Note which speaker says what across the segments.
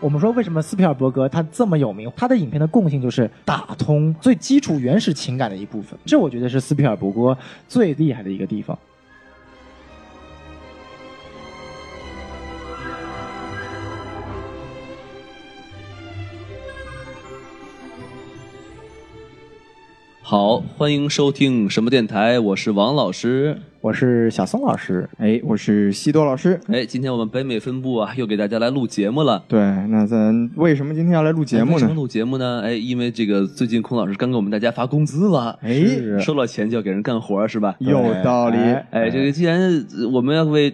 Speaker 1: 我们说为什么斯皮尔伯格他这么有名？他的影片的共性就是打通最基础原始情感的一部分，这我觉得是斯皮尔伯格最厉害的一个地方。
Speaker 2: 好，欢迎收听什么电台？我是王老师。
Speaker 1: 我是小松老师，
Speaker 3: 哎，我是西多老师。
Speaker 2: 哎，今天我们北美分部啊，又给大家来录节目了。
Speaker 3: 对，那咱为什么今天要来录节
Speaker 2: 哎为
Speaker 3: 目
Speaker 2: 什么
Speaker 3: 呢？
Speaker 2: 录节目呢？哎，因为这个最近孔老师刚给我们大家发工资了，
Speaker 3: 哎，
Speaker 2: 收了钱就要给人干活儿是吧？
Speaker 3: 有道理。
Speaker 1: 哎
Speaker 2: 哎，这个既然呃我们要为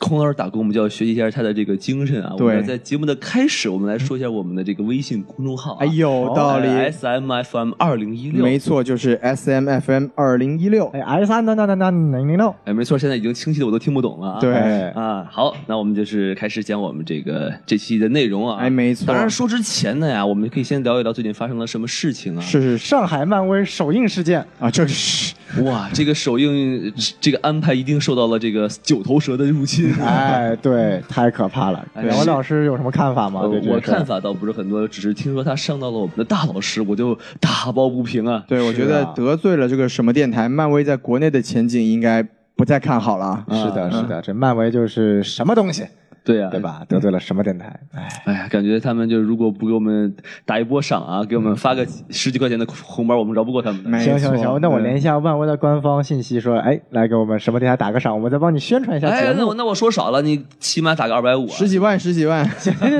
Speaker 2: 孔老师打工，我们就要学习一下他的这个精神啊。我们
Speaker 3: 对
Speaker 2: 在节目的开始，我们来说一下我们的这个微信公众号、啊。
Speaker 3: 哎，有道理，
Speaker 2: S M F M 二零一六，
Speaker 3: 没错，就是 S M F M 二零一六。
Speaker 1: 哎，S 三等等等等零零六，
Speaker 2: 哎，没错，现在已经清晰的我都听不懂了啊。
Speaker 3: 对，
Speaker 2: 啊，好，那我们就是开始讲我们这个这期的内容啊。
Speaker 3: 哎，没错
Speaker 2: 当，然，说之前呢呀，我们可以先聊一聊最近发生了什么事情啊。
Speaker 3: 是是是
Speaker 1: 上海漫威首映事件，
Speaker 3: 啊，这是
Speaker 2: 哇，这个首映这个安排一定受到了这个九头蛇的入侵。
Speaker 1: 哎，对，太可怕了。
Speaker 2: 哎
Speaker 1: 两位
Speaker 2: 是
Speaker 1: 老师有什么看法吗？
Speaker 2: 呃
Speaker 1: 啊对这
Speaker 2: 我
Speaker 1: 个事儿
Speaker 2: 看法倒不是很多，只是听说他上到了我们的大老师，我就打抱不平啊。
Speaker 3: 对，我觉得得罪了这个什么电台，漫威在国内的前景应该不再看好了啊。
Speaker 1: 是的，是的，这漫威就是什么东西，
Speaker 2: 对啊，
Speaker 1: 对？吧？得罪了什么电台？哎，
Speaker 2: 哎呀，感觉他们就如果不给我们打一波赏啊，给我
Speaker 1: 嗯
Speaker 2: 们发个十几块钱的红包，我们饶不过他们的。
Speaker 3: 没
Speaker 1: 行行
Speaker 3: 错
Speaker 1: 行，那我联系一下漫威的官方信息，说，哎，来给我们什么电台打个赏，我们再帮你宣传一下节
Speaker 2: 哎，那
Speaker 1: 目
Speaker 2: 我。那我说少了，你起码打个二百五。啊
Speaker 3: 十几万，十几万，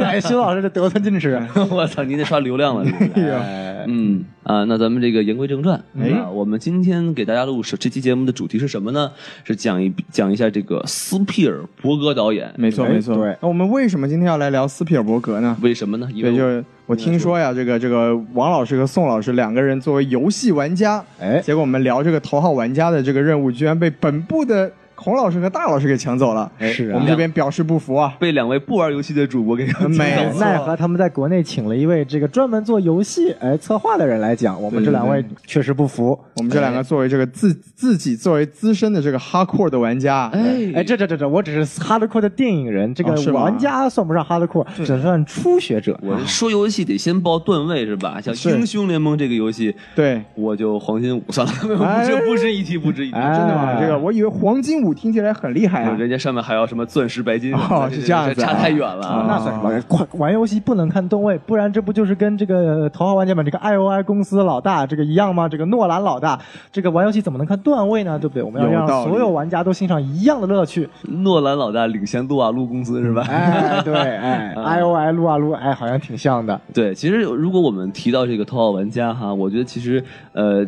Speaker 1: 哎，修老师这得寸进尺。
Speaker 2: 我操，您得刷流量了。是不是
Speaker 1: 哎
Speaker 2: 嗯啊，那咱们这个言归正传、
Speaker 3: 哎
Speaker 2: 啊，我们今天给大家录这期节目的主题是什么呢？是讲一讲一下这个斯皮尔伯格导演，
Speaker 3: 没错
Speaker 1: 哎
Speaker 3: 没错。
Speaker 1: 对
Speaker 3: 那我们为什么今天要来聊斯皮尔伯格呢？
Speaker 2: 为什么呢？因为
Speaker 3: 对，就是我听说呀，这个这个王老师和宋老师两个人作为游戏玩家，
Speaker 1: 哎
Speaker 3: 结果我们聊这个头号玩家的这个任务，居然被本部的孔老师和大老师给抢走了。
Speaker 1: 是
Speaker 3: 我
Speaker 1: 啊
Speaker 3: 们，这边表示不服啊！
Speaker 2: 被两位不玩游戏的主播给
Speaker 3: 没
Speaker 2: 了。
Speaker 3: 错
Speaker 1: 哎奈何他们在国内请了一位这个专门做游戏哎策划的人来讲，我们这两位确实不服。
Speaker 3: 我们这两个作为这个自自己作为资深的这个 hardcore 的玩家，
Speaker 2: 哎
Speaker 1: 哎，这这这这，我只是 hardcore 的电影人，这个
Speaker 3: 哦是吗
Speaker 1: 玩家算不上 hardcore，只算初学者。啊
Speaker 2: 我说游戏得先报段位是吧？像《
Speaker 3: 是
Speaker 2: 英雄联盟》这个游戏，
Speaker 3: 对，
Speaker 2: 我就黄金五算了，
Speaker 3: 哎
Speaker 2: 不值不值一提，不值一提。
Speaker 1: 哎
Speaker 3: 真的吗？这个我以为黄金五听起来很厉害啊，
Speaker 2: 人家上面还要什么钻石、白金什么的，
Speaker 3: 哦是这样子啊
Speaker 2: 差太远了啊。
Speaker 1: 那算什么？快玩游戏不能看段位，不然这不就是跟这个头号玩家们这个 IOI 公司老大这个一样吗？这个诺兰老大，这个玩游戏怎么能看段位呢？对不对？我们要
Speaker 3: 有
Speaker 1: 让
Speaker 3: 道理
Speaker 1: 所有玩家都欣赏一样的乐趣。
Speaker 2: 诺兰老大领先撸啊撸公司是吧？
Speaker 1: 哎，对， 哎，IOI
Speaker 2: 嗯
Speaker 1: 撸啊撸，哎，好像挺像的。
Speaker 2: 对，其实如果我们提到这个头号玩家哈，我觉得其实呃。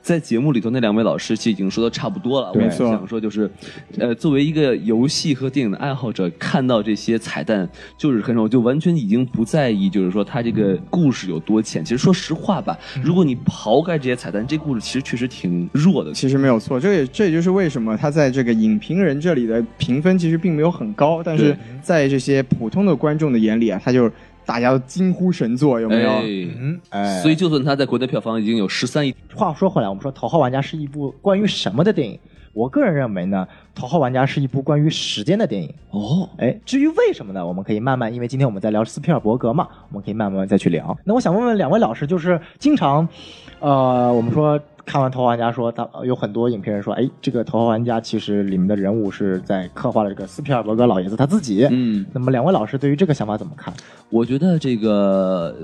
Speaker 2: 在节目里头，那两位老师其实已经说的差不多了。我
Speaker 3: 对
Speaker 2: 也
Speaker 3: 没错
Speaker 2: 想说就是，呃，作为一个游戏和电影的爱好者，看到这些彩蛋就是很少，就完全已经不在意，就是说它这个故事有多浅。其实说实话吧，
Speaker 3: 嗯
Speaker 2: 如果你刨开这些彩蛋，这故事其实确实挺弱的。
Speaker 3: 其实没有错，这也这也就是为什么他在这个影评人这里的评分其实并没有很高，但是
Speaker 2: 对
Speaker 3: 在这些普通的观众的眼里啊，他就大家都惊呼神作，有没有？
Speaker 1: 嗯，
Speaker 2: 哎，
Speaker 1: 哎，
Speaker 2: 所以就算它在国内票房已经有十三亿，
Speaker 1: 话说回来，我们说《头号玩家》是一部关于什么的电影？我个人认为呢，《头号玩家》是一部关于时间的电影。
Speaker 2: 哦，
Speaker 1: 哎，至于为什么呢？我们可以慢慢，因为今天我们在聊斯皮尔伯格嘛，我们可以慢慢再去聊。那我想问问两位老师，就是经常，呃，我们说看完《头号玩家》说，他有很多影评人说，哎，这个《头号玩家》其实里面的人物是在刻画了这个斯皮尔伯格老爷子他自己。
Speaker 2: 嗯，
Speaker 1: 那么两位老师对于这个想法怎么看？
Speaker 2: 我觉得这个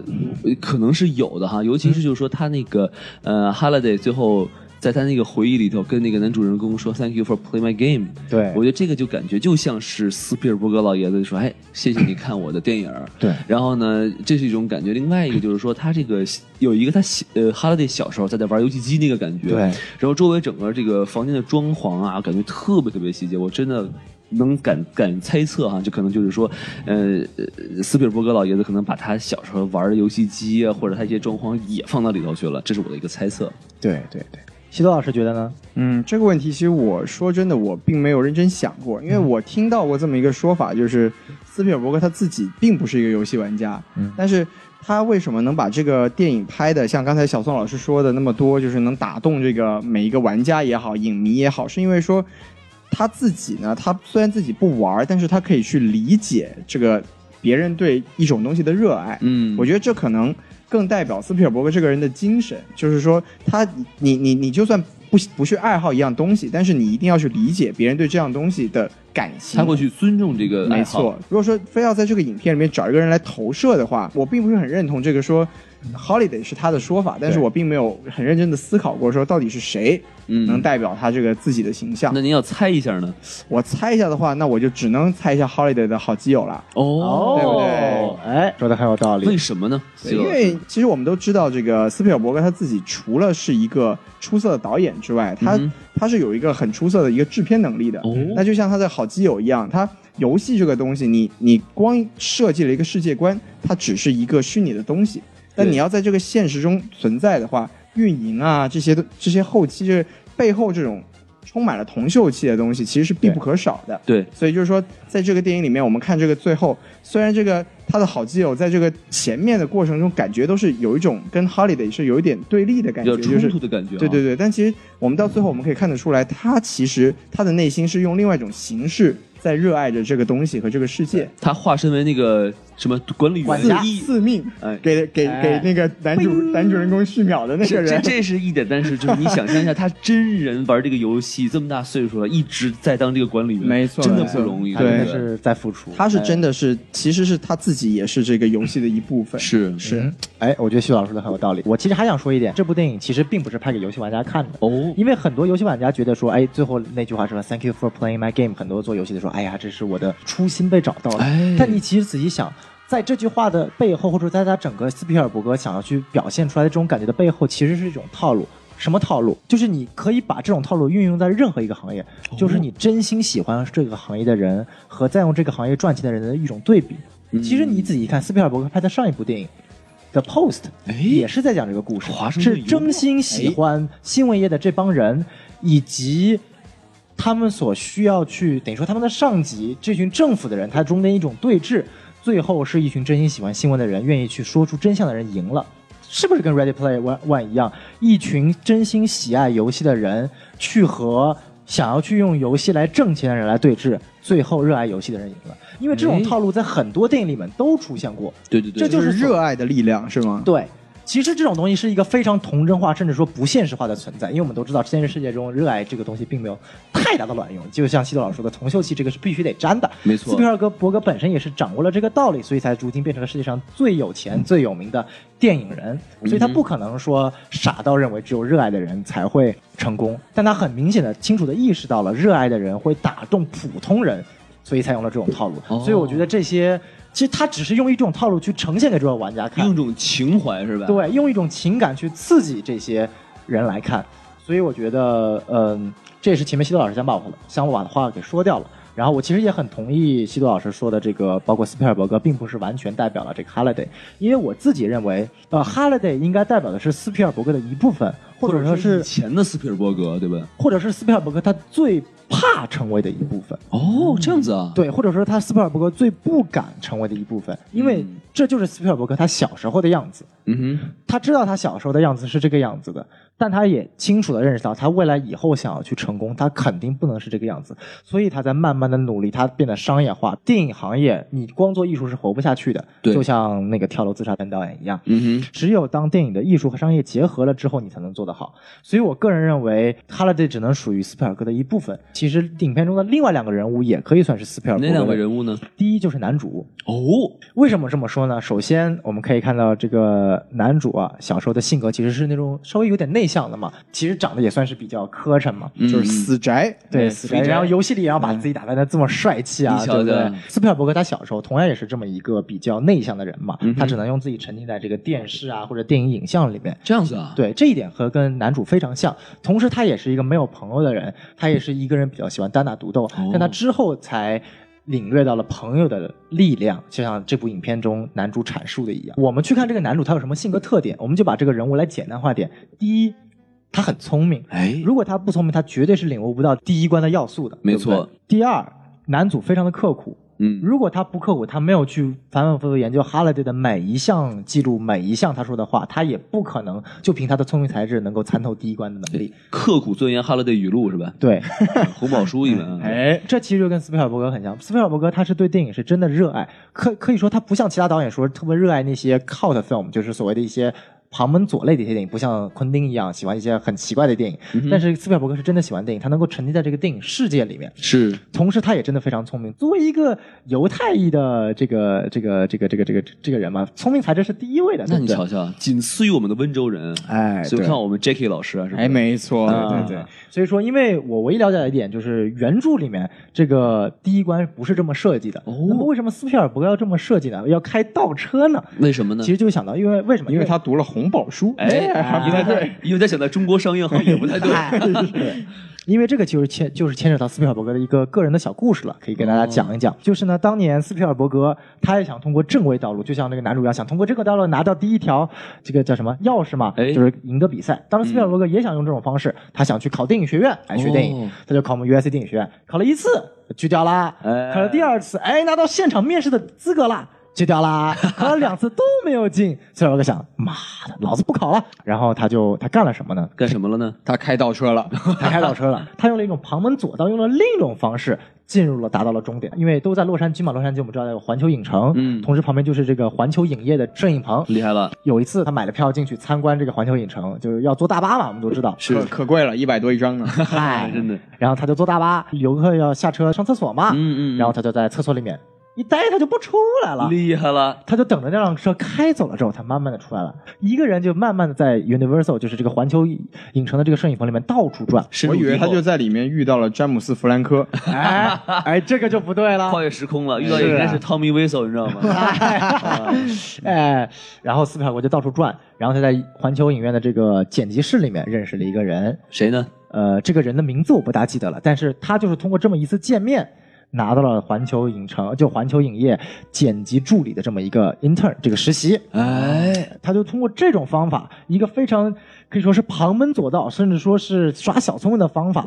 Speaker 2: 呃可能是有的哈，尤其是就是说他那个呃，Holiday 最后在他那个回忆里头跟那个男主人公说 “Thank you for play my game”，
Speaker 1: 对
Speaker 2: 我觉得这个就感觉就像是斯皮尔伯格老爷子说：“哎，谢谢你看我的电影。”
Speaker 1: 对，
Speaker 2: 然后呢，这是一种感觉。另外一个就是说，他这个有一个他小呃哈拉德小时候在那玩游戏机那个感觉，
Speaker 1: 对
Speaker 2: 然后周围整个这个房间的装潢啊，感觉特别特别细节，我真的。能敢敢猜测哈、这可能就是说，呃，呃斯皮尔伯格老爷子可能把他小时候玩的游戏机啊，或者他一些装潢也放到里头去了，这是我的一个猜测。
Speaker 1: 对对对，西多老师觉得呢？
Speaker 3: 嗯，这个问题其实我说真的，我并没有认真想过，因为我听到过这么一个说法，就是斯皮尔伯格他自己并不是一个游戏玩家，
Speaker 1: 嗯
Speaker 3: 但是他为什么能把这个电影拍的像刚才小宋老师说的那么多，就是能打动这个每一个玩家也好，影迷也好，是因为说他自己呢，他虽然自己不玩儿，但是他可以去理解这个别人对一种东西的热爱。
Speaker 2: 嗯
Speaker 3: 我觉得这可能更代表斯皮尔伯格这个人的精神，就是说他，你你你就算不不去爱好一样东西，但是你一定要去理解别人对这样东西的感情。
Speaker 2: 他会去尊重这个
Speaker 3: 没
Speaker 2: 爱好
Speaker 3: 错，如果说非要在这个影片里面找一个人来投射的话，我并不是很认同这个说 holiday 是他的说法，但是我并没有很认真的思考过说到底是谁
Speaker 2: 嗯
Speaker 3: 能代表他这个自己的形象。
Speaker 2: 那您要猜一下呢？
Speaker 3: 我猜一下的话，那我就只能猜一下 holiday 的好基友了。对不对？
Speaker 1: 哦哎，说的很有道理。
Speaker 2: 哦为什么呢？
Speaker 3: 对哦因为其实我们都知道，这个斯皮尔伯格他自己除了是一个出色的导演之外，他、
Speaker 2: 嗯
Speaker 3: 他是有一个很出色的一个制片能力的。
Speaker 2: 哦
Speaker 3: 那就像他的好基友一样，他游戏这个东西，你你光设计了一个世界观，它只是一个虚拟的东西，但
Speaker 2: 对
Speaker 3: 你要在这个现实中存在的话，运营啊这些都这些后期这背后这种充满了铜臭气的东西，其实是必不可少的。
Speaker 2: 对，
Speaker 3: 所以就是说，在这个电影里面，我们看这个最后，虽然这个他的好基友在这个前面的过程中，感觉都是有一种跟 Holiday 是有一点对立的
Speaker 2: 比
Speaker 3: 感觉，
Speaker 2: 较
Speaker 3: 就
Speaker 2: 冲
Speaker 3: 是
Speaker 2: 突的感觉啊。
Speaker 3: 对对对。但其实我们到最后，我们可以看得出来，他其实他的内心是用另外一种形式在热爱着这个东西和这个世界。
Speaker 2: 他化身为那个什么管理员
Speaker 1: 管
Speaker 3: 自
Speaker 1: 家
Speaker 2: 一
Speaker 3: 自命
Speaker 2: 哎，
Speaker 3: 给给
Speaker 1: 哎
Speaker 3: 给那个男主男主人公续秒的那个
Speaker 2: 这这
Speaker 3: 人，
Speaker 2: 这是一点，但是就是你想象一下，他真人玩这个游戏这么大岁数了，一直在当这个管理员，
Speaker 3: 没错
Speaker 2: 真的
Speaker 3: 没
Speaker 2: 不
Speaker 3: 错
Speaker 2: 容易。
Speaker 1: 他真
Speaker 3: 对
Speaker 1: 的是在付出。
Speaker 3: 他是真的是，其实是他自己也是这个游戏的一部分。
Speaker 2: 是
Speaker 3: 是，
Speaker 1: 哎，我觉得徐老师说的很有道理。我其实还想说一点，这部电影其实并不是拍给游戏玩家看的。
Speaker 2: 哦，
Speaker 1: 因为很多游戏玩家觉得说，哎，最后那句话说 “Thank you for playing my game”，很多做游戏的说，哎呀，这是我的初心被找到了。
Speaker 2: 哎
Speaker 1: 但你其实仔细想，在这句话的背后，或者在他整个斯皮尔伯格想要去表现出来的这种感觉的背后，其实是一种套路。什么套路？就是你可以把这种套路运用在任何一个行业，
Speaker 2: 哦
Speaker 1: 就是你真心喜欢这个行业的人和再用这个行业赚钱的人的一种对比。
Speaker 2: 嗯
Speaker 1: 其实你仔细看，斯皮尔伯格拍的上一部电影。The Post
Speaker 2: 哎
Speaker 1: 也是在讲这个故事
Speaker 2: 华，盛顿
Speaker 1: 是
Speaker 2: 邮报哎
Speaker 1: 真心喜欢新闻业的这帮人，以及他们所需要去等于说他们的上级这群政府的人，他中间一种对峙，最后是一群真心喜欢新闻的人，愿意去说出真相的人赢了。是不是跟 Ready Player One One 一样，一群真心喜爱游戏的人去和想要去用游戏来挣钱的人来对峙，最后热爱游戏的人赢了？因为这种
Speaker 2: 哎
Speaker 1: 套路在很多电影里面都出现过。
Speaker 2: 对对对，
Speaker 1: 这就是
Speaker 3: 热爱的力量，是
Speaker 2: 嗯
Speaker 3: 吗？
Speaker 1: 对，其实这种东西是一个非常童真化，甚至说不现实化的存在，因为我们都知道现实世界中热爱这个东西并没有太大的卵用。就像西多老师说的，铜臭气这个是必须得沾的。
Speaker 2: 没错
Speaker 1: 斯皮尔格伯格本身也是掌握了这个道理，所以才如今变成了世界上最有钱、最有名的电影
Speaker 2: 嗯
Speaker 1: 人。所以他不可能说傻到认为只有热爱的人才会成功，但他很明显的、清楚的意识到了热爱的人会打动普通人。所以才用了这种套路，
Speaker 2: 哦
Speaker 1: 所以我觉得这些其实他只是用一种套路去呈现给这种玩家看，
Speaker 2: 用一种情怀是吧？，
Speaker 1: 对，用一种情感去刺激这些人来看。所以我觉得，嗯，这也是前面西多老师想把我想我把的话给说掉了。然后我其实也很同意西多老师说的这个，包括斯皮尔伯格并不是完全代表了这个 Holiday，因为我自己认为，呃，Holiday 应该代表的是斯皮尔伯格的一部分，或
Speaker 2: 或
Speaker 1: 者说
Speaker 2: 是
Speaker 1: 是，
Speaker 2: 以前的斯皮尔伯格，对吧？
Speaker 1: 或者是斯皮尔伯格他最怕成为的一部分。
Speaker 2: 哦，这样子啊，
Speaker 1: 对，或者说他斯皮尔伯格最不敢成为的一部分，因为
Speaker 2: 嗯
Speaker 1: 这就是斯皮尔伯格他小时候的样子。
Speaker 2: 嗯哼，
Speaker 1: 他知道他小时候的样子是这个样子的，但他也清楚的认识到，他未来以后想要去成功，他肯定不能是这个样子，所以他在慢慢的努力，他变得商业化。电影行业，你光做艺术是活不下去的，
Speaker 2: 对
Speaker 1: 就像那个跳楼自杀男导演一样。
Speaker 2: 嗯哼，
Speaker 1: 只有当电影的艺术和商业结合了之后，你才能做得好。所以我个人认为，《哈 i d a y 只能属于斯皮尔格的一部分。其实，影片中的另外两个人物也可以算是斯皮尔格。
Speaker 2: 哪两位人？物呢？
Speaker 1: 第一就是男主，
Speaker 2: 哦，
Speaker 1: 为什么这么说呢？首先，我们可以看到这个男主啊，小时候的性格其实是那种稍微有点内向的嘛，其实长得也算是比较磕碜嘛。
Speaker 3: 就是嗯死宅，
Speaker 1: 对，
Speaker 2: 嗯
Speaker 1: 死
Speaker 2: 肥
Speaker 1: 宅
Speaker 2: 宅
Speaker 1: 然后游戏里，然后把自己打扮的这么帅气啊，对
Speaker 2: 你瞧
Speaker 1: 不对
Speaker 2: 瞧？
Speaker 1: 斯皮尔伯格他小时候同样也是这么一个比较内向的人嘛，
Speaker 2: 嗯哼
Speaker 1: 他只能用自己沉浸在这个电视啊或者电影影像里面，
Speaker 2: 这样子啊，
Speaker 1: 对这一点和跟男主非常像，同时他也是一个没有朋友的人，他也是一个人比较喜欢单打独斗，
Speaker 2: 哦
Speaker 1: 但他之后才领略到了朋友的力量，就像这部影片中男主阐述的一样。我们去看这个男主他有什么性格特点，我们就把这个人物来简单化点。第一，他很聪明，
Speaker 2: 哎，
Speaker 1: 如果他不聪明，他绝对是领悟不到第一关的要素的，
Speaker 2: 没
Speaker 1: 对不对
Speaker 2: 错。
Speaker 1: 第二，男主非常的刻苦，
Speaker 2: 嗯
Speaker 1: 如果他不刻苦，他没有去反反复复研究哈勒 y 的每一项记录、每一项他说的话，他也不可能就凭他的聪明才智能够参透第一关的能力。
Speaker 2: 刻苦钻研哈勒的语录是吧？
Speaker 1: 对，
Speaker 2: 红宝书一本，啊，
Speaker 3: 哎，
Speaker 1: 这其实就跟斯皮尔伯格很像。斯皮尔伯格他是对电影是真的热爱，可可以说他不像其他导演说特别热爱那些 cult film，就是所谓的一些旁门左类的一些电影，不像昆汀一样喜欢一些很奇怪的电影。但是斯皮尔伯格是真的喜欢电影，他能够沉浸在这个电影世界里面。
Speaker 2: 是
Speaker 1: 同时，他也真的非常聪明。作为一个犹太裔的这个这个这个这个这个这个人嘛，聪明才智是第一位的。
Speaker 2: 那
Speaker 1: 对
Speaker 2: 你
Speaker 1: 不对
Speaker 2: 瞧瞧，仅次于我们的温州人，啊
Speaker 1: 哎，
Speaker 2: 所以
Speaker 1: 对
Speaker 2: 看我们 Jackie 老师啊，是吧？
Speaker 3: 哎，没错，
Speaker 1: 啊
Speaker 3: 对对对，
Speaker 1: 所以说，因为我唯一了解的一点就是原著里面这个第一关不是这么设计的。
Speaker 2: 哦
Speaker 1: 那么为什么斯皮尔伯格要这么设计呢？要开倒车呢？
Speaker 2: 为什么呢？
Speaker 1: 其实就想到，因为为什么？
Speaker 3: 因为他读了红宝书，
Speaker 2: 哎，因为在因为在想在中国上映好像也不太对，
Speaker 1: 哎 对，因为这个就是牵就是牵扯到斯皮尔伯格的一个个人的小故事了，可以给大
Speaker 2: 嗯
Speaker 1: 家讲一讲。就是呢，当年斯皮尔伯格他也想通过正规道路，就像那个男主一样，想通过这个道路拿到第一条这个叫什么钥匙嘛，
Speaker 2: 哎嗯
Speaker 1: 就是赢得比赛。当时斯皮尔伯格也想用这种方式，他想去考电影学院，哎，学电影，
Speaker 2: 哦
Speaker 1: 他就考我们 USC 电影学院，考了一次拒掉啦，
Speaker 2: 哎
Speaker 1: 考了第二次，哎，拿到现场面试的资格啦。拒掉 啦，考了两次都没有进。斯皮尔伯格想，妈的，老子不考了。然后他就他干了什么呢？
Speaker 2: 干什么了呢？
Speaker 3: 他开倒车了，
Speaker 1: 他开倒车了， 他用了一种旁门左道，用了另一种方式进入了达到了终点，因为都在洛杉矶嘛，洛杉矶我们知道有环球影城，
Speaker 2: 嗯
Speaker 1: 同时旁边就是这个环球影业的摄影棚。
Speaker 2: 厉害了，
Speaker 1: 有一次他买了票进去参观这个环球影城，就是要坐大巴嘛，我们都知 道，
Speaker 3: 可可贵了，一百多一张呢。
Speaker 1: 嗨，
Speaker 2: 真的，
Speaker 1: 然后他就坐大巴，游客要下车上厕所嘛，
Speaker 2: 嗯
Speaker 1: 然后他就在厕所里面一待，他就不出来了。
Speaker 2: 厉害了，
Speaker 1: 他就等着那辆车开走了之后，他慢慢的出来了，一个人就慢慢的在 Universal，就是这个环球影城的这个摄影棚里面到处 转，
Speaker 2: 深
Speaker 3: 我
Speaker 2: 入
Speaker 3: 以为
Speaker 2: 敌
Speaker 3: 他
Speaker 2: 后
Speaker 3: 就在里面遇到了詹姆斯·弗兰科，
Speaker 1: 哎哎，这个就不对了
Speaker 2: 跨越时空了，遇到应该是 Tommy Wiseau，你知道吗？啊
Speaker 1: 哎，然后斯皮尔伯就到处转，然后他在环球影院的这个剪辑室里面认识了一个人，
Speaker 2: 谁呢？
Speaker 1: 呃，这个人的名字我不大记得了，但是他就是通过这么一次见面，拿到了环球影城就环球影业剪辑助理的这么一个 intern 这个实习，
Speaker 2: 哎，
Speaker 1: 他就通过这种方法，一个非常可以说是旁门左道，甚至说是耍小聪明的方法，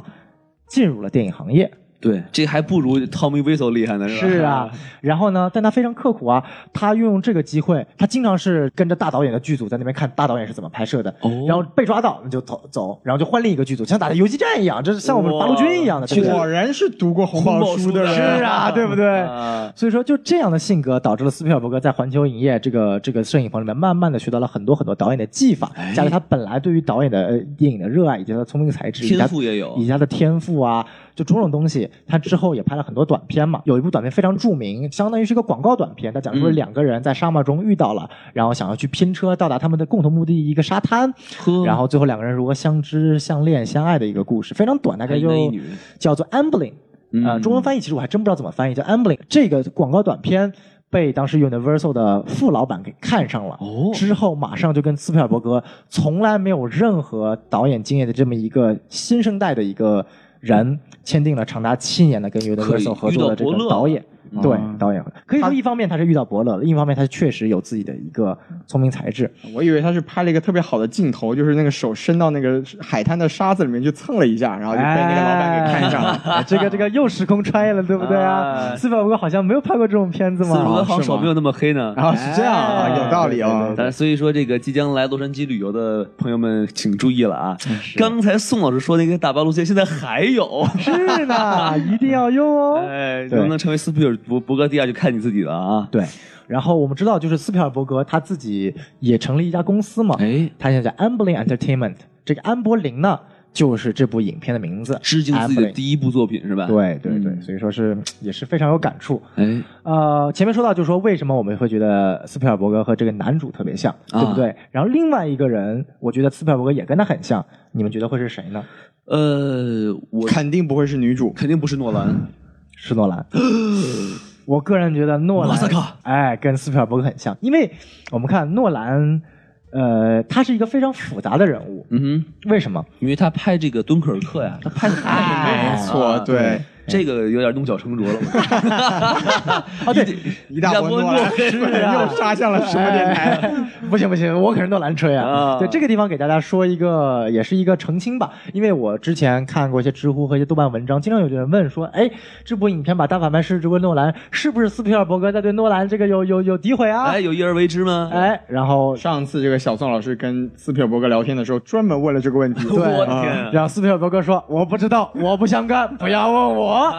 Speaker 1: 进入了电影行业。
Speaker 2: 对，这还不如 Tommy Wiseau 厉害呢，吧？
Speaker 1: 是啊，，然后呢，但他非常刻苦啊，他运用这个机会，他经常是跟着大导演的剧组在那边看大导演是怎么拍摄的，
Speaker 2: 哦
Speaker 1: 然后被抓到那就走走，然后就换另一个剧组，像打游击战一样，这是像我们八路军一样的，
Speaker 2: 嗯
Speaker 1: 对不对
Speaker 3: 果然是读过红宝
Speaker 2: 红宝
Speaker 3: 书的
Speaker 2: 书
Speaker 3: 人
Speaker 2: 的。
Speaker 1: 是 啊，对不对？
Speaker 2: 啊
Speaker 1: 所以说，就这样的性格导致了斯皮尔伯格在环球影业这个这个摄影棚里面，慢慢的学到了很多很多导演的技法，
Speaker 2: 哎
Speaker 1: 加上他本来对于导演的呃电影的热爱，以及他的聪明才智，以及他
Speaker 2: 天赋也有
Speaker 1: 以及他的天赋啊，就种种东西，他之后也拍了很多短片嘛。有一部短片非常著名，相当于是一个广告短片，他讲述了
Speaker 2: 嗯
Speaker 1: 两个人在沙漠中遇到了，然后想要去拼车到达他们的共同目的地一个沙滩，
Speaker 2: 呵
Speaker 1: 然后最后两个人如何相知、相恋、相爱的一个故事，非常短，大概
Speaker 2: 一
Speaker 1: 就
Speaker 2: 男一女
Speaker 1: 叫做 Ambling，呃，
Speaker 2: 嗯
Speaker 1: 中文翻译其实我还真不知道怎么翻译，叫 Ambling。这个广告短片被当时 Universal 的副老板给看上了，
Speaker 2: 哦
Speaker 1: 之后马上就跟斯皮尔伯格从来没有任何导演经验的这么一个新生代的一个人签订了长达七年的跟
Speaker 2: 可以
Speaker 1: Universal 合作的这
Speaker 2: 遇到伯乐
Speaker 1: 个
Speaker 2: 了
Speaker 1: 导演。对
Speaker 3: 嗯，
Speaker 1: 导演可以说一方面他是遇到伯乐了，另一方面他确实有自己的一个聪明才智。
Speaker 3: 我以为他是拍了一个特别好的镜头，就是那个手伸到那个海滩的沙子里面去蹭了一下，然后就被那个老板给看上了。
Speaker 1: 哎 这个这个又时空穿越了，对不对啊？
Speaker 2: 哎
Speaker 1: 斯皮尔伯格好像没有拍过这种片子
Speaker 2: 斯文
Speaker 1: 嘛哦
Speaker 2: 好。像手没有那么黑呢。
Speaker 3: 然后是这样啊，
Speaker 1: 哎
Speaker 3: 有道理啊
Speaker 1: 对对。
Speaker 2: 但是所以说，这个即将来洛杉矶旅游的朋友们，请注意了啊！ 刚才宋老师说那个大巴路线，现在还有，
Speaker 1: 是呢，一定要用 哦。
Speaker 2: 哎，
Speaker 1: 对
Speaker 2: 能不能成为斯皮尔伯伯格第二，就看你自己了啊！
Speaker 1: 对，然后我们知道，就是斯皮尔伯格他自己也成立一家公司嘛，
Speaker 2: 哎，
Speaker 1: 他现在叫 Amblin Entertainment。这个安柏林呢，就是这部影片的名字，
Speaker 2: 致敬自己的
Speaker 1: Amblin
Speaker 2: 第一部作品是吧？，
Speaker 1: 对对
Speaker 3: 嗯
Speaker 1: 对，所以说是也是非常有感触。
Speaker 2: 哎，
Speaker 1: 呃，前面说到，就是说为什么我们会觉得斯皮尔伯格和这个男主特别像，对不
Speaker 2: 啊
Speaker 1: 对？然后另外一个人，我觉得斯皮尔伯格也跟他很像，你们觉得会是谁呢？
Speaker 2: 呃，我
Speaker 3: 肯定不会是女主，
Speaker 2: 肯定不是诺兰，
Speaker 1: 是诺 兰。我个人觉得诺
Speaker 2: 马
Speaker 1: 兰
Speaker 2: 赛克，
Speaker 1: 哎，跟斯皮尔伯格很像，因为我们看诺兰，呃，他是一个非常复杂的人物。
Speaker 2: 嗯哼，
Speaker 1: 为什么？
Speaker 2: 因为他拍这个《敦刻尔克》呀，他拍的太
Speaker 1: 哎
Speaker 2: 美
Speaker 3: 没
Speaker 2: 了
Speaker 3: 啊错，对，
Speaker 2: 这个有点弄巧成拙了嘛。
Speaker 1: 啊，对，
Speaker 3: 一大波
Speaker 2: 一
Speaker 3: 诺
Speaker 2: 大波
Speaker 3: 兰啊
Speaker 2: 诺兰
Speaker 3: 又杀向了什么电台？
Speaker 1: 哎 不行不行，我可是诺兰吹啊！
Speaker 2: 啊
Speaker 1: 对这个地方给大家说一个，也是一个澄清吧，因为我之前看过一些知乎和一些豆瓣文章，经常有人问说，哎，这部影片把大反派设置为诺兰，是不是斯皮尔伯格在对诺兰这个有有有诋毁啊
Speaker 2: 哎，？有意而为之吗？
Speaker 1: 哎，然后
Speaker 3: 上次这个小宋老师跟斯皮尔伯格聊天的时候，专门问了这个问题。
Speaker 2: 我的
Speaker 3: 啊
Speaker 2: 天啊！
Speaker 1: 然后斯皮尔伯格说：“我不知道，我不相干，不要问 我。”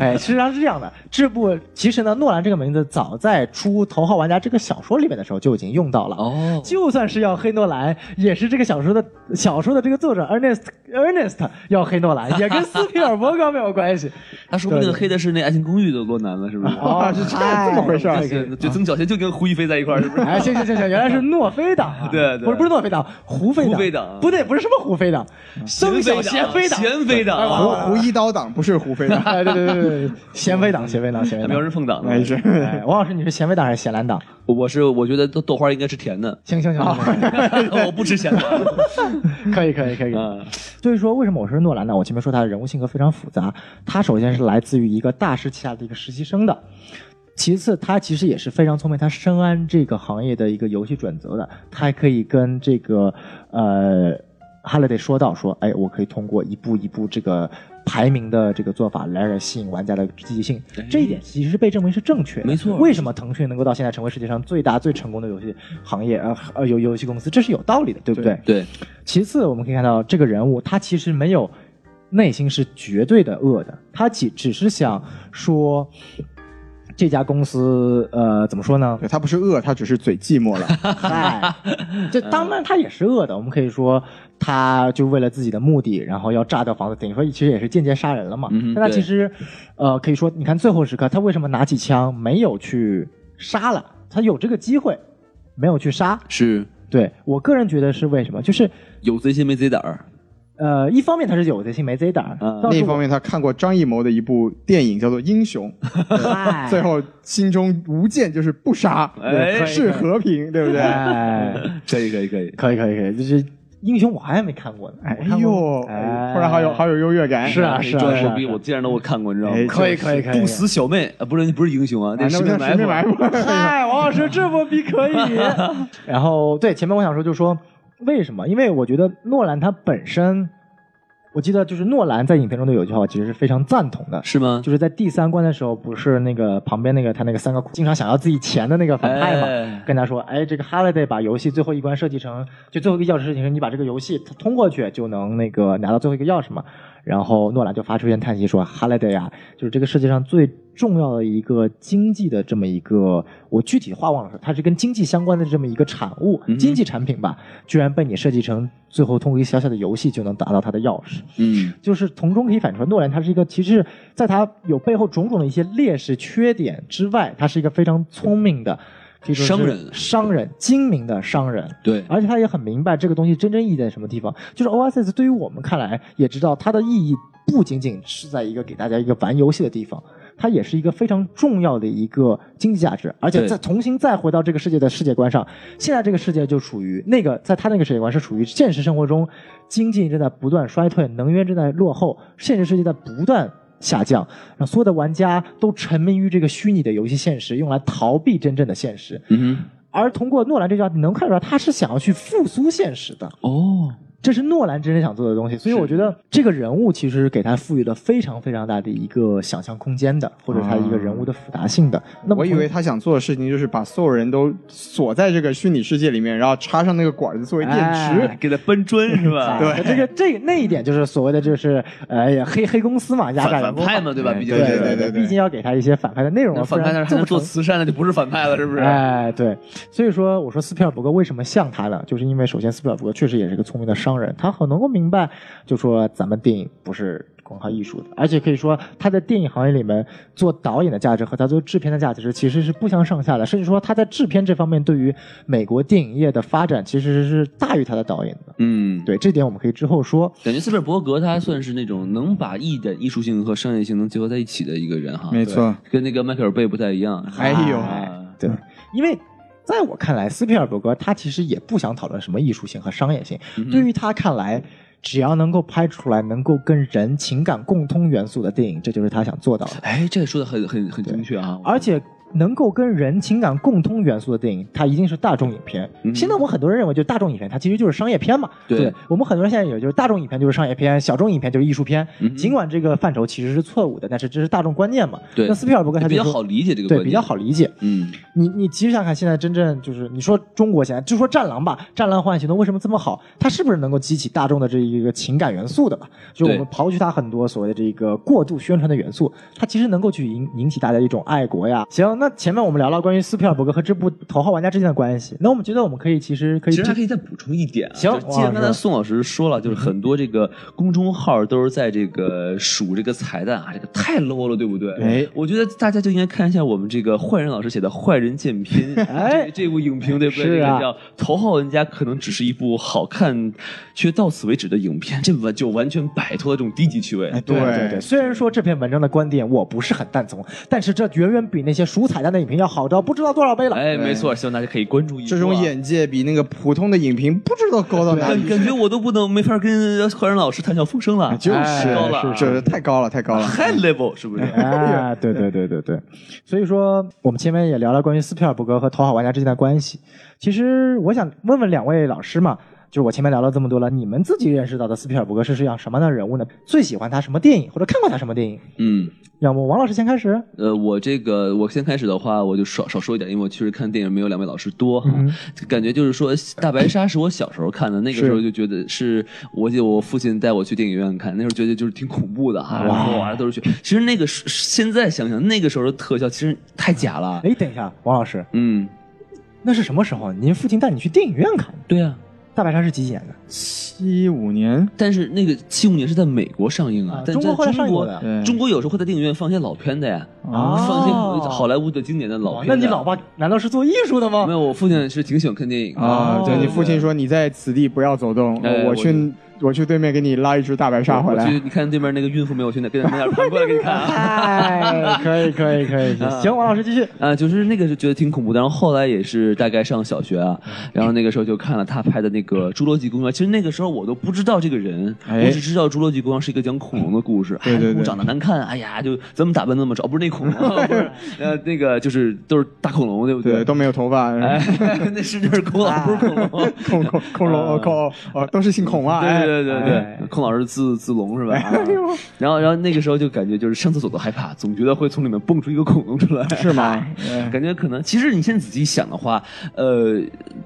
Speaker 1: 哎，事实上是这样的，这部其实呢，诺兰这个名字早在出《头号玩家》这个小说里面的时候就已经用到了。
Speaker 2: 哦，
Speaker 1: 就算是要黑诺兰，也是这个小说的小说的这个作者 Ernest Ernest 要黑诺兰，也跟斯皮尔伯格没有关系。
Speaker 2: 他说不定
Speaker 1: 对对
Speaker 2: 黑的是那《爱情公寓》的罗南了，是不是？
Speaker 1: 哦，
Speaker 3: 是这样这么回事儿
Speaker 1: 哎
Speaker 2: 对
Speaker 1: 这个
Speaker 2: 就曾小贤就跟胡一菲在一块儿，是不是？
Speaker 1: 哎，行行行行，原来是诺菲党 啊，
Speaker 2: 对对
Speaker 1: 不是不是诺菲党，胡菲
Speaker 2: 胡菲党
Speaker 1: 不对，不是什么胡菲党，曾小贤
Speaker 2: 贤
Speaker 1: 菲党，
Speaker 2: 贤妃党
Speaker 3: 胡
Speaker 2: 啊，
Speaker 3: 胡一刀党不是胡 飞的，
Speaker 1: 哎，对对对对，对贤 妃党，贤妃党，贤妃
Speaker 2: 他们
Speaker 1: 党
Speaker 2: 要是。碰党的
Speaker 3: 没事。
Speaker 1: 哎，王老师，你是咸味党还是咸蓝党？，
Speaker 2: 我是我觉得豆豆花应该是甜的
Speaker 1: 行行行，
Speaker 2: 我不吃咸的。
Speaker 1: 可以可以可以。
Speaker 2: 啊，
Speaker 1: 所以说，为什么我说诺兰呢？我前面说他的人物性格非常复杂，他首先是来自于一个大师旗下的一个实习生的。其次，他其实也是非常聪明，他深谙这个行业的一个游戏准则的，他还可以跟这个呃哈雷得说到说，哎，我可以通过一步一步这个排名的这个做法来来吸引玩家的积极性，这一点其实是被证明是正确的。
Speaker 2: 没错
Speaker 1: 为什么腾讯能够到现在成为世界上最大最成功的游戏行业呃呃游游戏公司，这是有道理的，对不
Speaker 3: 对
Speaker 1: 对
Speaker 2: 对，
Speaker 1: 其次，我们可以看到这个人物，他其实没有内心是绝对的恶的，他只只是想说这家公司，呃，怎么说 呢？
Speaker 3: 对他不是饿，他只是嘴寂寞了。
Speaker 1: 嗨，这当然他也是恶的，我们可以说他就为了自己的目的，然后要炸掉房子，等于说其实也是间接杀人了嘛。
Speaker 2: 嗯哼
Speaker 1: 但他
Speaker 2: 对
Speaker 1: 其实，呃，可以说，你看最后时刻，他为什么拿起枪没有去杀了？他有这个机会，没有去杀。
Speaker 2: 是
Speaker 1: 对我个人觉得是为什么？就是。
Speaker 2: 有贼心没贼胆儿。
Speaker 1: 呃，一方面他是有贼心没贼胆儿，
Speaker 2: 嗯
Speaker 1: 到
Speaker 3: 另一方面，他看过张艺谋的一部电影叫做《英雄》，
Speaker 1: 嗨，
Speaker 3: 最后心中无剑就是不杀，
Speaker 2: 哎
Speaker 3: 对是和平，对不对？
Speaker 1: 哎，
Speaker 2: 可以可以可以，
Speaker 1: 可以可以可以，就是英雄我还没看过呢，我
Speaker 3: 哎
Speaker 1: 看
Speaker 3: 呦，
Speaker 1: 过
Speaker 3: 突
Speaker 1: 哎
Speaker 3: 然好有好有优越感。
Speaker 1: 是啊
Speaker 2: 这
Speaker 1: 是啊
Speaker 2: 我哎逼我竟然都我看过，你知道吗
Speaker 3: 哎？
Speaker 1: 可以可以可以，
Speaker 2: 不死小妹啊，不是不是英雄啊，
Speaker 3: 哎，
Speaker 2: 使
Speaker 3: 那
Speaker 2: 命
Speaker 3: 那使命
Speaker 2: 埋
Speaker 3: 埋
Speaker 2: 伏。
Speaker 3: 伏，
Speaker 1: 嗨，哎王老师这么逼可以。 然后对前面我想说，就是说为什么？因为我觉得诺兰他本身，我记得就是诺兰在影片中的有一句话，我其实是非常赞同的。
Speaker 2: 是吗？
Speaker 1: 就是在第三关的时候，不是那个旁边那个他那个三个经常想要自己钱的那个反派嘛，
Speaker 2: 哎
Speaker 1: 跟他说，哎，这个 Holiday 把游戏最后一关设计成，就最后一个钥匙设计成，你把这个游戏通过去就能那个拿到最后一个钥匙嘛。然后诺兰就发出一声叹息说：“Holiday 呀、就是这个世界上最重要的一个经济的这么一个，我具体话忘了说，它是跟经济相关的这么一个产物，
Speaker 2: 嗯
Speaker 1: 经济产品吧，居然被你设计成最后通过一个小小的游戏就能达到它的钥匙。
Speaker 2: 嗯，
Speaker 1: 就是从中可以反出来，诺兰他是一个，其实在他有背后种种的一些劣势、缺点之外，他是一个非常聪明的，可以说是
Speaker 2: 商人
Speaker 1: 商人精明的商人，
Speaker 2: 对，
Speaker 1: 而且他也很明白这个东西真正意义在什么地方。就是 OSS 对于我们看来，也知道它的意义不仅仅是在一个给大家一个玩游戏的地方。它也是一个非常重要的一个经济价值，而且
Speaker 2: 对
Speaker 1: 再重新再回到这个世界的世界观上，现在这个世界就属于那个，在他那个世界观是属于现实生活中经济正在不断衰退，能源正在落后，现实世界在不断下降，让所有的玩家都沉迷于这个虚拟的游戏现实，用来逃避真正的现实。
Speaker 2: 嗯
Speaker 1: 而通过诺兰这句话，你能看出来他是想要去复苏现实的，
Speaker 2: 哼，哦，
Speaker 1: 这是诺兰真正想做的东西。所以我觉得这个人物其实给他赋予了非常非常大的一个想象空间的，或者他一个人物的复杂性的。
Speaker 2: 嗯
Speaker 1: 那么
Speaker 3: 我以为他想做的事情就是把所有人都锁在这个虚拟世界里面，然后插上那个管子作为电池
Speaker 1: 哎。
Speaker 2: 给他搬砖是 吧？
Speaker 1: 对，啊这个这那一点就是所谓的就是，哎呀，黑黑公司嘛，压榨员
Speaker 2: 反反
Speaker 1: 工嘛
Speaker 2: 派嘛，对吧？毕竟
Speaker 1: 对
Speaker 2: 是
Speaker 1: 对
Speaker 3: 对对对
Speaker 1: 毕竟要给他一些反派的内容
Speaker 2: 那
Speaker 1: 啊，
Speaker 2: 反派，但是
Speaker 1: 但
Speaker 2: 还能做慈善的，就不是反派了，是不是？
Speaker 1: 哎，对，所以说我说斯皮尔伯格为什么像他呢？就是因为首先斯皮尔伯格确实也是个聪明的商人，他很能够明白，就说咱们电影不是光靠艺术的，而且可以说他在电影行业里面做导演的价值和他做制片的价值其实是不相上下的，甚至说他在制片这方面对于美国电影业的发展其实是大于他的导演的。
Speaker 2: 嗯，
Speaker 1: 对这点我们可以之后说。
Speaker 2: 感觉斯皮尔伯格他算是那种能把一点艺术性和商业性能结合在一起的一个人哈，
Speaker 3: 没错
Speaker 2: 对，跟那个迈克尔贝不太一样。
Speaker 3: 哎呦，
Speaker 2: 啊
Speaker 1: 对，因为在
Speaker 2: 嗯
Speaker 1: 我看来，斯皮尔伯格他其实也不想讨论什么艺术性和商业性。对于他看来，只要能够拍出来能够跟人情感共通元素的电影，这就是他想做到的。
Speaker 2: 哎，这个说的很很很精确啊！
Speaker 1: 而且能够跟人情感共通元素的电影，它一定是大众影片。
Speaker 2: 嗯
Speaker 1: 现在我们很多人认为，就是大众影片，它其实就是商业片嘛。
Speaker 2: 对
Speaker 1: 我们很多人现在有就是大众影片就是商业片，小众影片就是艺术片。
Speaker 2: 嗯哼
Speaker 1: 尽管这个范畴其实是错误的，但是这是大众观念嘛。
Speaker 2: 对
Speaker 1: 那斯皮尔伯格他就
Speaker 2: 比较
Speaker 1: 说
Speaker 2: 好理解这个观
Speaker 1: 对
Speaker 2: 点
Speaker 1: 比较好理解。
Speaker 2: 嗯，
Speaker 1: 你你其实想想看，现在真正就是你说中国现在就说《战狼》吧，《战狼》《幻影行动》为什么这么好？它是不是能够激起大众的这一个情感元素的吧？就我
Speaker 2: 对
Speaker 1: 们刨去它很多所谓的这个过度宣传的元素，它其实能够去引引起大家一种爱国呀。行，那前面我们聊了关于斯皮尔伯格和这部《头号玩家》之间的关系，那我们觉得我们可以其实可以
Speaker 2: 其实还
Speaker 1: 这
Speaker 2: 可以再补充一点啊，
Speaker 1: 行
Speaker 2: 就是既然
Speaker 1: 王
Speaker 2: 刚
Speaker 1: 老
Speaker 2: 才
Speaker 1: 师嗯
Speaker 2: 宋老师说了，就是很多这个公众号都是在这个数这个彩蛋啊，这个太 low 了，对不对？
Speaker 3: 哎
Speaker 2: 我觉得大家就应该看一下我们这个坏人老师写的《坏人剑篇》
Speaker 1: 哎
Speaker 2: 这这部影评，对不对？
Speaker 1: 是啊
Speaker 2: 这个叫《头号玩家》，可能只是一部好看却到此为止的影片，这完就完全摆脱了这种低级趣味。
Speaker 1: 哎对
Speaker 3: 对
Speaker 1: 对对，虽然说这篇文章的观点我不是很赞同，但是这远远比那些数彩蛋的影评要好到不知道多少倍了。
Speaker 2: 哎，没错，希望大家可以关注一下
Speaker 3: 这种眼界比那个普通的影评不知道高到 哪
Speaker 2: 感
Speaker 3: 里去，
Speaker 2: 感觉我都不能没法跟坏人老师谈笑风生 了，哎
Speaker 3: 就是
Speaker 2: 太高了啊，
Speaker 3: 就是太高了，太高了。
Speaker 2: high level 是不是？
Speaker 1: 啊，对对对对对，所以说我们前面也聊了关于斯皮尔伯格和头号玩家之间的关系。其实我想问问两位老师嘛，就是我前面聊了这么多了，你们自己认识到的斯皮尔伯格是是样什么样的人物呢？最喜欢他什么电影，或者看过他什么电影？
Speaker 2: 嗯。
Speaker 1: 要么王老师先开始。
Speaker 2: 呃，我这个我先开始的话，我就少少说一点，因为我确实看电影没有两位老师多哈。
Speaker 1: 嗯
Speaker 2: 感觉就是说，《大白鲨》是我小时候看的，那个时候就觉得是，我记得我父亲带我去电影院看，那时候觉得就是挺恐怖的哈。然后啊，都是去。其实那个时现在想想，那个时候的特效其实太假了。
Speaker 1: 哎，等一下，王老师，
Speaker 2: 嗯，
Speaker 1: 那是什么时候？您父亲带你去电影院看《
Speaker 2: 对啊。
Speaker 1: 大白鲨》是几几年的？
Speaker 3: 七五年，
Speaker 2: 但是那个七五年是在美国上映
Speaker 1: 啊
Speaker 2: 啊，但
Speaker 1: 中国后来
Speaker 2: 在
Speaker 1: 上
Speaker 2: 中
Speaker 1: 映
Speaker 2: 国
Speaker 1: 过的
Speaker 3: 对
Speaker 2: 中国有时候会在电影院放一些老片的呀，
Speaker 1: 哦
Speaker 2: 放一些好莱坞的经典的老
Speaker 1: 哦
Speaker 2: 片的。
Speaker 1: 那你老爸难道是做艺术的
Speaker 2: 没
Speaker 1: 吗？
Speaker 2: 有？我父亲是挺喜欢看电影的
Speaker 3: 啊，对
Speaker 1: 哦
Speaker 3: 你父亲说你在此地不要走动，
Speaker 2: 哎
Speaker 3: 我
Speaker 2: 我
Speaker 3: 去我去对面给你拉一只大白鲨回
Speaker 2: 我去
Speaker 3: 来。，
Speaker 2: 你看对面那个孕妇没有？我去那跟那样盘过来给你看啊。
Speaker 1: 哎，可以可以可以，
Speaker 2: 啊
Speaker 1: 行，王老师继续。
Speaker 2: 啊，就是那个是觉得挺恐怖的，然后后来也是大概上小学
Speaker 3: 嗯
Speaker 2: 啊，然后那个时候就看了他拍的那个《侏罗纪公园》。其实那个时候我都不知道这个人，
Speaker 3: 哎嗯
Speaker 2: 我只知道《侏罗纪公园》是一个讲恐龙的故事。
Speaker 3: 对对对
Speaker 2: 哎恐龙长得难看，哎呀，就怎么打扮那么丑？哦不是那恐龙，不 是，呃，那个就是都是大恐龙，对不
Speaker 3: 对，都没有头发，
Speaker 2: 哎，那是就是恐龙，不是恐龙。
Speaker 3: 恐恐恐龙哦
Speaker 2: 啊
Speaker 3: 恐哦哦，都是姓孔啊。哎
Speaker 2: 对对对
Speaker 1: 哎
Speaker 2: 对，孔老师自自龙是吧？啊然后然后那个时候就感觉就是上厕所都害怕，总觉得会从里面蹦出一个恐龙出来，
Speaker 3: 是吗？
Speaker 1: 嗯
Speaker 3: 哎
Speaker 2: 感觉可能，其实你现在仔细想的话，呃，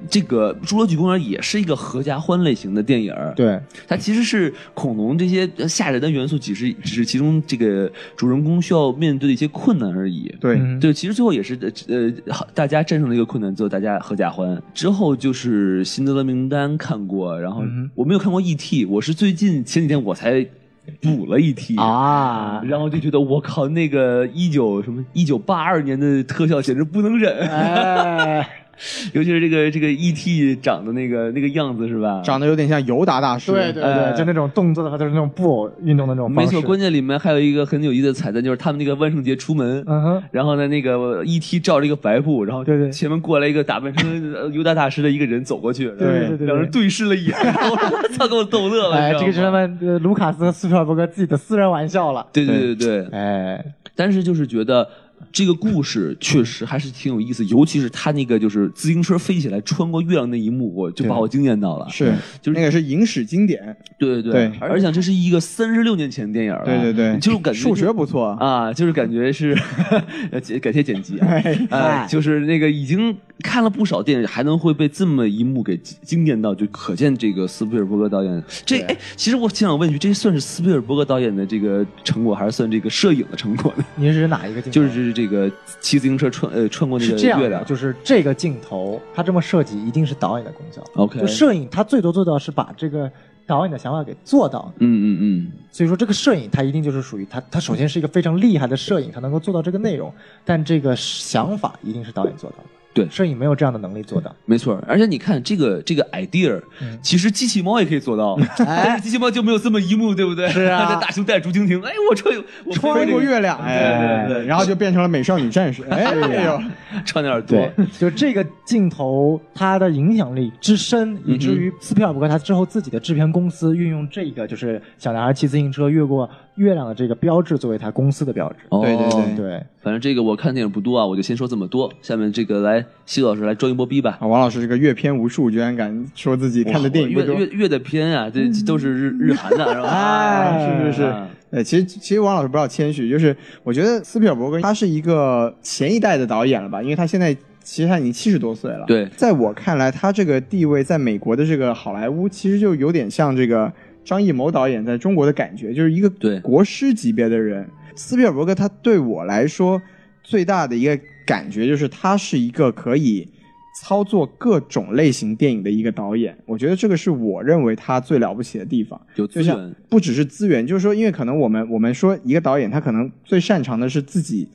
Speaker 2: 这个《侏罗纪公园》也是一个合家欢类型的电影儿，
Speaker 1: 对，
Speaker 2: 它其实是恐龙这些吓人的元素，只是只是其中这个主人公需要面对的一些困难而已。
Speaker 3: 对，
Speaker 1: 嗯
Speaker 2: 对，其实最后也是呃，好，大家战胜了一个困难之后，大家合家欢。之后就是《辛德勒名单》看过，然后
Speaker 1: 嗯
Speaker 2: 我没有看过《E.T.》，我是最近前几天我才补了《E.T.》E
Speaker 1: 啊，
Speaker 2: 然后就觉得我靠，那个一九什么一九八二年的特效简直不能忍，
Speaker 1: 哎，
Speaker 2: 尤其是这个这个 E.T. 长的那个那个样子是吧？
Speaker 3: 长得有点像尤达大师。
Speaker 1: 对对
Speaker 2: 哎
Speaker 1: 对，呃就那种动作的话，就是那种布偶运动的那种方
Speaker 2: 没
Speaker 1: 式。
Speaker 2: 错，关键里面还有一个很有意思的彩蛋，就是他们那个万圣节出门，
Speaker 1: 嗯哼，
Speaker 2: 然后呢那个 E.T. 罩着一个白布，然后
Speaker 1: 对对
Speaker 2: 前面过来一个打扮 成呃尤达大师的一个人走过去，
Speaker 1: 对对对对对
Speaker 2: 两人。对视了一眼， 我操，给我逗乐 了，
Speaker 1: 哎，
Speaker 2: 你
Speaker 1: 这
Speaker 2: 知
Speaker 1: 个是
Speaker 2: 道
Speaker 1: 他
Speaker 2: 吗？
Speaker 1: 们呃卢卡斯和斯皮尔伯格自己的私人玩笑了。
Speaker 2: 对对对对，
Speaker 1: 哎，
Speaker 2: 但是就是觉得这个故事确实还是挺有意思，尤其是他那个就是自行车飞起来穿过月亮那一幕，我就把我惊艳到了。
Speaker 3: 是，
Speaker 2: 就是
Speaker 3: 那个是影史经典，
Speaker 2: 对对
Speaker 3: 对
Speaker 2: 而且这是一个三十六年前的电影了，
Speaker 3: 对对对
Speaker 2: 就是感觉
Speaker 3: 数学不错。
Speaker 2: 啊，就是感觉是， 呃解感谢剪辑啊，
Speaker 1: 哎
Speaker 2: 呃，就是那个已经看了不少电影，还能会被这么一幕给惊惊艳到，就可见这个斯皮尔伯格导演这哎，其实我想问一句，这算是斯皮尔伯格导演的这个成果，还是算这个摄影的成果呢？
Speaker 1: 您是哪一个镜头？
Speaker 2: 就是这个骑自行车穿呃穿过那
Speaker 1: 是
Speaker 2: 个
Speaker 1: 这样
Speaker 2: 月
Speaker 1: 的，
Speaker 2: 亮，
Speaker 1: 就是这个镜头，它这么设计一定是导演的功效。
Speaker 2: 哦 OK，
Speaker 1: 就摄影，它最多做到是把这个导演的想法给做到。
Speaker 2: 嗯嗯嗯，
Speaker 1: 所以说，这个摄影它一定就是属于它，它首先是一个非常厉害的摄影，它能够做到这个内容，但这个想法一定是导演做到的。
Speaker 2: 对
Speaker 1: 摄影没有这样的能力做到。
Speaker 2: 没错，而且你看这个这个 idea，、
Speaker 1: 嗯
Speaker 2: 其实机器猫也可以做到，
Speaker 3: 哎
Speaker 2: 但是机器猫就没有这么一幕，对不对？
Speaker 1: 是 啊
Speaker 2: 大熊带着竹蜻蜓，哎，我穿我
Speaker 3: 穿过月亮，哎，
Speaker 1: 对
Speaker 2: 对对
Speaker 3: 然后就变成了美少女战士，哎呦，
Speaker 2: 穿 点耳朵
Speaker 1: 对，， 就这个镜头，它的影响力之深，以至于斯皮尔伯格他之后自己的制片公司运用这个，就是小男孩骑自行车越过月亮的这个标志作为他公司的标志。
Speaker 2: 哦
Speaker 3: 对对对
Speaker 1: 对，
Speaker 2: 反正这个我看电影不多啊，我就先说这么多。下面这个来，西老师来装一波逼吧。
Speaker 3: 啊王老师这个阅片无数，居然敢说自己看的电影不
Speaker 2: 越
Speaker 3: 多嗯
Speaker 2: 越。越的片啊，这这都是日日韩的，是吧？
Speaker 3: 哎是是是
Speaker 2: 啊
Speaker 3: 呃，其实其实王老师不要谦虚，就是我觉得斯皮尔伯格他是一个前一代的导演了吧，因为他现在其实他已经七十多岁了。
Speaker 2: 对
Speaker 3: 在我看来，他这个地位在美国的这个好莱坞，其实就有点像这个张艺谋导演在中国的感觉，就是一个
Speaker 2: 对
Speaker 3: 国师级别的人。斯皮尔伯格他对我来说最大的一个感觉就是他是一个可以操作各种类型电影的一个导演，我觉得这个是我认为他最了不起的地方。
Speaker 2: 有
Speaker 3: 就
Speaker 2: 资
Speaker 3: 像
Speaker 2: 源，
Speaker 3: 不只是资源，就是说，因为可能我们我们说一个导演，他可能最擅长的是自己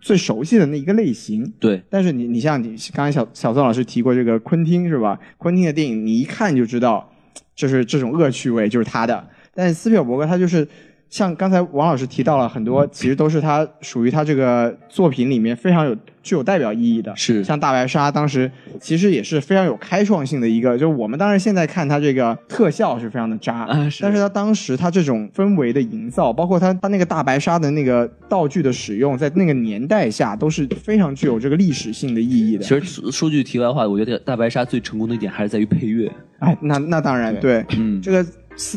Speaker 3: 最熟悉的那一个类型。
Speaker 2: 对
Speaker 3: 但是你你像你刚才小小宋老师提过这个昆汀是吧？昆汀的电影你一看就知道，就是这种恶趣味就是他的。但是斯皮尔伯格他就是像刚才王老师提到了很多，其实都是他属于他这个作品里面非常有具有代表意义的。
Speaker 2: 是
Speaker 3: 像大白鲨当时其实也是非常有开创性的一个，就是我们当然现在看它这个特效是非常的渣，
Speaker 2: 啊是
Speaker 3: 但是它当时它这种氛围的营造，包括它它那个大白鲨的那个道具的使用，在那个年代下都是非常具有这个历史性的意义的
Speaker 2: 其。实说说句题外话，我觉得大白鲨最成功的一点还是在于配乐。
Speaker 3: 哎，那那当然对，
Speaker 2: 嗯，
Speaker 3: 这个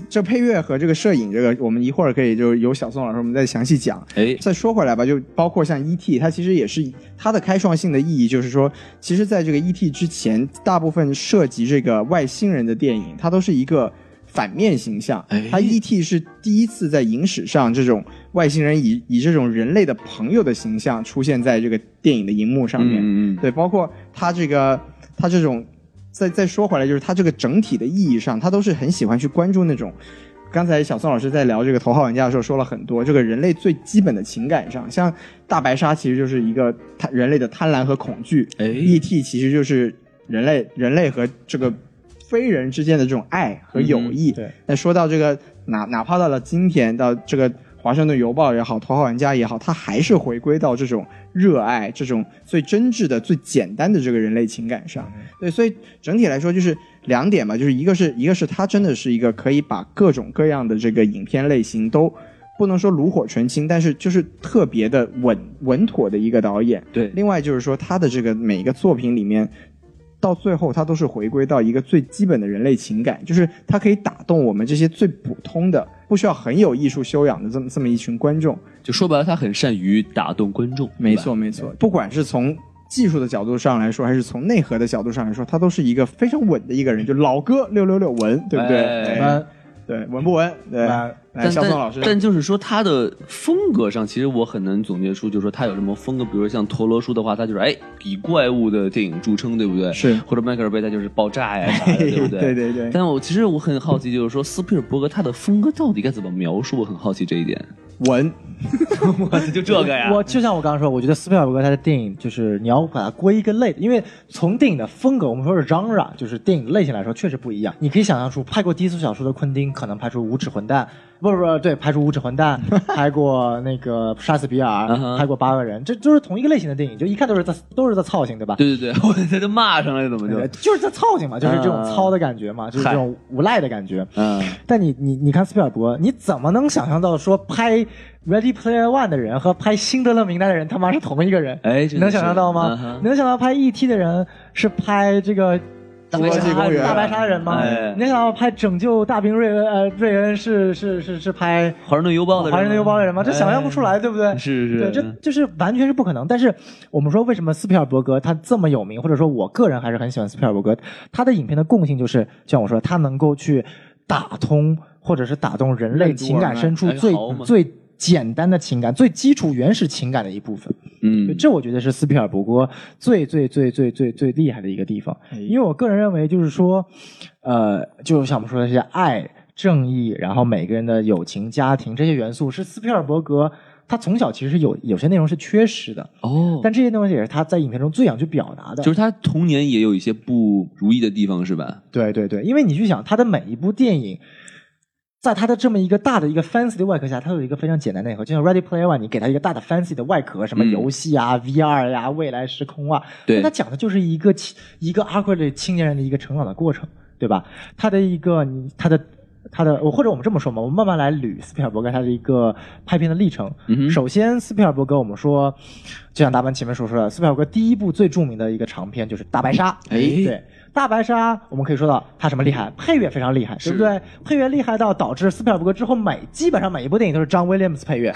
Speaker 3: 这配乐和这个摄影这个，我们一会儿可以就是由小宋老师我们再详细讲。
Speaker 2: 哎，
Speaker 3: 再说回来吧，就包括像 E.T.，它其实也是它的开创性的意义，就是说，其实在这个 E.T. 之前，大部分涉及这个外星人的电影，它都是一个反面形象
Speaker 2: 哎。
Speaker 3: 它 E.T. 是第一次在影史上这种外星人以以这种人类的朋友的形象出现在这个电影的荧幕上面。
Speaker 2: 嗯嗯嗯，
Speaker 3: 对，包括它这个它这种，再再说回来，就是它这个整体的意义上，它都是很喜欢去关注那种。刚才小宋老师在聊这个《头号玩家》的时候说了很多，这个人类最基本的情感上，像大白鲨其实就是一个贪人类的贪婪和恐惧、
Speaker 2: 哎
Speaker 3: e t 其实就是人类人类和这个非人之间的这种爱和友谊。
Speaker 1: 对
Speaker 3: 那说到这个，哪哪怕到了今天，到这个《华盛顿邮报》也好，《头号玩家》也好，它还是回归到这种热爱、这种最真挚的、最简单的这个人类情感上。对，所以整体来说就是两点吧，就是一个是一个是它真的是一个可以把各种各样的这个影片类型都。不能说炉火纯青，但是就是特别的稳稳妥的一个导演。
Speaker 2: 对
Speaker 3: 另外就是说，他的这个每一个作品里面，到最后他都是回归到一个最基本的人类情感，就是他可以打动我们这些最普通的、不需要很有艺术修养的这么这么一群观 众。
Speaker 2: 就说白了，他很善于打动观众。
Speaker 3: 没
Speaker 2: 对吧
Speaker 3: 错，，没错，不管是从。技术的角度上来说，还是从内核的角度上来说，他都是一个非常稳的一个人，就老哥六六六稳，对不对？
Speaker 2: 哎
Speaker 3: 哎
Speaker 1: 嗯，
Speaker 3: 对，稳不稳？对，
Speaker 1: 稳
Speaker 3: 来，
Speaker 2: 但
Speaker 3: 肖
Speaker 2: 但
Speaker 3: 宋老师，
Speaker 2: 但就是说他的风格上，其实我很难总结出，就是说他有什么风格。比如说像陀螺叔的话，他就是哎以怪物的电影著称，对不对？
Speaker 3: 是
Speaker 2: 或者迈克尔贝他就是爆炸呀啥的，对 不对？
Speaker 3: 对对对
Speaker 2: 但我其实我很好奇，就是说斯皮尔伯格他的风格到底该怎么描述？我很好奇这一点。
Speaker 3: 稳，
Speaker 2: 我 就这个呀，
Speaker 1: 我就像我刚刚说，我觉得斯皮尔伯格他的电影就是你要把它归一个类，因为从电影的风格，我们说是 genre，就是电影类型来说确实不一样。你可以想象出拍过低俗小说的昆汀，可能拍出《无耻混蛋》，不不不对，拍出《无耻混蛋》，拍过那个《杀死比尔
Speaker 2: 嗯》，哼
Speaker 1: 拍过《八个人》，这都是同一个类型的电影，就一看都是在都是在操性，对吧？
Speaker 2: 对对对， 我这就骂上来怎么就
Speaker 1: 呃就是在操性嘛，就是这种
Speaker 2: 啊
Speaker 1: 糙的感觉嘛，就是这种无赖的感觉。
Speaker 2: 嗯，
Speaker 1: 但你你你看斯皮尔伯，你怎么能想象到说拍《Ready Player One》的人和拍《辛德勒名单》的人他妈是同一个人？
Speaker 2: 哎，
Speaker 1: 你能想象到吗？你
Speaker 2: 那
Speaker 1: 能想到拍 E.T. 的人是拍这个
Speaker 2: 大白鲨
Speaker 1: 这个
Speaker 2: 公园
Speaker 1: 大白鲨的人吗？
Speaker 2: 哎
Speaker 1: 你能想到拍拯救大兵瑞恩呃瑞恩是是是是拍
Speaker 2: 华盛顿邮报的人哎
Speaker 1: 华盛顿邮报的人吗？这想象不出来，对不对？
Speaker 2: 是是
Speaker 1: 对，这就是完全是不可能。但是我们说，为什么斯皮尔伯格他这么有名，或者说我个人还是很喜欢斯皮尔伯格，他的影片的共性就是，就像我说，他能够去打通或者是打动人类
Speaker 3: 任督
Speaker 1: 情
Speaker 3: 二
Speaker 1: 感
Speaker 3: 脉
Speaker 1: 深处
Speaker 2: 哎
Speaker 1: 最
Speaker 2: 好嘛
Speaker 1: 最简单的情感、最基础原始情感的一部分。对
Speaker 2: 嗯，
Speaker 1: 这我觉得是斯皮尔伯格最最最最最最厉害的一个地方，
Speaker 3: 哎
Speaker 1: 因为我个人认为就是说，呃，就像我们说的这些爱、正义，然后每个人的友情、家庭这些元素，是斯皮尔伯格他从小其实有有些内容是缺失的，
Speaker 2: 哦，
Speaker 1: 但这些内容也是他在影片中最想去表达的。
Speaker 2: 就是他童年也有一些不如意的地方，是吧？
Speaker 1: 对对对，因为你去想他的每一部电影。在他的这么一个大的一个 fancy 的外壳下，它有一个非常简单的内核，就像 Ready Player One，你给他一个大的 fancy 的外壳，什么
Speaker 2: 嗯
Speaker 1: 游戏啊、VR 呀、未来时空啊，
Speaker 2: 对
Speaker 1: 那他讲的就是一个青一个 a r g 的青年人的一个成长的过程，对吧？他的一个你他的他的，我或者我们这么说嘛，我们慢慢来捋斯皮尔伯格他的一个拍片的历程。
Speaker 2: 嗯哼
Speaker 1: 首先，斯皮尔伯格我们说，就像达班前面所说的，斯皮尔伯格第一部最著名的一个长片就是《大白鲨》。
Speaker 2: 哎
Speaker 1: 对。大白鲨，我们可以说到它什么厉害，配乐非常厉害，对不对？配乐厉害到导致斯皮尔伯格之后每基本上每一部电影都是张威廉姆斯配 乐，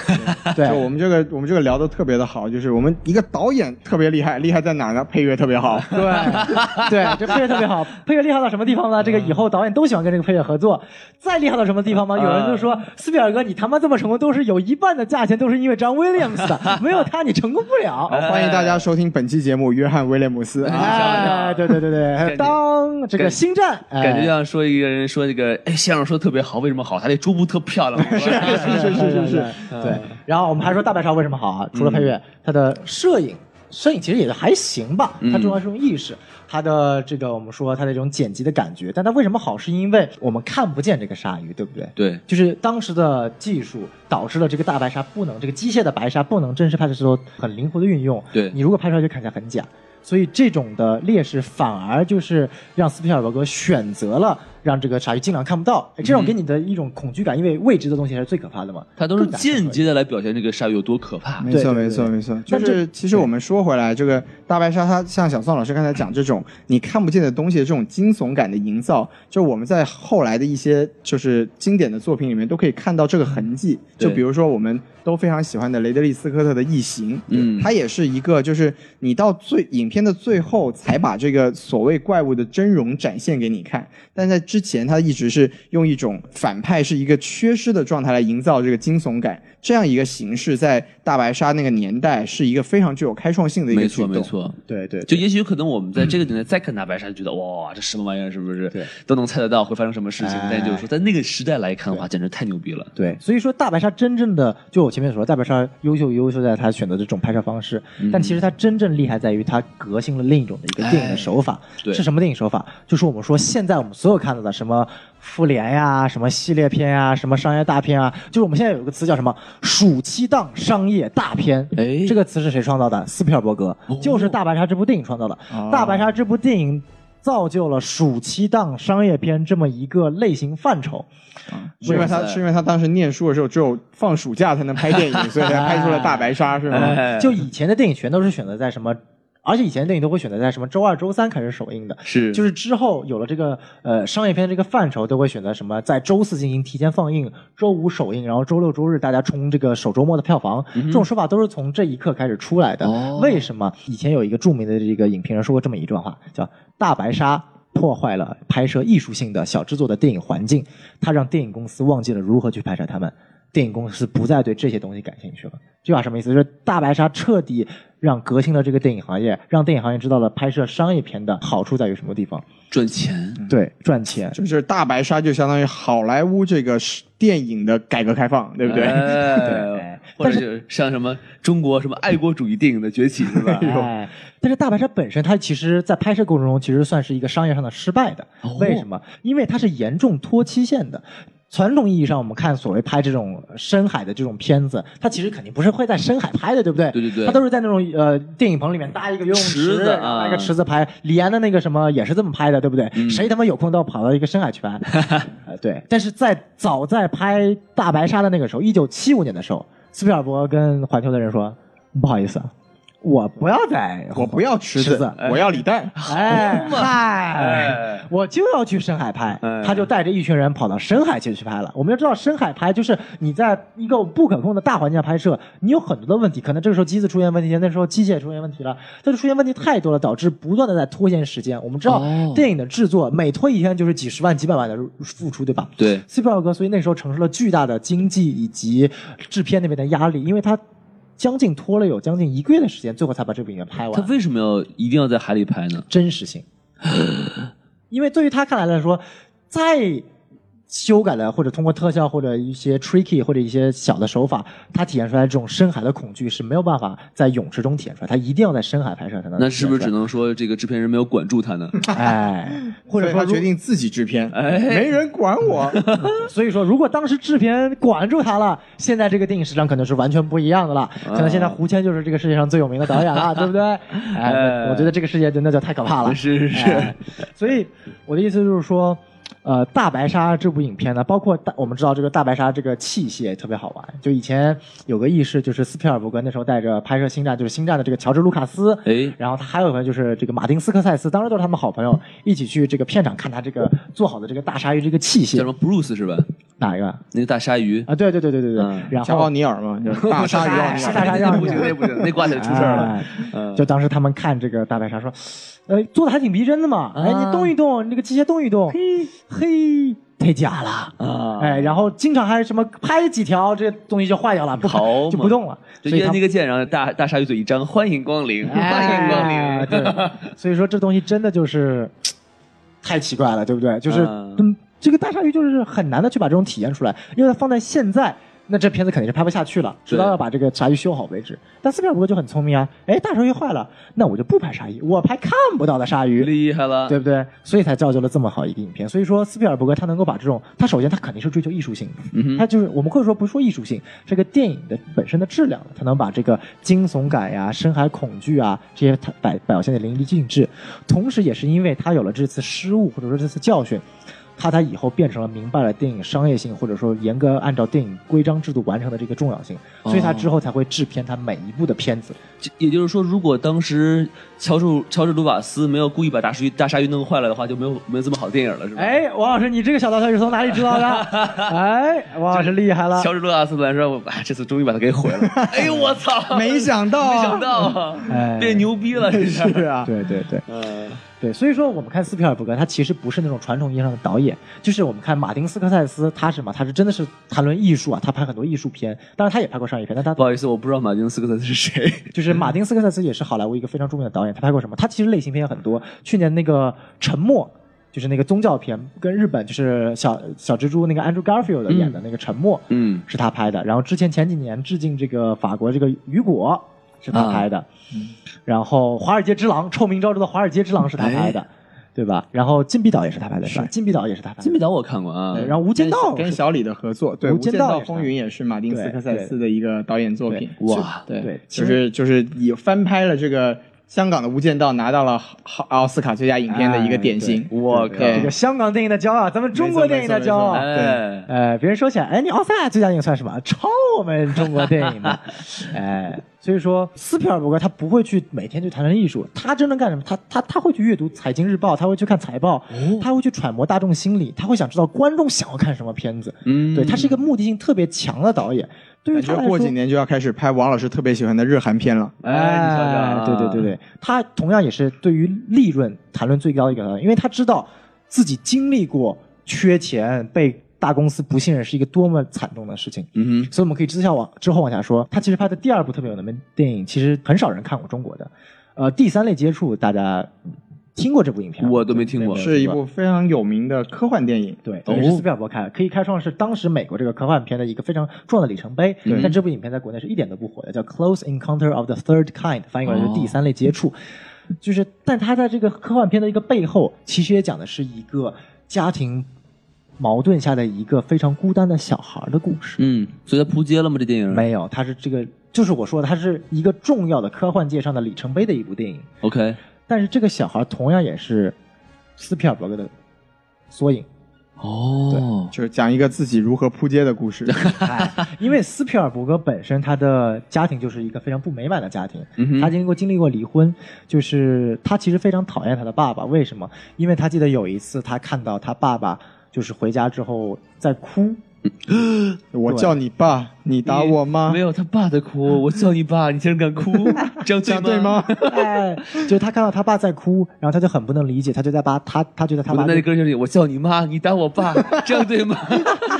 Speaker 1: 对
Speaker 3: 就，我们这个我们这个聊的特别的好，就是我们一个导演特别厉害，厉害在哪儿呢？配乐特别好。
Speaker 1: 对对，这配乐特别好，配乐厉害到什么地方呢？这个以后导演都喜欢跟这个配乐合作。再厉害到什么地方吗？有人就说斯皮尔格，你他妈这么成功，都是有一半的价钱都是因为张威廉姆斯的，没有他你成功不
Speaker 3: 好，
Speaker 1: 了。
Speaker 3: 欢迎大家收听本期节目《约翰威廉姆斯》啊。
Speaker 1: 哎，对对对对，当这个星战，哎
Speaker 2: 感觉像说一个人说这个，哎，相声说得特别好，为什么好？他这桌布特漂 亮，
Speaker 1: 啊
Speaker 3: 是是是是是，
Speaker 1: 对。然后我们还说大白鲨为什么好啊？除了配乐，它的摄影。摄影其实也还行吧，
Speaker 2: 嗯
Speaker 1: 它重要是用意识，它的这个我们说它的这种剪辑的感觉，但它为什么好，是因为我们看不见这个鲨鱼，对不对？
Speaker 2: 对，
Speaker 1: 就是当时的技术导致了这个大白鲨不能，这个机械的白鲨不能真实拍的时候很灵活的运用。
Speaker 2: 对
Speaker 1: 你如果拍出来就看起来很假，所以这种的劣势反而就是让斯皮尔伯格选择了让这个鲨鱼尽量看不到，哎这种给你的一种恐惧感，因为未知的东西还是最可怕的嘛。
Speaker 2: 他都是
Speaker 1: 更感受
Speaker 2: 间接的来表现这个鲨鱼有多可怕。
Speaker 3: 没
Speaker 1: 对
Speaker 3: 错，
Speaker 1: 对
Speaker 3: 没
Speaker 1: 对
Speaker 3: 错，没错。就
Speaker 1: 但这
Speaker 3: 是其实我们说回来，这个大白鲨，它像小宋老师刚才讲这种你看不见的东西的这种惊悚感的营造，就我们在后来的一些就是经典的作品里面都可以看到这个痕迹。
Speaker 2: 对
Speaker 3: 就比如说我们都非常喜欢的雷德利·斯科特的《异形》，
Speaker 2: 嗯
Speaker 3: 它也是一个就是你到最影片的最后才把这个所谓怪物的真容展现给你看，但在之前，他一直是用一种反派是一个缺失的状态来营造这个惊悚感，这样一个形式，在大白鲨那个年代是一个非常具有开创性的一个
Speaker 2: 没
Speaker 3: 举
Speaker 2: 错，
Speaker 3: 动。
Speaker 2: 没错。
Speaker 1: 对对
Speaker 2: 就也许可能我们在这个年代再看大白鲨，就觉得哇，这什么玩意儿，是不是？
Speaker 1: 对，
Speaker 2: 都能猜得到会发生什么事情。
Speaker 1: 哎
Speaker 2: 但就是说，在那个时代来看的话，简直太牛逼了。
Speaker 1: 对，所以说大白鲨真正的，就我前面所说，大白鲨优秀优秀在它选择这种拍摄方式，
Speaker 2: 嗯
Speaker 1: 但其实它真正厉害在于它革新了另一种的一个电影的手法。
Speaker 2: 哎对
Speaker 1: 是什么电影手法？就是我们说现在我们所有看到的什么复联呀、什么系列片呀、什么商业大片啊，就是我们现在有个词叫什么“暑期档商业大片”。
Speaker 2: 哎哦
Speaker 1: 这个词是谁创造的？斯皮尔伯格，就是《大白鲨》这部电影创造的。
Speaker 3: 哦
Speaker 1: 大白鲨》这部电影。造就了暑期档商业片这么一个类型范畴，
Speaker 3: 是因为他
Speaker 2: 哇塞
Speaker 3: 是因为他当时念书的时候只有放暑假才能拍电影，所以才拍出了大白鲨，是吗？
Speaker 2: 哎
Speaker 1: 就以前的电影全都是选择在什么，而且以前的电影都会选择在什么周二、周三开始首映的，
Speaker 2: 是
Speaker 1: 就是之后有了这个呃商业片这个范畴，都会选择什么在周四进行提前放映，周五首映，然后周六、周日大家冲这个首周末的票房，
Speaker 2: 嗯
Speaker 1: 这种说法都是从这一刻开始出来的。
Speaker 2: 哦
Speaker 1: 为什么以前有一个著名的这个影评人说过这么一段话，叫“大白鲨”。破坏了拍摄艺术性的小制作的电影环境，它让电影公司忘记了如何去拍摄他们，电影公司不再对这些东西感兴趣了。这句话什么意思？就是大白鲨彻底让革新了这个电影行业，让电影行业知道了拍摄商业片的好处在于什么地方。
Speaker 2: 赚钱，
Speaker 1: 对，赚钱。
Speaker 3: 就是大白鲨就相当于好莱坞这个是电影的改革开放，对不对？
Speaker 2: 哎或者就是像什么中国什么爱国主义电影的崛起，是吧？
Speaker 1: 哎，但是大白鲨本身，它其实在拍摄过程中，其实算是一个商业上的失败的。
Speaker 2: 哦
Speaker 1: 为什么？因为它是严重拖期限的。传统意义上，我们看所谓拍这种深海的这种片子，它其实肯定不是会在深海拍的，对不对？
Speaker 2: 对对对
Speaker 1: 它都是在那种呃电影棚里面搭一个游泳
Speaker 2: 池
Speaker 1: 池，
Speaker 2: 子
Speaker 1: 然后拿一个
Speaker 2: 啊嗯
Speaker 1: 池子拍。李安的那个什么也是这么拍的，对不对？谁他妈有空都要跑到一个深海去拍？呃，对。但是在早在拍《大白鲨》的那个时候，一九七五年的时候，斯皮尔伯跟环球的人说：“不好意思，啊我不要再，
Speaker 3: 我不要池
Speaker 1: 池
Speaker 3: 子
Speaker 1: 子，
Speaker 3: 我要李诞。
Speaker 1: 哎嗨
Speaker 2: 哎，
Speaker 1: 我就要去深海拍
Speaker 2: 哎，
Speaker 1: 他就带着一群人跑到深海去去拍了。我们就知道深海拍就是你在一个不可控的大环境下拍摄，你有很多的问题，可能这个时候机子出现问题，那时候机械出现问题了，但是出现问题太多了，导致不断的在拖延时间。我们知道
Speaker 2: 哦
Speaker 1: 电影的制作每拖一天就是几十万、几百万的付出，对吧？
Speaker 2: 对，
Speaker 1: 斯皮尔格，所以那时候承受了巨大的经济以及制片那边的压力，因为他将近拖了有将近一个月的时间，最后才把这部影片拍
Speaker 2: 他
Speaker 1: 完。
Speaker 2: 为什么要一定要在海里拍呢？
Speaker 1: 真实性，因为对于他看来来说，再修改了，或者通过特效，或者一些 tricky 或者一些小的手法，它体现出来这种深海的恐惧是没有办法在泳池中体现出来，它一定要在深海拍摄才能。
Speaker 2: 那是不是只？能说这个制片人没有管住 他呢？
Speaker 1: 哎，或者
Speaker 3: 所以
Speaker 1: 说
Speaker 3: 他
Speaker 1: 如
Speaker 3: 决定自己制片，
Speaker 2: 哎
Speaker 3: 没人管我。
Speaker 1: 所以说，如果当时制片管住他了，现在这个电影市场可能是完全不一样的了。可能现在胡谦就是这个世界上最有名的导演 了，对不对？哎，
Speaker 2: 啊哎
Speaker 1: 我觉得这个世界真的叫太可怕了。
Speaker 2: 是是是，
Speaker 1: 哎所以我的意思就是说，呃，《大白鲨》这部影片呢，包括大我们知道这个大白鲨这个器械特别好玩，就以前有个轶事，就是斯皮尔伯格那时候带着拍摄《星战》，就是《星战》的这个乔治·卢卡斯，
Speaker 2: 哎
Speaker 1: 然后他还有一个就是这个马丁·斯科塞斯，当时都是他们好朋友，一起去这个片场看他这个做好的这个大鲨鱼这个器
Speaker 2: 叫
Speaker 1: 械，
Speaker 2: 什么 Bruce 是吧？
Speaker 1: 哪一个？
Speaker 2: 那个大鲨鱼，
Speaker 1: 啊，对对对对对对，
Speaker 2: 嗯
Speaker 1: 然
Speaker 3: 乔奥
Speaker 1: 后
Speaker 3: 尼尔嘛，就是大鲨鱼 奥尼
Speaker 1: 是
Speaker 3: 尔，
Speaker 1: 大鲨鱼
Speaker 2: 那那不行，那不行，那挂起来出事儿了
Speaker 1: 哎。
Speaker 2: 嗯
Speaker 1: 就当时他们看这个大白鲨说，呃，做的还挺逼真的嘛，
Speaker 2: 啊
Speaker 1: 哎，你动一动，你这个机械动一动，嘿，太假了。
Speaker 2: 啊，
Speaker 1: 哎，然后经常还什么拍几条，这东西就坏掉了，不
Speaker 2: 好嘛
Speaker 1: 就不动了。
Speaker 2: 就
Speaker 1: 所以
Speaker 2: 按
Speaker 1: 他
Speaker 2: 那个键，然后大大鲨鱼嘴一张，欢迎光临，欢 迎光
Speaker 1: 哎，
Speaker 2: 临。
Speaker 1: 对，所以说这东西真的就是太奇怪了，对不对？就是
Speaker 2: 嗯
Speaker 1: 嗯，这个大鲨鱼就是很难的去把这种体验出来，因为它放在现在。那这片子肯定是拍不下去了，直到
Speaker 2: 对
Speaker 1: 要把这个鲨鱼修好为止。但斯皮尔伯格就很聪明啊，哎，大鲨鱼坏了，那我就不拍鲨鱼，我拍看不到的鲨鱼。
Speaker 2: 厉害了，
Speaker 1: 对不对？所以才造就了这么好一个影片。所以说，斯皮尔伯格他能够把这种，他首先他肯定是追求艺术性的，他就是我们或者说不是说艺术性，这个电影的本身的质量，他能把这个惊悚感呀、深海恐惧啊这些它摆表现的淋漓尽致。同时，也是因为他有了这次失误或者说这次教训。他才以后变成了明白了电影商业性，或者说严格按照电影规章制度完成的这个重要性，所以他之后才会制片他每一部的片子。
Speaker 2: 这也就是说，如果当时乔治乔治卢瓦斯没有故意把大鲨鱼大鲨鱼弄坏了的话，就没有没有这么好的电影了，是吧？，
Speaker 1: 哎，王老师，你这个小道消息是从哪里知道的？哎，王老师厉害了！
Speaker 2: 乔治卢瓦斯本来说，我哎，这次终于把它给毁了。哎呦，我操！
Speaker 3: 没想到，
Speaker 2: 没 想，到啊
Speaker 1: 哎，
Speaker 2: 变牛逼了，这
Speaker 3: 是
Speaker 2: 是。
Speaker 3: 啊，
Speaker 1: 对对对
Speaker 2: 嗯，
Speaker 1: 对，所以说我们看斯皮尔伯格，他其实不是那种传统意义上的导演，就是我们看马丁斯科塞斯，他是什么？他是真的是谈论艺术啊，他拍很多艺术片，当然他也拍过商业片，但他
Speaker 2: 不好意思，我不知道马丁斯科塞斯是谁。
Speaker 1: 就是马丁斯科塞斯也是好莱坞一个非常著名的导演，他拍过什么？他其实类型片也很多，去年那个《沉默》。就是那个宗教片，跟日本就是小小蜘蛛那个 Andrew Garfield 演的那个《沉默》，
Speaker 2: 嗯，
Speaker 1: 是他拍的。然后之前前几年致敬这个法国这个雨果是
Speaker 3: 啊
Speaker 1: 他拍的，然后《华尔街之狼》臭名昭著的《华尔街之狼》是他拍
Speaker 3: 哎
Speaker 1: 的，对吧？然后《禁闭岛》也是他拍的，是吧？《禁闭岛》也是他拍的，
Speaker 2: 金臂岛我看过啊
Speaker 1: 对。然后《无间道》
Speaker 3: 跟
Speaker 1: 是
Speaker 3: 小李的合作，对，《
Speaker 1: 无
Speaker 3: 无
Speaker 1: 间
Speaker 3: 间
Speaker 1: 道
Speaker 3: 道
Speaker 1: 也是他啊
Speaker 3: 风云》也是马丁斯科塞斯的一个导演作品。
Speaker 1: 对
Speaker 2: 哇，
Speaker 3: 对
Speaker 1: 对其
Speaker 3: 就
Speaker 1: 实
Speaker 3: 是就是以翻拍了这个香港的《无间道》，拿到了好奥斯卡最佳影片的一个典型
Speaker 1: 哎。
Speaker 2: 我
Speaker 1: 对
Speaker 2: 靠！
Speaker 1: 这个香港电影的骄傲，咱们中国电影的骄傲
Speaker 3: 没错没错没。错
Speaker 2: 哎，
Speaker 1: 呃，别人说起来，哎，你奥斯卡最佳电影算什么？超我们中国电影 的，哎，所以说斯皮尔伯格他不会去每天去谈论艺术，他真正干什么？他他他会去阅读财经日报，他会去看财报，
Speaker 3: 哦
Speaker 1: 他会去揣摩大众心理，他会想知道观众想要看什么片子。
Speaker 2: 嗯
Speaker 1: 对他是一个目的性特别强的导演，对于
Speaker 3: 感
Speaker 1: 他
Speaker 3: 觉
Speaker 1: 来
Speaker 3: 过
Speaker 1: 说
Speaker 3: 几。年就要开始拍王老师特别喜欢的日韩片了。
Speaker 2: 哎，你瞧瞧啊，
Speaker 1: 对对对对，他同样也是对于利润谈论最高的一个导呃演，因为他知道自己经历过缺钱、被大公司不信任是一个多么惨重的事情。
Speaker 2: 嗯哼，
Speaker 1: 所以我们可以之下往之后往下说，他其实拍的第二部特别有名的电影，其实很少人看过中国的，呃，第三类接触大家听过这部影片吗，
Speaker 2: 我都没听过
Speaker 1: 对
Speaker 3: 是一部非常有名的科幻电影，
Speaker 1: 对，
Speaker 2: 哦
Speaker 1: 也是斯皮尔伯格开的，可以开创是当时美国这个科幻片的一个非常重要的里程碑。
Speaker 2: 对
Speaker 1: 但这部影片在国内是一点都不火的，叫《Close Encounter of the Third Kind》，翻译过来就是第三类接触。就是，但它在这个科幻片的一个背后，其实也讲的是一个家庭矛盾下的一个非常孤单的小孩儿的故事。
Speaker 2: 嗯，所以他扑街了吗？这电影
Speaker 1: 没有，它是这个，就是我说的，它是一个重要的科幻界上的里程碑的一部电影。
Speaker 2: ，OK，
Speaker 1: 但是这个小孩同样也是斯皮尔伯格的缩影，
Speaker 2: 哦，
Speaker 3: 就是讲一个自己如何扑街的 故事。
Speaker 1: 哎，因为斯皮尔伯格本身他的家庭就是一个非常不美满的家庭，
Speaker 2: 嗯哼
Speaker 1: 他经过经历过离婚，就是他其实非常讨厌他的爸爸。为 什么？因为他记得有一次他看到他爸爸就是回家之后在哭，
Speaker 3: 我叫你爸，你打我吗
Speaker 2: 没？有他爸的哭，我叫你爸，你竟然敢哭，这样
Speaker 3: 这样对吗？？
Speaker 1: 哎，就是他看到他爸在哭，然后他就很不能理解，他就在把他他觉得他
Speaker 2: 我
Speaker 1: 爸
Speaker 2: 的那歌就是我叫你妈，你打 我爸，这样对吗？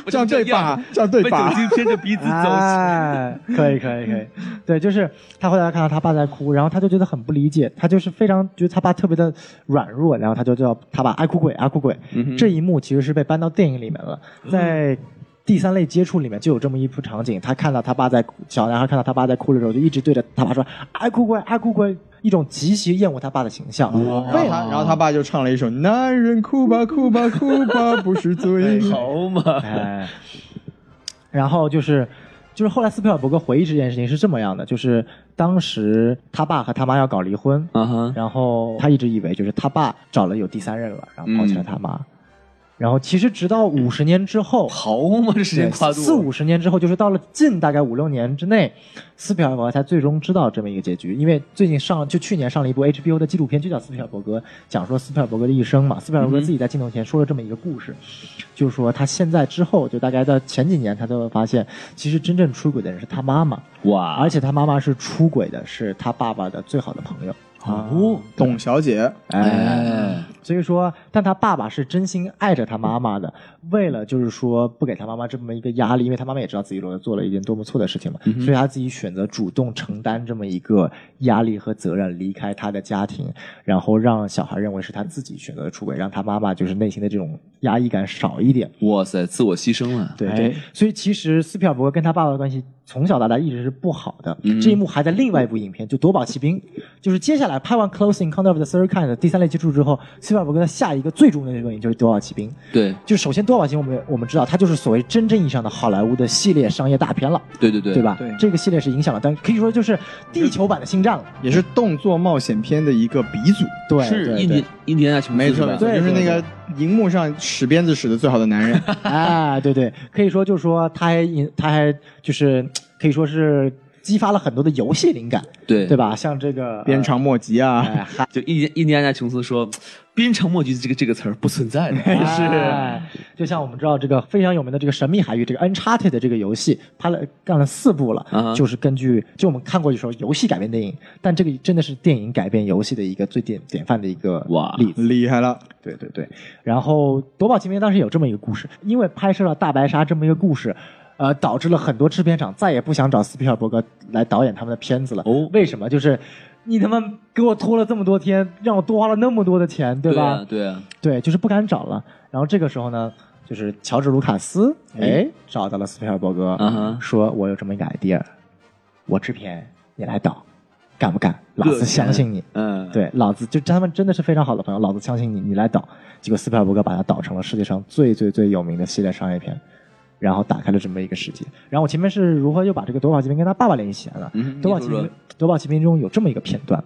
Speaker 2: 我
Speaker 3: 这样对吧
Speaker 2: 样？
Speaker 3: 这样对
Speaker 2: 被
Speaker 3: 吧
Speaker 2: 酒？精牵着鼻子走。
Speaker 1: 哎，可以可以可以，对，就是他后来看到他爸在哭，然后他就觉得很不理解，他就是非常觉得他爸特别的软弱，然后他就叫他爸爱哭鬼爱哭鬼、这一幕其实是被搬到电影里面了，在。第三类接触里面就有这么一幅场景，他看到他爸在哭小男孩看到他爸在哭的时候，就一直对着他爸说“爱哭鬼，爱哭鬼”，一种极其厌恶他爸的形象。
Speaker 3: 然
Speaker 2: 啊
Speaker 3: 后他，然后他爸就唱了一首《男人哭吧哭吧哭吧不是罪》。啊
Speaker 2: 好嘛，
Speaker 1: 哎，然后就是就是后来斯皮尔伯格回忆这件事情是这么样的，就是当时他爸和他妈要搞离婚，
Speaker 2: 啊哈，
Speaker 1: 然后他一直以为就是他爸找了有第三任了，然后抛弃了他妈，然后其实直到五十年之后。
Speaker 2: 好嘛，这时间跨度啊
Speaker 1: 四五十年之后，就是到了近大概五六年之内，斯皮尔伯格才最终知道这么一个结局。因为最近上就去年上了一部 HBO 的纪录片，就叫《斯皮尔伯格》，讲说斯皮尔伯格的一生嘛。斯皮尔
Speaker 2: 嗯
Speaker 1: 伯格自己在镜头前说了这么一个故事，就是说他现在之后，就大概到前几年，他就会发现，其实真正出轨的人是他妈妈，
Speaker 2: 哇，
Speaker 1: 而且他妈妈是出轨的是他爸爸的最好的朋友。
Speaker 3: 哦，董小姐，
Speaker 2: 哎，
Speaker 1: 所以说，但他爸爸是真心爱着他妈妈的，为了就是说不给他妈妈这么一个压力，因为他妈妈也知道自己做了一件多么错的事情嘛，所以他自己选择主动承担这么一个压力和责任，离开他的家庭，然后让小孩认为是他自己选择的出轨，让他妈妈就是内心的这种压抑感少一点。
Speaker 2: 哇塞，自我牺牲了。
Speaker 1: 对
Speaker 3: 哎
Speaker 1: 对，所以其实斯皮尔伯格跟他爸爸的关系从小到大一直是不好的。这一幕还在另外一部影片，就《夺宝奇兵》，就是接下来拍完《Close Encounter of the Third Kind》的第三类接触之后，斯皮尔伯格的下一个最著名的电影就是《夺宝奇兵》。
Speaker 2: 对
Speaker 1: 就是首先，《夺宝奇兵》我们我们知道，它就是所谓真正意义上的好莱坞的系列商业大片了，
Speaker 2: 对对对，
Speaker 1: 对？吧？
Speaker 3: 对
Speaker 1: 这个系列是影响了，但可以说就是地球版的《星战》了。
Speaker 3: 也是动作冒险片的一个鼻祖。
Speaker 1: 对，
Speaker 2: 是
Speaker 1: 对
Speaker 2: 印
Speaker 1: 对
Speaker 2: 第印第安纳琼斯
Speaker 3: 没错
Speaker 2: 是吧
Speaker 3: 没错，
Speaker 1: 对
Speaker 3: 就是
Speaker 1: 对
Speaker 3: 那个荧幕上使鞭子使的最好的男人。
Speaker 1: 哎，对对，可以说就是说，他还引，他还就是可以说是激发了很多的游戏灵感，
Speaker 2: 对
Speaker 1: 对？吧？像这个呃
Speaker 3: 鞭长莫及啊，
Speaker 1: 哎，还
Speaker 2: 就印第印第安纳琼斯说，鞭长莫及这个这个词儿不存在的，
Speaker 1: 哎就像我们知道这个非常有名的这个《神秘海域》这个 Uncharted 的这个游戏，拍了干了四部了，
Speaker 2: 嗯哼
Speaker 1: 就是根据就我们看过一首游戏改编电影，但这个真的是电影改编游戏的一个最典典范的一个
Speaker 2: 哇
Speaker 1: 例子。
Speaker 3: 厉害了。
Speaker 1: 对对对，然后《夺宝奇兵》当时有这么一个故事，因为拍摄了大白鲨这么一个故事。呃，导致了很多制片厂再也不想找斯皮尔伯格来导演他们的片子了。
Speaker 2: 哦
Speaker 1: 为什么？就是你他妈给我拖了这么多天，让我多花了那么多的钱，对
Speaker 2: 对
Speaker 1: 吧？
Speaker 2: 啊对啊，
Speaker 1: 对，就是不敢找了。然后这个时候呢，就是乔治·卢卡斯，哎，啊找到了斯皮尔伯格，
Speaker 2: 嗯哼
Speaker 1: 说我有这么一个 idea，我制片，你来导，敢不敢？老
Speaker 2: 各
Speaker 1: 子相
Speaker 2: 钱
Speaker 1: 信你。
Speaker 2: 嗯，
Speaker 1: 对，老子就他们真的是非常好的朋友，老子相信你，你来导。结果斯皮尔伯格把它导成了世界上最最最有名的系列商业片，然后打开了这么一个世界。然后我前面是如何又把这个夺宝奇兵跟他爸爸联系起来了？
Speaker 2: 嗯
Speaker 1: 夺宝
Speaker 2: 你
Speaker 1: 奇
Speaker 2: 说
Speaker 1: 兵
Speaker 2: 说，
Speaker 1: 夺宝奇兵中有这么一个片段，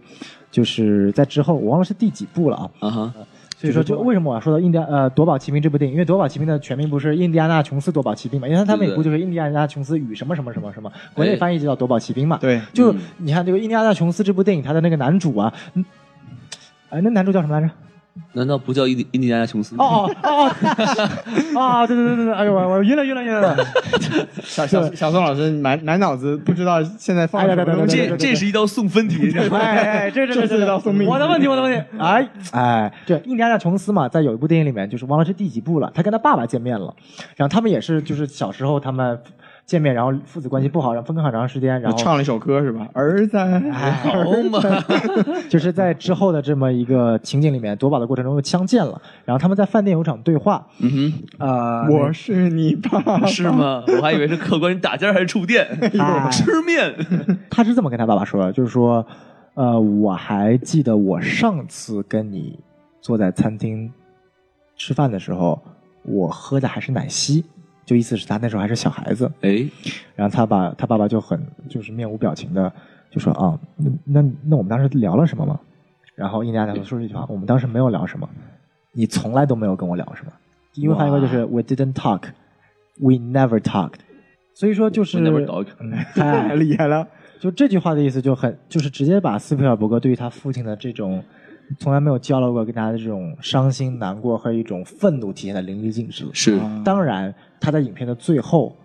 Speaker 1: 就是在之后我忘了是第几部了啊，
Speaker 2: 啊哈，
Speaker 1: 所以说，就为什么我要说到印第安呃《夺宝奇兵》这部电影？因为《夺宝奇兵》的全名不是《印第安纳琼斯夺宝奇兵》嘛？因为它它
Speaker 2: 对对
Speaker 1: 美国就是《印第安纳琼斯与什么什么什么什么》，国
Speaker 2: 哎
Speaker 1: 内翻译就叫《夺宝奇兵》嘛。，
Speaker 3: 对，
Speaker 1: 就
Speaker 2: 嗯
Speaker 1: 你看这个《印第安纳琼斯》这部电影，它的那个男主啊，嗯，哎，那男主叫什么来着？
Speaker 2: 难道不叫印第印第安纳琼斯吗？
Speaker 1: 哦哦哦哦啊！对对对对对，哎呦我我晕了晕了晕了！
Speaker 3: 小小小宋老师满满脑子不知道现在放
Speaker 1: 哎呀
Speaker 3: 了什么
Speaker 1: 对对
Speaker 3: 东
Speaker 1: 对
Speaker 3: 西
Speaker 1: 对。
Speaker 2: 这这是一道送 分题，
Speaker 1: 哎哎，哎这
Speaker 3: 这是一道送命题
Speaker 1: 我的问题，我的问题。哎哎，对，印第安纳琼斯嘛，在有一部电影里面，就是忘了是第几部了，他跟他爸爸见面了，然后他们也是就是小时候他们见面，然后父子关系不好，然后分开很长时间，然后
Speaker 3: 唱了一首歌是吧？儿子，
Speaker 1: 哎，
Speaker 2: 好嘛，
Speaker 1: 就是在之后的这么一个情景里面，夺宝的过程中又相见了，然后他们在饭店有场对话，
Speaker 2: 嗯
Speaker 1: 呃，
Speaker 3: 我是你爸
Speaker 2: 哼，。是吗？ 我还以为是客官打尖还是触 电，
Speaker 1: 哎
Speaker 2: 吃面，
Speaker 1: 他是这么跟他爸爸说的，就是说，呃，我还记得我上次跟你坐在餐厅吃饭的时候，我喝的还是奶昔，就意思是他那时候还是小孩子。
Speaker 2: 哎，
Speaker 1: 然后他爸他爸爸就很就是面无表情的就说啊，那那那我们当时聊了什么吗？然后印第安纳琼斯说了一句话，我们当时没有聊什么，你从来都没有跟我聊什么。英文翻译过来就是 We didn't talk, we never talked。所以说就是
Speaker 2: 我 never talk
Speaker 1: 嗯哎
Speaker 3: 太厉害了！
Speaker 1: 就这句话的意思就很，就是直接把斯皮尔伯格对于他父亲的这种从来没有交流过跟他的这种伤心、难过和一种愤怒体现的淋漓尽致。
Speaker 2: 是
Speaker 3: 啊
Speaker 1: 当然，他在影片的最后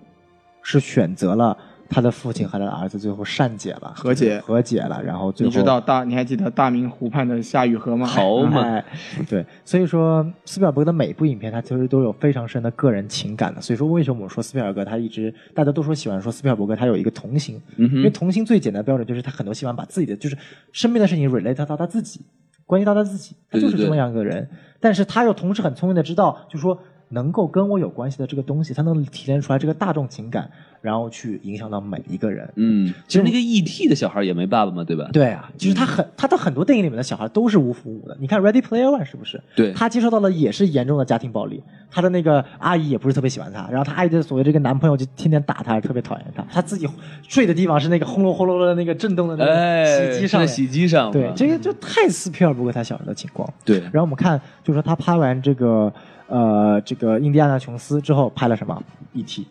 Speaker 1: 是选择了他的父亲和他的儿子，最后善解了，
Speaker 3: 和解
Speaker 1: 和解了，然后最
Speaker 3: 你
Speaker 1: 后
Speaker 3: 知道大，你还记得大明湖畔的夏雨荷吗？
Speaker 2: 好嘛，
Speaker 1: 哎，对，所以说斯皮尔伯格的每部影片，他其实都有非常深的个人情感的。所以说，为什么我们说斯皮尔伯格他一直大家都说喜欢说斯皮尔伯格他有一个童心，
Speaker 2: 嗯
Speaker 1: 因为
Speaker 2: 哼，
Speaker 1: 童心最简单的标准就是他很多喜欢把自己的就是身边的事情 relate 到他自己，关系到他自己，他
Speaker 2: 对
Speaker 1: 就是
Speaker 2: 对
Speaker 1: 这么
Speaker 2: 对
Speaker 1: 样一个人。但是他又同时很聪明的知道，就说能够跟我有关系的这个东西，他能提炼出来这个大众情感，然后去影响到每一个人。
Speaker 2: 嗯，其实那个 E.T. 的小孩也没爸爸嘛，对吧？
Speaker 1: 对啊，就是他很，他的很多电影里面的小孩都是无父无母的。你看《Ready Player One》是不是？
Speaker 2: 对
Speaker 1: 他接受到了也是严重的家庭暴力，他的那个阿姨也不是特别喜欢他，然后他阿姨的所谓这个男朋友就天天打他，特别讨厌他。他自己睡的地方是那个轰隆轰隆的那个震动的那
Speaker 2: 哎，
Speaker 1: 个洗衣机上
Speaker 2: 在
Speaker 1: 面，
Speaker 2: 洗衣机上嘛，
Speaker 1: 对，这个就太斯皮尔伯格他小时候的情况。
Speaker 2: 对，哎
Speaker 1: 然后我们看，就是说他拍完这个呃这个印第安纳琼斯之后拍了什么？E.T.？E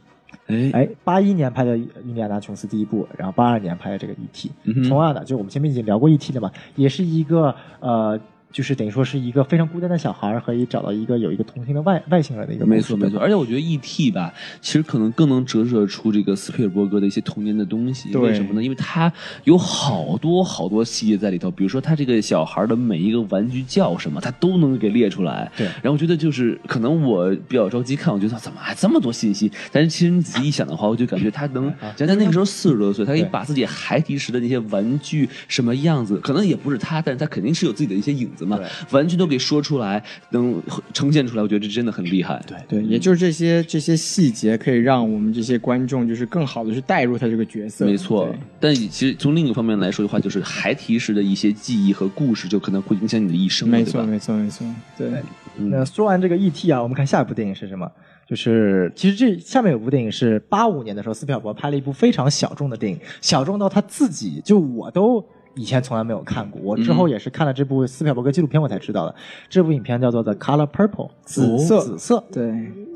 Speaker 2: 哎，
Speaker 1: 哎，八一年拍的《印第安纳琼斯》第一部，然后八二年拍的这个《E.T.》
Speaker 2: 嗯哼
Speaker 1: 同样的，就我们前面已经聊过《E.T.》了嘛，也是一个呃，就是等于说是一个非常孤单的小孩儿，可以找到一个有一个同情的外外星人的一个故事
Speaker 2: 没错没错，，而且我觉得 E.T. 吧，其实可能更能折射出这个斯皮尔伯格的一些童年的东西。
Speaker 3: 对
Speaker 2: 为什么呢？因为他有好多好多细节在里头，比如说他这个小孩的每一个玩具叫什么，他都能给列出来。
Speaker 1: 对
Speaker 2: 然后我觉得就是可能我比较着急看，我觉得怎么还这么多信息？但是其实你仔细一想的话，我就感觉他能，人家那个时候四十多岁，他可以
Speaker 1: 啊对
Speaker 2: 把自己孩提时的那些玩具什么样子，可能也不是他，但是他肯定是有自己的一些影子嘛
Speaker 1: 对，
Speaker 2: 完全都给说出来，能呈现出来，我觉得这真的很厉害。对
Speaker 3: 对，也就是这些这些细节，可以让我们这些观众就是更好的去带入他这个角色。
Speaker 2: 没错
Speaker 3: 对，
Speaker 2: 但其实从另一个方面来说的话，就是孩提时的一些记忆和故事，就可能会影响你的一生了，
Speaker 3: 没
Speaker 2: 对
Speaker 3: 错，
Speaker 2: 吧？
Speaker 3: 没错，没错。对，嗯
Speaker 1: 那说完这个 E.T. 啊，我们看下一部电影是什么？就是其实这下面有部电影是八五年的时候，斯皮尔伯格拍了一部非常小众的电影，小众到他自己就我都以前从来没有看过，我之
Speaker 3: 嗯
Speaker 1: 后也是看了这部斯皮尔伯格纪录片我才知道的。这部影片叫做《The Color Purple》
Speaker 3: 紫色
Speaker 1: 紫色。
Speaker 3: 对，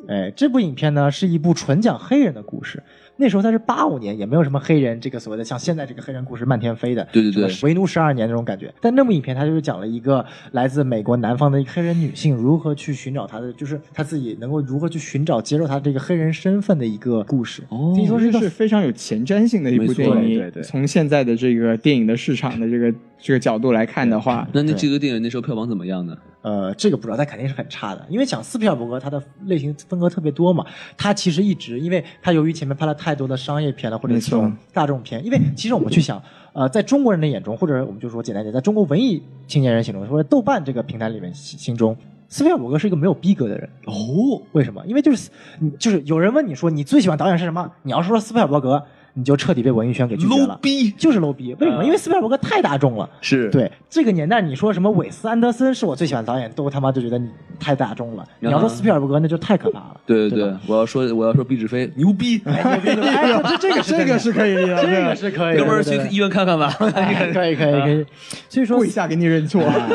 Speaker 1: 哎，这部影片呢是一部纯讲黑人的故事。那时候它是八五年，也没有什么黑人这个所谓的像现在这个黑人故事漫天飞的，
Speaker 2: 对对对
Speaker 1: 什么维奴十二年那种感觉。但那部影片它就是讲了一个来自美国南方的一个黑人女性如何去寻找她的，就是她自己能够如何去寻找接受她这个黑人身份的一个故事。
Speaker 2: 哦
Speaker 1: 可以说
Speaker 3: 说
Speaker 1: 是一
Speaker 3: 是
Speaker 1: 个
Speaker 3: 是非常有前瞻性的一
Speaker 2: 没
Speaker 3: 部
Speaker 2: 错
Speaker 3: 电影。
Speaker 1: 对对对
Speaker 3: 从现在的这个电影的市场的这个这个角度来看的话，
Speaker 2: 那那这个电影那时候票房怎么样呢？
Speaker 1: 呃，这个不知道，但肯定是很差的，因为讲斯皮尔伯格他的类型风格特别多嘛，他其实一直，因为他由于前面拍了太多的商业片了，或者
Speaker 3: 没
Speaker 1: 这
Speaker 3: 错
Speaker 1: 种大众片，因为其实我们去想，呃，在中国人的眼中，或者我们就说简单一点，在中国文艺青年人心中，或者豆瓣这个平台里面心心中，斯皮尔伯格是一个没有逼格的人。
Speaker 2: 哦，
Speaker 1: 为什么？因为就是你就是有人问你说你最喜欢导演是什么，你要说斯皮尔伯格，你就彻底被文艺圈给拒绝了，
Speaker 2: 逼
Speaker 1: 就是 low 逼。为什么？因为斯皮尔伯格太大众了。
Speaker 2: 是，
Speaker 1: 对这个年代，你说什么韦斯安德森是我最喜欢的导演，都他妈就觉得你太大众了。你要说斯皮尔伯格，那就太可怕了。
Speaker 2: 嗯对对
Speaker 1: 对
Speaker 2: 对，我要说我要说毕志飞牛 逼，
Speaker 1: 哎这 这这个是真
Speaker 3: 这
Speaker 1: 的
Speaker 3: 个是可以的，
Speaker 1: 这个是可以的，
Speaker 2: 哥们儿
Speaker 1: 对
Speaker 2: 去
Speaker 1: 对对
Speaker 2: 医院看 看吧。
Speaker 1: 哎可以可以可以。所以说
Speaker 3: 跪，下给你认错。
Speaker 2: 啊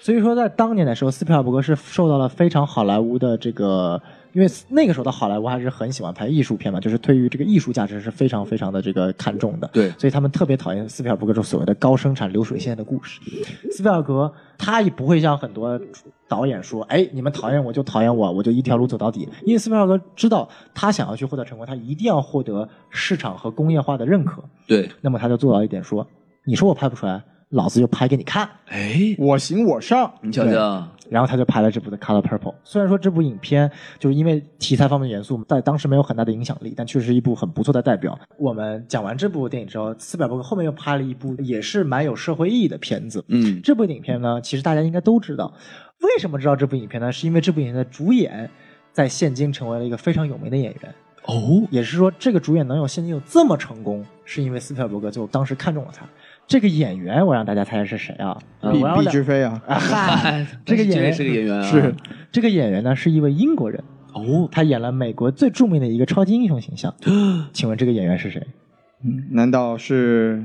Speaker 1: 所以说在当年的时候，斯皮尔伯格是受到了非常好莱坞的这个。因为那个时候的好莱坞还是很喜欢拍艺术片嘛，就是对于这个艺术价值是非常非常的这个看重的。
Speaker 2: 对
Speaker 1: 所以他们特别讨厌斯皮尔伯格这种所谓的高生产流水线的故事。斯皮尔格他也不会像很多导演说，哎，你们讨厌我就讨厌我，我就一条路走到底。因为斯皮尔格知道，他想要去获得成功，他一定要获得市场和工业化的认可。
Speaker 2: 对，
Speaker 1: 那么他就做到一点说，你说我拍不出来，老子就拍给你看。
Speaker 2: 哎，
Speaker 3: 我行我上，
Speaker 2: 你瞧瞧，
Speaker 1: 然后他就拍了这部的《Color Purple》。虽然说这部影片就是因为题材方面的元素，在当时没有很大的影响力，但确实一部很不错的代表。我们讲完这部电影之后，斯皮尔伯格后面又拍了一部也是蛮有社会意义的片子。
Speaker 2: 嗯，
Speaker 1: 这部影片呢，其实大家应该都知道。为什么知道这部影片呢？是因为这部影片的主演在现今成为了一个非常有名的演员。
Speaker 2: 哦，
Speaker 1: 也是说，这个主演能有现今有这么成功，是因为斯皮尔伯格就当时看中了他。这个演员，我让大家猜猜是谁啊？
Speaker 2: 嗯
Speaker 1: 我
Speaker 3: 毕
Speaker 1: 要
Speaker 3: 毕
Speaker 1: 两
Speaker 3: 志飞啊，
Speaker 1: 啊嗨 这个演员
Speaker 2: 是个演员啊，
Speaker 1: 是这个演员呢是一位英国人，
Speaker 2: 哦，
Speaker 1: 他演了美国最著名的一个超级英雄形 象。请问这个演员 是谁？
Speaker 3: 嗯难道是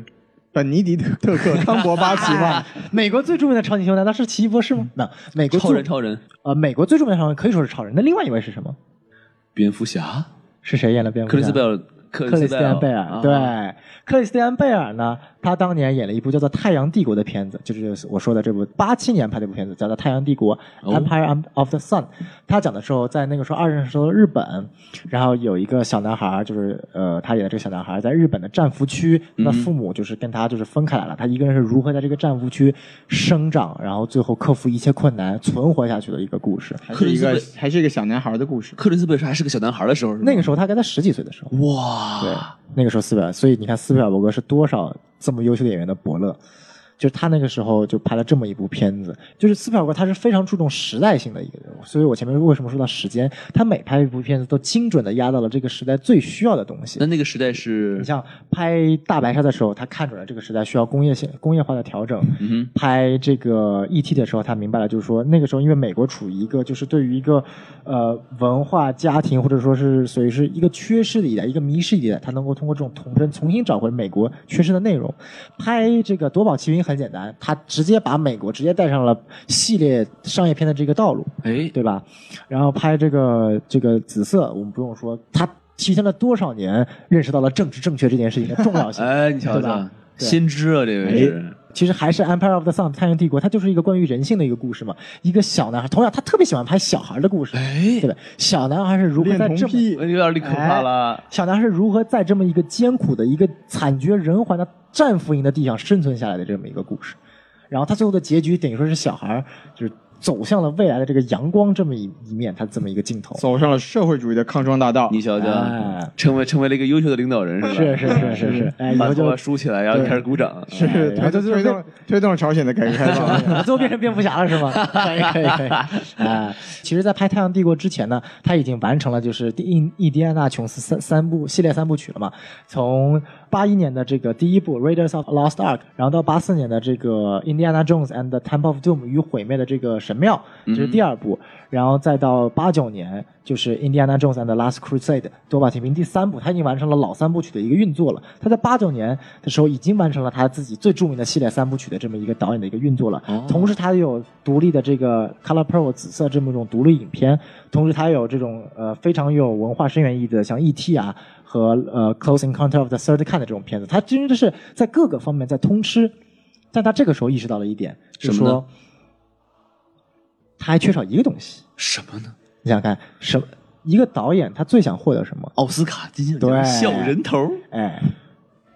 Speaker 3: 本尼迪特克康伯巴奇 吗？
Speaker 1: 美国最著名的超级英雄难道是奇异博士吗？那美国最
Speaker 2: 嗯超人超人，
Speaker 1: 呃，美国最著名的超人可以说是超人。那另外一位是什么？
Speaker 2: 蝙蝠侠，
Speaker 1: 是谁演了蝙蝠侠？
Speaker 2: 克里斯贝尔，克啊
Speaker 1: 克里斯蒂安贝
Speaker 2: 贝
Speaker 1: 尔，，对，克里斯蒂安贝尔呢，他当年演了一部叫做《太阳帝国》的片子，就是我说的这部八七年拍的一部片子，叫做《太阳帝国
Speaker 2: 哦
Speaker 1: Empire of the Sun》。他讲的时候，在那个时候二战时候的日本，然后有一个小男孩儿，就是呃，他演的这个小男孩儿在日本的战俘区，那父母就是跟他就是分开来了，他一个人是如何在这个战俘区生长，然后最后克服一切困难存活下去的一个故事。
Speaker 3: 还是一
Speaker 2: 克
Speaker 3: 个
Speaker 2: 里斯
Speaker 3: 还是一个小男孩的故事。
Speaker 2: 克里斯贝尔还是个小男孩的时候，是吗
Speaker 1: 那个时候他该在十几岁的时候，
Speaker 2: 哇，
Speaker 1: 对，那个时候斯皮尔，所以你看斯皮尔伯格是多少这么优秀的演员的伯乐，就是他那个时候就拍了这么一部片子，就是斯皮尔伯格他是非常注重时代性的一个人物，所以我前面为什么说到时间，他每拍一部片子都精准的压到了这个时代最需要的东西
Speaker 2: 那。那个时代是
Speaker 1: 你，像拍《大白鲨》的时候，他看准了这个时代需要工业性、工业化的调整；
Speaker 2: 嗯哼，
Speaker 1: 拍这个 E.T. 的时候，他明白了，就是说那个时候，因为美国处于一个就是对于一个呃文化家庭或者说是所以是一个缺失的一代，一个迷失的一代，他能够通过这种童真重新找回美国缺失的内容。拍这个《夺宝奇兵》很简单，他直接把美国直接带上了系列商业片的这个道路。
Speaker 2: 哎，
Speaker 1: 对吧？然后拍这个这个紫色，我们不用说，他提前了多少年认识到了政治正确这件事情的重要性。
Speaker 2: 哎，你瞧
Speaker 1: 对
Speaker 2: 瞧
Speaker 1: 吧，对哎
Speaker 2: 先知啊，这位是，
Speaker 1: 其实还是《Empire of the Sun》太阳帝国，它就是一个关于人性的一个故事嘛。一个小男孩，同样他特别喜欢拍小孩的故事，
Speaker 2: 哎
Speaker 1: 对，吧？小男孩是如何在
Speaker 3: 恋
Speaker 1: 这
Speaker 3: 童
Speaker 1: 么
Speaker 3: 癖
Speaker 2: 有点可怕了，
Speaker 1: 小男孩是如何在这么一个艰苦的一个惨绝人寰的战俘营的地上生存下来的这么一个故事。然后他最后的结局等于说是小孩儿就是走向了未来的这个阳光这么一一面，他这么一个镜头。
Speaker 3: 走上了社会主义的康庄大道。
Speaker 2: 你瞧瞧
Speaker 1: 哎，
Speaker 2: 成为成为了一个优秀的领导人是吧？嗯
Speaker 1: 是是是是是，哎，以
Speaker 2: 把
Speaker 1: 后
Speaker 2: 头
Speaker 1: 就
Speaker 2: 发梳起来，然后开始鼓掌，
Speaker 3: 是
Speaker 1: 然后
Speaker 3: 推
Speaker 1: 就
Speaker 3: 动
Speaker 1: 就是
Speaker 3: 哎推动推动了朝鲜的改革开放。
Speaker 1: 最后变成蝙蝠侠了是吗？可以可以可以。哎，其实，在拍《太阳帝国》之前呢，他已经完成了就是第印印第安纳琼斯三三部系列三部曲了嘛。从八一年的这个第一部《Raiders of Lost Ark》，然后到八四年的这个《Indiana Jones and the Temple of Doom》与毁灭的这个神庙，这是第二部。然后再到八九年，就是《Indiana Jones and the Last Crusade》夺宝奇兵第三部，他已经完成了老三部曲的一个运作了。他在八九年的时候已经完成了他自己最著名的系列三部曲的这么一个导演的一个运作了。
Speaker 2: 哦
Speaker 1: 同时，他也有独立的这个 Color Pearl 紫色这么一种独立影片，同时他有这种呃非常有文化深远意义的像 E.T. 啊和呃 Close Encounter of the Third Kind 的这种片子，他真的是在各个方面在通吃。但他这个时候意识到了一点，就是
Speaker 2: 什么呢
Speaker 1: 说他还缺少一个东西。
Speaker 2: 什么呢？
Speaker 1: 你想想看什么？一个导演他最想获得什么？
Speaker 2: 奥斯卡金像奖
Speaker 1: 对
Speaker 2: 小人头，
Speaker 1: 哎，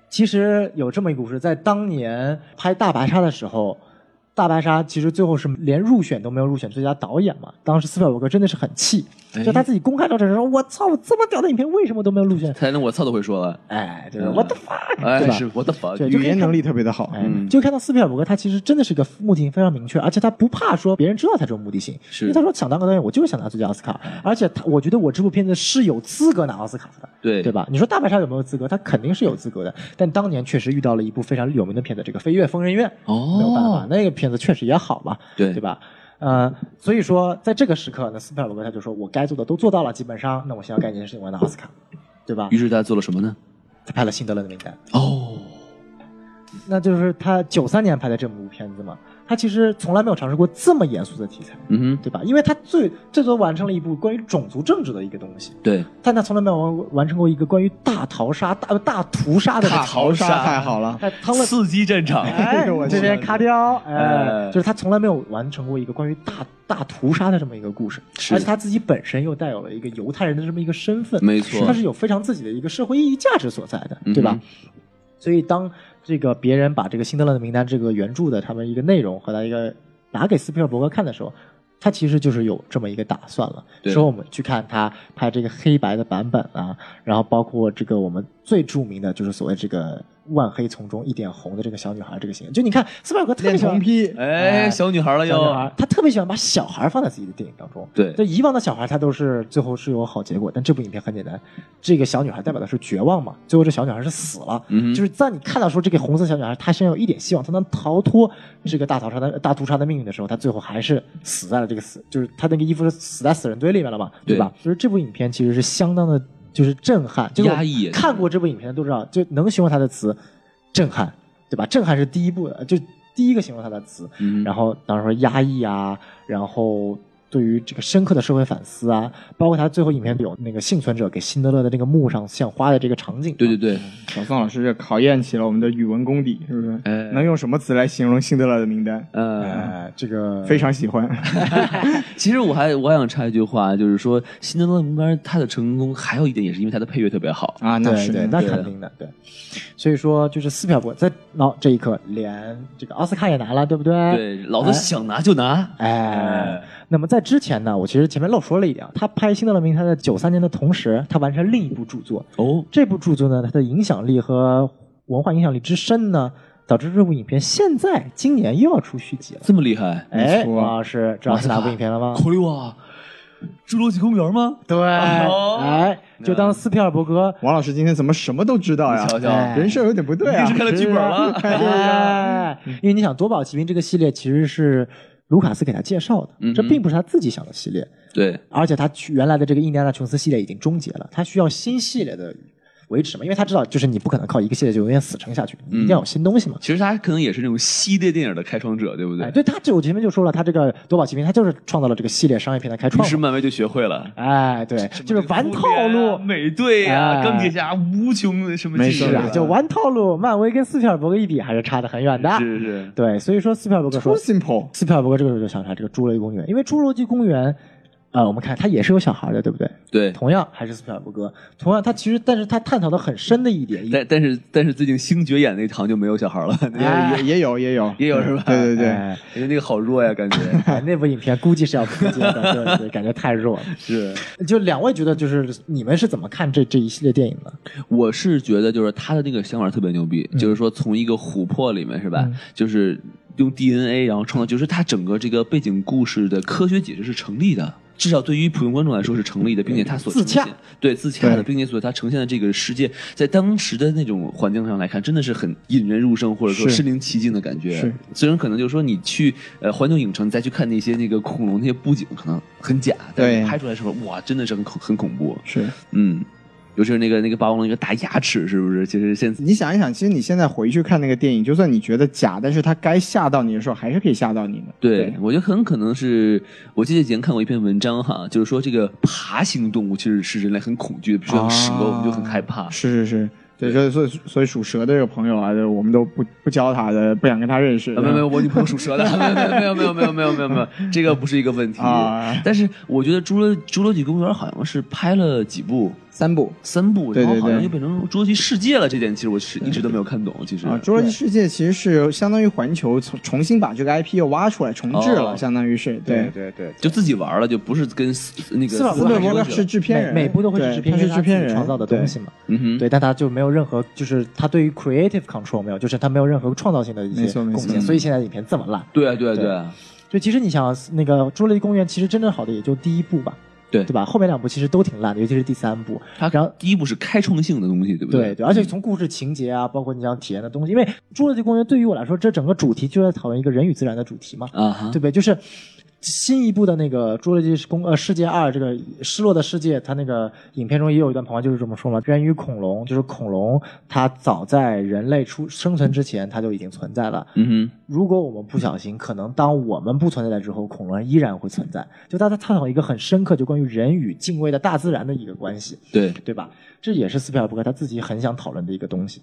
Speaker 1: 其实有这么一个故事，在当年拍《大白鲨》的时候，《大白鲨》其实最后是连入选都没有入选最佳导演嘛。当时斯皮尔伯格真的是很气，
Speaker 2: 哎
Speaker 1: 就他自己公开道歉说：“我操，我这么屌的影片为什么都没有入选
Speaker 2: 才能我操都会说了？”，
Speaker 1: 哎，对
Speaker 2: 嗯
Speaker 1: 吧？What the fuck？
Speaker 2: 哎，
Speaker 1: 对吧
Speaker 2: 是我的 fuck，
Speaker 1: 对就
Speaker 3: 语言能力特别的好，
Speaker 1: 哎
Speaker 2: 嗯，
Speaker 1: 就看到斯皮尔伯格，他其实真的是个目的性非常明确，而且他不怕说别人知道他这种目的性，
Speaker 2: 是
Speaker 1: 因
Speaker 2: 哎
Speaker 1: 为他说想当个导演，我就是想拿最佳奥斯卡，而且他我觉得我这部片子是有资格拿奥斯卡的，
Speaker 2: 对
Speaker 1: 对？吧？你说大白鲨有没有资格？他肯定是有资格的，但当年确实遇到了一部非常有名的片子，这个《飞跃疯人院》，没有办法
Speaker 2: 哦，，
Speaker 1: 那个片子确实也好嘛，
Speaker 2: 对
Speaker 1: 对？吧？呃，所以说在这个时刻呢，斯皮尔伯格他就说我该做的都做到了，基本上，那我现在要干一件事情，我要拿奥斯卡，对吧
Speaker 2: 于？是他做了什么呢？
Speaker 1: 他拍了《辛德勒的名单》。
Speaker 2: 哦，
Speaker 1: 那就是他九三年拍的这么部片子嘛，他其实从来没有尝试过这么严肃的题材，
Speaker 2: 嗯哼，
Speaker 1: 对吧？因为他最最多完成了一部关于种族政治的一个东西，
Speaker 2: 对，
Speaker 1: 但他从来没有完完成过一个关于大逃杀、大呃大屠杀的这个
Speaker 3: 大逃杀太好了。
Speaker 1: 他趟了。
Speaker 2: 刺激战场，
Speaker 1: 哎
Speaker 3: 这个我，
Speaker 1: 这边卡雕，哎
Speaker 2: 哎，
Speaker 1: 就是他从来没有完成过一个关于大大屠杀的这么一个故事，
Speaker 2: 是
Speaker 1: 而且他自己本身又带有了一个犹太人的这么一个身份，
Speaker 2: 没错
Speaker 1: 他是有非常自己的一个社会意义价值所在的，对吧？
Speaker 2: 嗯
Speaker 1: 所以当这个别人把这个《辛德勒的名单》这个原著的他们一个内容和他一个拿给斯皮尔伯格看的时候，他其实就是有这么一个打算了。
Speaker 2: 对
Speaker 1: 之后我们去看他拍这个黑白的版本啊，然后包括这个我们最著名的就是所谓这个万黑丛中一点红的这个小女孩这个形象，就你看斯皮尔伯格特别
Speaker 3: 恋
Speaker 1: 喜欢
Speaker 3: 童癖，哦
Speaker 2: 哎，
Speaker 1: 哎
Speaker 2: 小女孩了
Speaker 1: 小女
Speaker 2: 又，
Speaker 1: 孩，他特别喜欢把小孩放在自己的电影当中。
Speaker 2: 对
Speaker 1: 就以往的小孩，他都是最后是有好结果，但这部影片很简单，这个小女孩代表的是绝望嘛，最后这小女孩是死了，
Speaker 2: 嗯哼
Speaker 1: 就是在你看到说这个红色小女孩她身上有一点希望，她能逃脱这个大逃杀的大屠杀的命运的时候，她最后还是死在了这个死，就是她那个衣服是死在死人堆里面了嘛，
Speaker 2: 对
Speaker 1: 对吧？所以这部影片其实是相当的，就是震撼，就是我
Speaker 2: 压抑也啊是
Speaker 1: 看过这部影片的都知道，就能形容它的词，震撼，对吧？震撼是第一部，呃就第一个形容它的词，
Speaker 2: 嗯
Speaker 1: 然后当时说压抑啊，然后对于这个深刻的社会反思啊，包括他最后影片有那个幸存者给辛德勒的那个墓上献花的这个场景，
Speaker 2: 对对对，
Speaker 3: 小宋老师这考验起了我们的语文功底，是不是？
Speaker 2: 哎
Speaker 3: 能用什么词来形容辛德勒的名单？
Speaker 2: 呃，
Speaker 1: 呃，这个
Speaker 3: 非常喜欢。
Speaker 2: 其实我还我还想插一句话，就是说《辛德勒名单》它的成功还有一点也是因为它的配乐特别好。
Speaker 3: 啊，那
Speaker 1: 对
Speaker 3: 是
Speaker 1: 对，那肯定的，对。所以说，就是斯皮尔伯在闹这一刻，连这个奥斯卡也拿了，对不对？。
Speaker 2: 对，嗯老子想拿就拿。
Speaker 1: 哎，那么在之前呢，我其实前面漏说了一点啊，他拍《辛德勒名单》在九三年的同时，他完成另一部著作，
Speaker 2: 哦，
Speaker 1: 这部著作呢，它的影响力和文化影响力之深呢，导致这部影片现在今年又要出续集了。
Speaker 2: 这么厉害！
Speaker 1: 哎，
Speaker 3: 没错
Speaker 1: 王老师知道是哪部影片了 吗？
Speaker 2: 考虑啊，侏罗纪公园吗？
Speaker 1: 对，
Speaker 2: 哦
Speaker 1: 哎，就当斯皮尔伯格
Speaker 3: 王老师今天怎么什么都知道呀
Speaker 2: 你？瞧瞧，
Speaker 1: 哎
Speaker 3: 人设有点不对啊
Speaker 2: 一定是。看了剧本 了。
Speaker 3: 哎
Speaker 1: 哎，因为你想《夺宝奇兵》这个系列其实是卢卡斯给他介绍的，
Speaker 2: 嗯
Speaker 1: 这并不是他自己想的系列，
Speaker 2: 对，
Speaker 1: 而且他去原来的这个印第安纳琼斯系列已经终结了，他需要新系列的维持嘛，因为他知道就是你不可能靠一个系列就永远死撑下去，你一定要有新东西嘛。
Speaker 2: 其实他可能也是那种系列电影的开创者，对不
Speaker 1: 哎，对
Speaker 2: 对？
Speaker 1: 他这我前面就说了，他这个《夺宝奇兵》他就是创造了这个系列商业片的开
Speaker 2: 于
Speaker 1: 创
Speaker 2: 是
Speaker 1: 嘛。
Speaker 2: 漫威就学会了，
Speaker 1: 哎，对，就是玩
Speaker 2: 啊
Speaker 1: 套路，
Speaker 2: 美队呀、
Speaker 1: 哎
Speaker 2: 啊钢铁侠无穷的什么技术
Speaker 1: 是啊，
Speaker 2: 啊，
Speaker 1: 就玩套路。漫威跟斯皮尔伯格一比还是差得很远的。
Speaker 2: 是是
Speaker 1: 对，所以说斯皮尔伯格说
Speaker 3: Too simple，
Speaker 1: 斯皮尔伯格这个时候就想起来这个《侏罗纪公园》，因为《侏罗纪公园》，呃，我们看它也是有小孩的，对不对？
Speaker 2: 对。
Speaker 1: 同样还是斯皮尔伯格，同样他其实，但是他探讨的很深的一点，
Speaker 2: 但但是但是最近星爵演那一堂就没有小孩了，
Speaker 1: 哎
Speaker 3: 也也也有也有
Speaker 2: 也有是吧
Speaker 3: 对对 对，
Speaker 1: 哎
Speaker 2: 那个好弱呀，感觉
Speaker 1: 哎那部影片估计是要扑街的，对对，感觉太弱了。
Speaker 2: 是。
Speaker 1: 就两位觉得，就是你们是怎么看这这一系列电影的？
Speaker 2: 我是觉得就是他的那个想法特别牛逼，
Speaker 3: 嗯
Speaker 2: 就是说从一个琥珀里面是吧，就是用 DNA 然后创造，就是他整个这个背景故事的科学解释是成立的。至少对于普通观众来说是成立的，并且他所
Speaker 1: 自
Speaker 2: 呈现
Speaker 1: 洽
Speaker 2: 对自洽的，
Speaker 3: 对
Speaker 2: 并且所他呈现的这个世界，在当时的那种环境上来看，真的是很引人入胜，或者说
Speaker 3: 是
Speaker 2: 身临其境的感觉
Speaker 3: 是。
Speaker 2: 虽然可能就是说你去呃环球影城，你再去看那些那个恐龙那些布景，可能很假，但是
Speaker 3: 对
Speaker 2: 拍出来的时候，哇，真的是很恐很恐怖。
Speaker 3: 是。
Speaker 2: 嗯，尤其是那个那个霸王龙那个大牙齿，是不是？其实现在
Speaker 3: 你想一想，其实你现在回去看那个电影，就算你觉得假，但是它该吓到你的时候，还是可以吓到你的。
Speaker 2: 对我觉得很可能是，我记得以前看过一篇文章哈，就是说这个爬行动物其实是人类很恐惧的，比如说像蛇，我们就很害怕。
Speaker 3: 是是是，啊对，所以所以所以属蛇的这个朋友啊，就我们都不不教他的，不想跟他认识。
Speaker 2: 啊，没有没有，我女朋友属蛇的，没有没有没有没有没有没有没有，这个不是一个问题。
Speaker 3: 啊，
Speaker 2: 但是我觉得《侏罗侏罗纪公园》好像是拍了几部，
Speaker 3: 三部
Speaker 2: 三部，
Speaker 3: 对
Speaker 2: 然后
Speaker 3: 对
Speaker 2: 好像
Speaker 3: 对
Speaker 2: 又变成《侏罗纪世界》了。这点其实我是一直都没有看懂，其实
Speaker 3: 啊，《侏罗纪世界》其实是相当于环球重重新把这个 IP 又挖出来重置了，
Speaker 2: 哦
Speaker 3: 相当于是对。
Speaker 1: 对对，
Speaker 2: 就自己玩了，就不是跟那个
Speaker 1: 斯瓦
Speaker 3: 斯
Speaker 1: 伯
Speaker 3: 皮
Speaker 1: 格
Speaker 3: 尔伯格
Speaker 2: 去了
Speaker 3: 是制片人，
Speaker 1: 每每部都会是
Speaker 3: 对
Speaker 1: 制片
Speaker 3: 他
Speaker 1: 人，
Speaker 3: 是制片
Speaker 1: 他自己
Speaker 3: 人
Speaker 1: 创造的东西嘛。
Speaker 2: 嗯哼，
Speaker 1: 对，但他就没有任何，就是他对于 creative control 没有，就是他没有任何创造性的一
Speaker 3: 没
Speaker 1: 些
Speaker 3: 错没
Speaker 1: 贡
Speaker 3: 错
Speaker 1: 献，所以现在影片这么烂。
Speaker 2: 对啊对啊
Speaker 1: 对
Speaker 2: 对啊，
Speaker 1: 就其实你想，那个《侏罗纪公园》其实真正好的也就第一部吧，
Speaker 2: 对
Speaker 1: 对吧？后面两部其实都挺烂的，尤其是第三部。
Speaker 2: 它
Speaker 1: 然后
Speaker 2: 第一部是开创性的东西，对
Speaker 3: 嗯
Speaker 2: 不
Speaker 1: 对
Speaker 2: 对
Speaker 1: 对，而且从故事情节啊，包括你想体验的东西，因为《侏罗纪公园》对于我来说，这整个主题就在讨论一个人与自然的主题嘛，
Speaker 2: 啊哈
Speaker 1: 对，不对？就是新一部的那个《侏罗纪公呃世界二》这个失落的世界，它那个影片中也有一段旁白就是这么说嘛：人与恐龙，就是恐龙它早在人类出生存之前，它就已经存在了。
Speaker 2: 嗯
Speaker 1: 如果我们不小心，可能当我们不存在了之后，恐龙依然会存在。就大家探讨一个很深刻，就关于人与敬畏的大自然的一个关系，
Speaker 2: 哼，对，
Speaker 1: 对吧？这也是斯皮尔伯格他自己很想讨论的一个东西。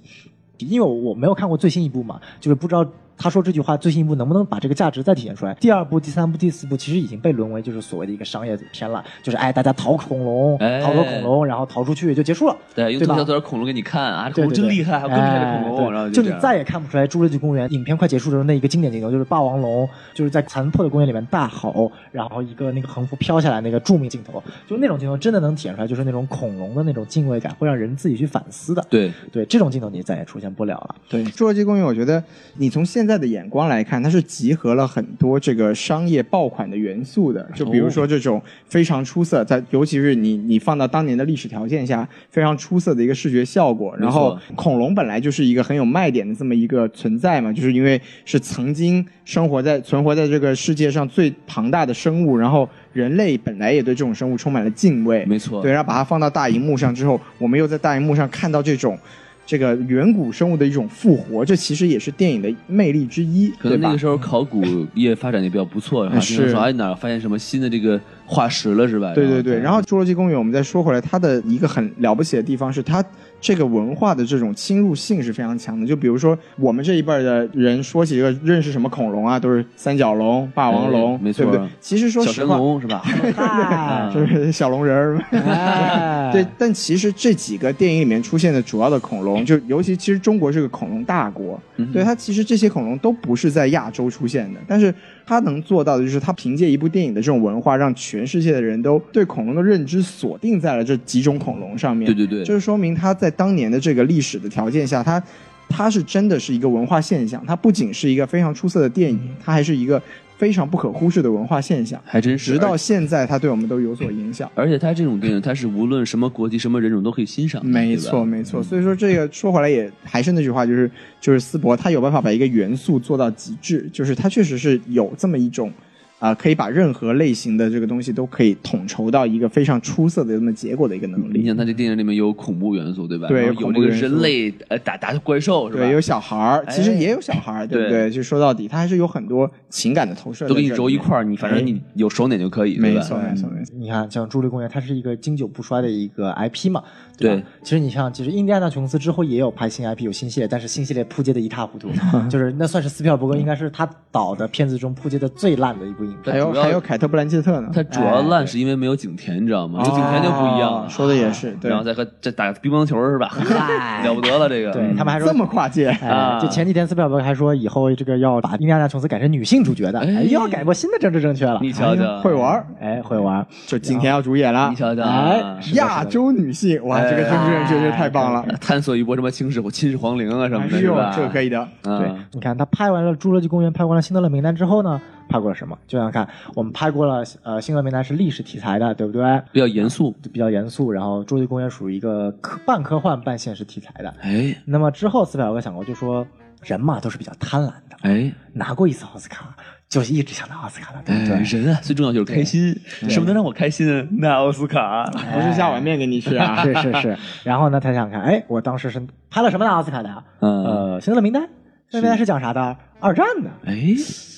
Speaker 1: 因为我没有看过最新一部嘛，就是不知道他说这句话最新一部能不能把这个价值再体现出来。第二部、第三部、第四部其实已经被沦为就是所谓的一个商业片了，就是哎大家逃恐龙，
Speaker 2: 哎
Speaker 1: 逃脱恐龙，然后逃出去就结束了。
Speaker 2: 对，用
Speaker 1: 对吧
Speaker 2: 特效做点恐龙给你看啊，
Speaker 1: 对
Speaker 2: 恐龙
Speaker 1: 对
Speaker 2: 真
Speaker 1: 对
Speaker 2: 厉害，还有更厉害的恐
Speaker 1: 哎
Speaker 2: 龙，
Speaker 1: 对
Speaker 2: 然后
Speaker 1: 就
Speaker 2: 这
Speaker 1: 你
Speaker 2: 样
Speaker 1: 再也看不出来《侏罗纪公园》影片快结束的时候那一个经典镜头，就是霸王龙就是在残破的公园里面大吼，然后一个那个横幅飘下来那个著名镜头，就那种镜头真的能体现出来，就是那种恐龙的那种敬畏感，会让人自己去反思的。
Speaker 2: 对
Speaker 1: 对，这种镜头你再也出现不了了。
Speaker 3: 对，《侏罗纪公园》，我觉得你从现在的眼光来看，它是集合了很多这个商业爆款的元素的。就比如说这种非常出色，在尤其是你你放到当年的历史条件下，非常出色的一个视觉效果。然后恐龙本来就是一个很有卖点的这么一个存在嘛，就是因为是曾经生活在存活在这个世界上最庞大的生物，然后人类本来也对这种生物充满了敬畏。
Speaker 2: 没错，
Speaker 3: 对，然后把它放到大荧幕上之后，我们又在大荧幕上看到这种这个远古生物的一种复活，这其实也是电影的魅力之一，
Speaker 2: 可
Speaker 3: 对
Speaker 2: 能那
Speaker 3: 吧
Speaker 2: 个？时候考古业发展也比较不错，然后
Speaker 3: 是
Speaker 2: 听说哎哪儿发现什么新的这个化石了是吧？
Speaker 3: 对对对，然后《侏罗纪公园》，我们再说回来，它的一个很了不起的地方是，它这个文化的这种侵入性是非常强的。就比如说，我们这一辈儿的人说起这个认识什么恐龙啊，都是三角龙、霸王龙，
Speaker 2: 哎没错
Speaker 3: 对不对？其实说
Speaker 2: 小
Speaker 3: 实
Speaker 2: 神
Speaker 3: 话，啊
Speaker 2: 龙是吧？
Speaker 1: 嗨
Speaker 2: 嗯
Speaker 3: 就是小龙 人儿。
Speaker 1: 哎
Speaker 3: 对，但其实这几个电影里面出现的主要的恐龙，就尤其其实中国是个恐龙大国，
Speaker 2: 嗯
Speaker 3: 对它其实这些恐龙都不是在亚洲出现的，但是它能做到的就是它凭借一部电影的这种文化，让全世界的人都对恐龙的认知锁定在了这几种恐龙上面。
Speaker 2: 对对对，
Speaker 3: 就是说明它在当年的这个历史的条件下，它它是真的是一个文化现象，它不仅是一个非常出色的电影，它还是一个非常不可忽视的文化现象。
Speaker 2: 还真是。
Speaker 3: 直到现在，它对我们都有所影响。
Speaker 2: 而且它这种电影，它是无论什么国籍、什么人种都可以欣赏的，
Speaker 3: 没
Speaker 2: 对吧嗯
Speaker 3: 错，，没错。所以说这个说回来也还是那句话，就是就是斯伯他有办法把一个元素做到极致，就是他确实是有这么一种啊、可以把任何类型的这个东西都可以统筹到一个非常出色的这么结果的一个能
Speaker 2: 你
Speaker 3: 力。
Speaker 2: 想，它这电影里面有恐怖元素，对吧？
Speaker 3: 对
Speaker 2: 然后
Speaker 3: 有
Speaker 2: 有
Speaker 3: 恐怖
Speaker 2: 这个
Speaker 3: 元素
Speaker 2: 人类呃打打怪兽是吧？
Speaker 3: 对，有小孩儿，其实
Speaker 2: 哎
Speaker 3: 也有小孩儿，对不
Speaker 2: 对
Speaker 3: 对？就说到底，他还是有很多情感的投射在
Speaker 2: 都给
Speaker 3: 这里
Speaker 2: 你
Speaker 3: 面，
Speaker 2: 揉一块儿，你反正你有手哪就可以，对
Speaker 3: 没
Speaker 2: 吧？嗯
Speaker 3: 错，没错，没错。
Speaker 1: 你看，像《朱莉公园》，它是一个经久不衰的一个 IP 嘛，吧
Speaker 2: 对
Speaker 1: 其实你像，其实《印第安纳琼斯》之后也有拍新 IP，有新系列，但是新系列扑街的一塌糊 涂，就是那算是斯皮尔伯格应该是他导的片子中扑街的最烂的一部影片。
Speaker 3: 还有
Speaker 2: 主要
Speaker 3: 还有凯特·布兰切特呢，
Speaker 2: 它主要烂是因为没有景甜，你知道吗？有景甜就不一样
Speaker 3: 哎哦
Speaker 2: 了。
Speaker 3: 说的也是，对
Speaker 2: 然，后再和再打乒乓球是吧？ 了不得了，这个嗯
Speaker 1: 对他们还说
Speaker 3: 这么 跨界，
Speaker 1: 哎，
Speaker 2: 啊
Speaker 1: 就前几天斯皮尔伯格还说以后这个要把《印第安纳琼斯》改成女性主角的，
Speaker 2: 哎
Speaker 1: 哎，又要改过新的政治正确了。
Speaker 2: 你瞧瞧，
Speaker 3: 会玩儿，
Speaker 1: 哎，会玩，
Speaker 3: 就景甜要主演了
Speaker 2: 你。瞧瞧，
Speaker 1: 哎，是的
Speaker 3: 亚，洲女性，哇，啊这个政治正确真是太棒了！
Speaker 2: 哎 探索一波什么秦始皇、秦始皇陵啊什么的，
Speaker 3: 哎
Speaker 2: 是
Speaker 3: 呦
Speaker 2: 吧？，
Speaker 3: 这个可以的。
Speaker 2: 啊
Speaker 1: 对，你看他拍完了《侏罗纪公园》，拍完了《辛德勒名单》之后呢，拍过了什么？就想看我们拍过了，呃，《辛德勒名单》是历史题材的，对不对？
Speaker 2: 比较严肃。
Speaker 1: 比较严肃，然后《侏罗纪公园》属于一个科半科幻半现实题材的。
Speaker 2: 哎
Speaker 1: 那么之后，斯皮尔伯格想过，就说人嘛都是比较贪婪的，
Speaker 2: 哎
Speaker 1: 拿过一次奥斯卡，就是一直想拿奥斯卡的，对不
Speaker 2: 哎，
Speaker 1: 对？！
Speaker 2: 人啊，最重要就是开心，什么能让我开心啊？那奥斯卡，
Speaker 3: 不是下碗面给你吃啊
Speaker 1: 是是是，然后呢，他想想看，哎，我当时是拍了什么拿奥斯卡的呀？
Speaker 2: 嗯
Speaker 1: 呃，《辛德勒名单》，《辛德勒名单》是讲啥的？二战的。
Speaker 2: 哎，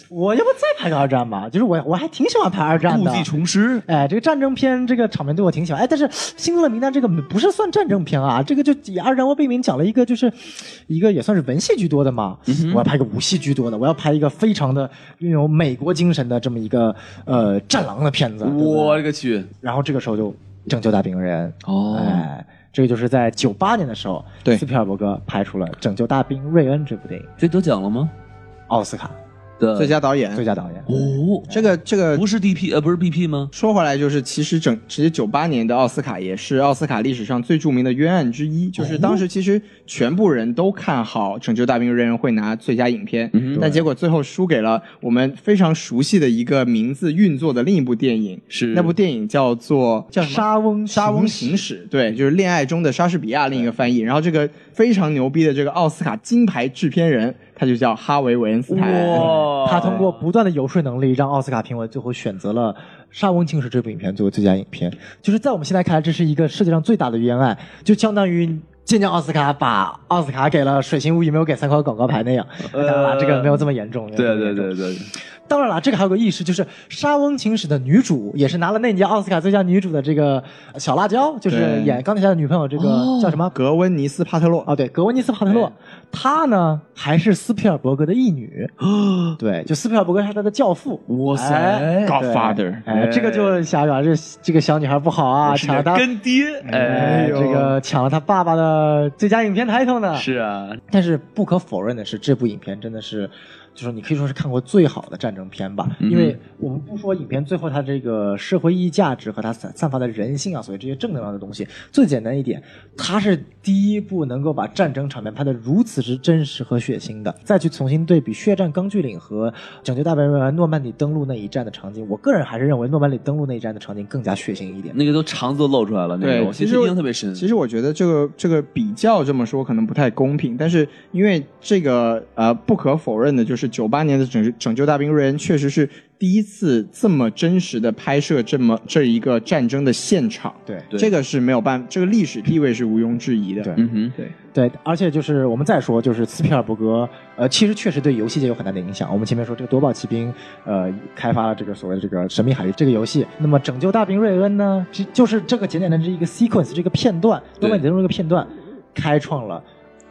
Speaker 1: 我要不再拍个二战吧？就是我我还挺喜欢拍二战
Speaker 2: 故
Speaker 1: 的。
Speaker 2: 伎重施，
Speaker 1: 哎，这个战争片这个场面对我挺喜欢。哎，但是《辛德勒名单》这个不是算战争片啊，这个就以二战为背景讲了一个就是一个也算是文戏居多的嘛。我要拍个武戏居多的，我要拍一个非常的拥有美国精神的这么一个呃战狼的片子。对不对
Speaker 2: 我勒个去！
Speaker 1: 然后这个时候就拯救大兵人。
Speaker 2: 哦
Speaker 1: 哎，这个就是在九八年的时候，
Speaker 3: 对
Speaker 1: 斯皮尔伯格拍出了《拯救大兵瑞恩》这部电影，
Speaker 2: 这得奖了吗？
Speaker 1: 奥斯卡
Speaker 2: 的
Speaker 3: 最佳导演
Speaker 1: 最，佳导演。
Speaker 2: 哦，
Speaker 3: 这个这个
Speaker 2: 不是 DP 呃，不是 BP 吗？
Speaker 3: 说回来就是，其实整其实九八年的奥斯卡也是奥斯卡历史上最著名的冤案之一，就是当时其实全部人都看好《拯救大兵瑞恩》会拿最佳影片，但结果最后输给了我们非常熟悉的一个名字运作的另一部电影，
Speaker 2: 是
Speaker 3: 那部电影叫做叫什么
Speaker 1: 莎翁
Speaker 3: 莎翁
Speaker 1: 行
Speaker 3: 行嗯驶，对，就是恋爱中的莎士比亚另一个翻译。然后这个非常牛逼的这个奥斯卡金牌制片人，他就叫哈维·韦恩斯坦。
Speaker 2: 哇
Speaker 1: 他通过不断的游说能力，让奥斯卡评委最后选择了《莎翁情史》这部影片作为最佳影片。就是在我们现在看来，这是一个世界上最大的冤案，就相当于。今年奥斯卡把奥斯卡给了《水形物语》，没有给三块广告牌那样。当然了，这个没有这么严重。没有这
Speaker 2: 对
Speaker 1: 么
Speaker 2: 对
Speaker 1: 严重
Speaker 2: 对对，
Speaker 1: 当然了，这个还有个意识，就是《莎翁情史》的女主也是拿了那年奥斯卡最佳女主的这个小辣椒，就是
Speaker 3: 对
Speaker 1: 演钢铁侠的女朋友，这个叫什么？
Speaker 3: 格温尼斯·帕特洛
Speaker 1: 哦，对，格温妮斯·帕特洛，她呢还是斯皮尔伯格的义女，对，就斯皮尔伯格是她的教父。
Speaker 2: 哇塞
Speaker 1: 哎对
Speaker 3: Godfather
Speaker 1: 哎，这个就想想这这个小女孩不好啊，抢了她，
Speaker 2: 跟爹，
Speaker 1: 哎，
Speaker 2: 哎，
Speaker 1: 这个抢了她爸爸的最佳影片 title 呢。
Speaker 2: 是啊，
Speaker 1: 但是不可否认的是，这部影片真的是，就是你可以说是看过最好的战争片吧。
Speaker 2: 嗯
Speaker 1: 因为我们不说影片最后它这个社会意义价值和它散散发的人性啊，所谓这些正能量的东西，最简单一点，它是第一部能够把战争场面拍得如此之真实和血腥的。再去重新对比《血战钢锯岭》和《拯救大兵瑞恩》诺曼底登陆那一战的场景，我个人还是认为诺曼底登陆那一战的场景更加血腥一点。
Speaker 2: 那个都肠子都露出来了，那
Speaker 3: 对
Speaker 2: 个我
Speaker 3: 其
Speaker 2: 其
Speaker 3: 实
Speaker 2: 实印象特别深。
Speaker 3: 其实我觉得这个这个比较这么说可能不太公平，但是因为这个呃不可否认的就是是九八年的拯《拯救大兵瑞恩》确实是第一次这么真实的拍摄这么这一个战争的现场，
Speaker 1: 对
Speaker 2: 对
Speaker 3: 这个是没有办法，这个历史地位是毋庸置疑的。
Speaker 1: 对
Speaker 2: 嗯哼，
Speaker 3: 对
Speaker 1: 对，而且就是我们再说，就是斯皮尔伯格，呃，其实确实对游戏界有很大的影响。我们前面说这个夺宝奇兵，呃，开发了这个所谓的这个神秘海域这个游戏，那么拯救大兵瑞恩呢，这就是这个简简单单这一个 sequence 这个片段，
Speaker 2: 对
Speaker 1: 那么你的这个片段，开创了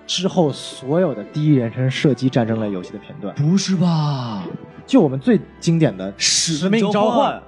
Speaker 1: 之后所有的第一人称射击战争类游戏的片段。
Speaker 2: 不是吧？
Speaker 1: 就我们最经典的
Speaker 2: 使
Speaker 1: 命召唤，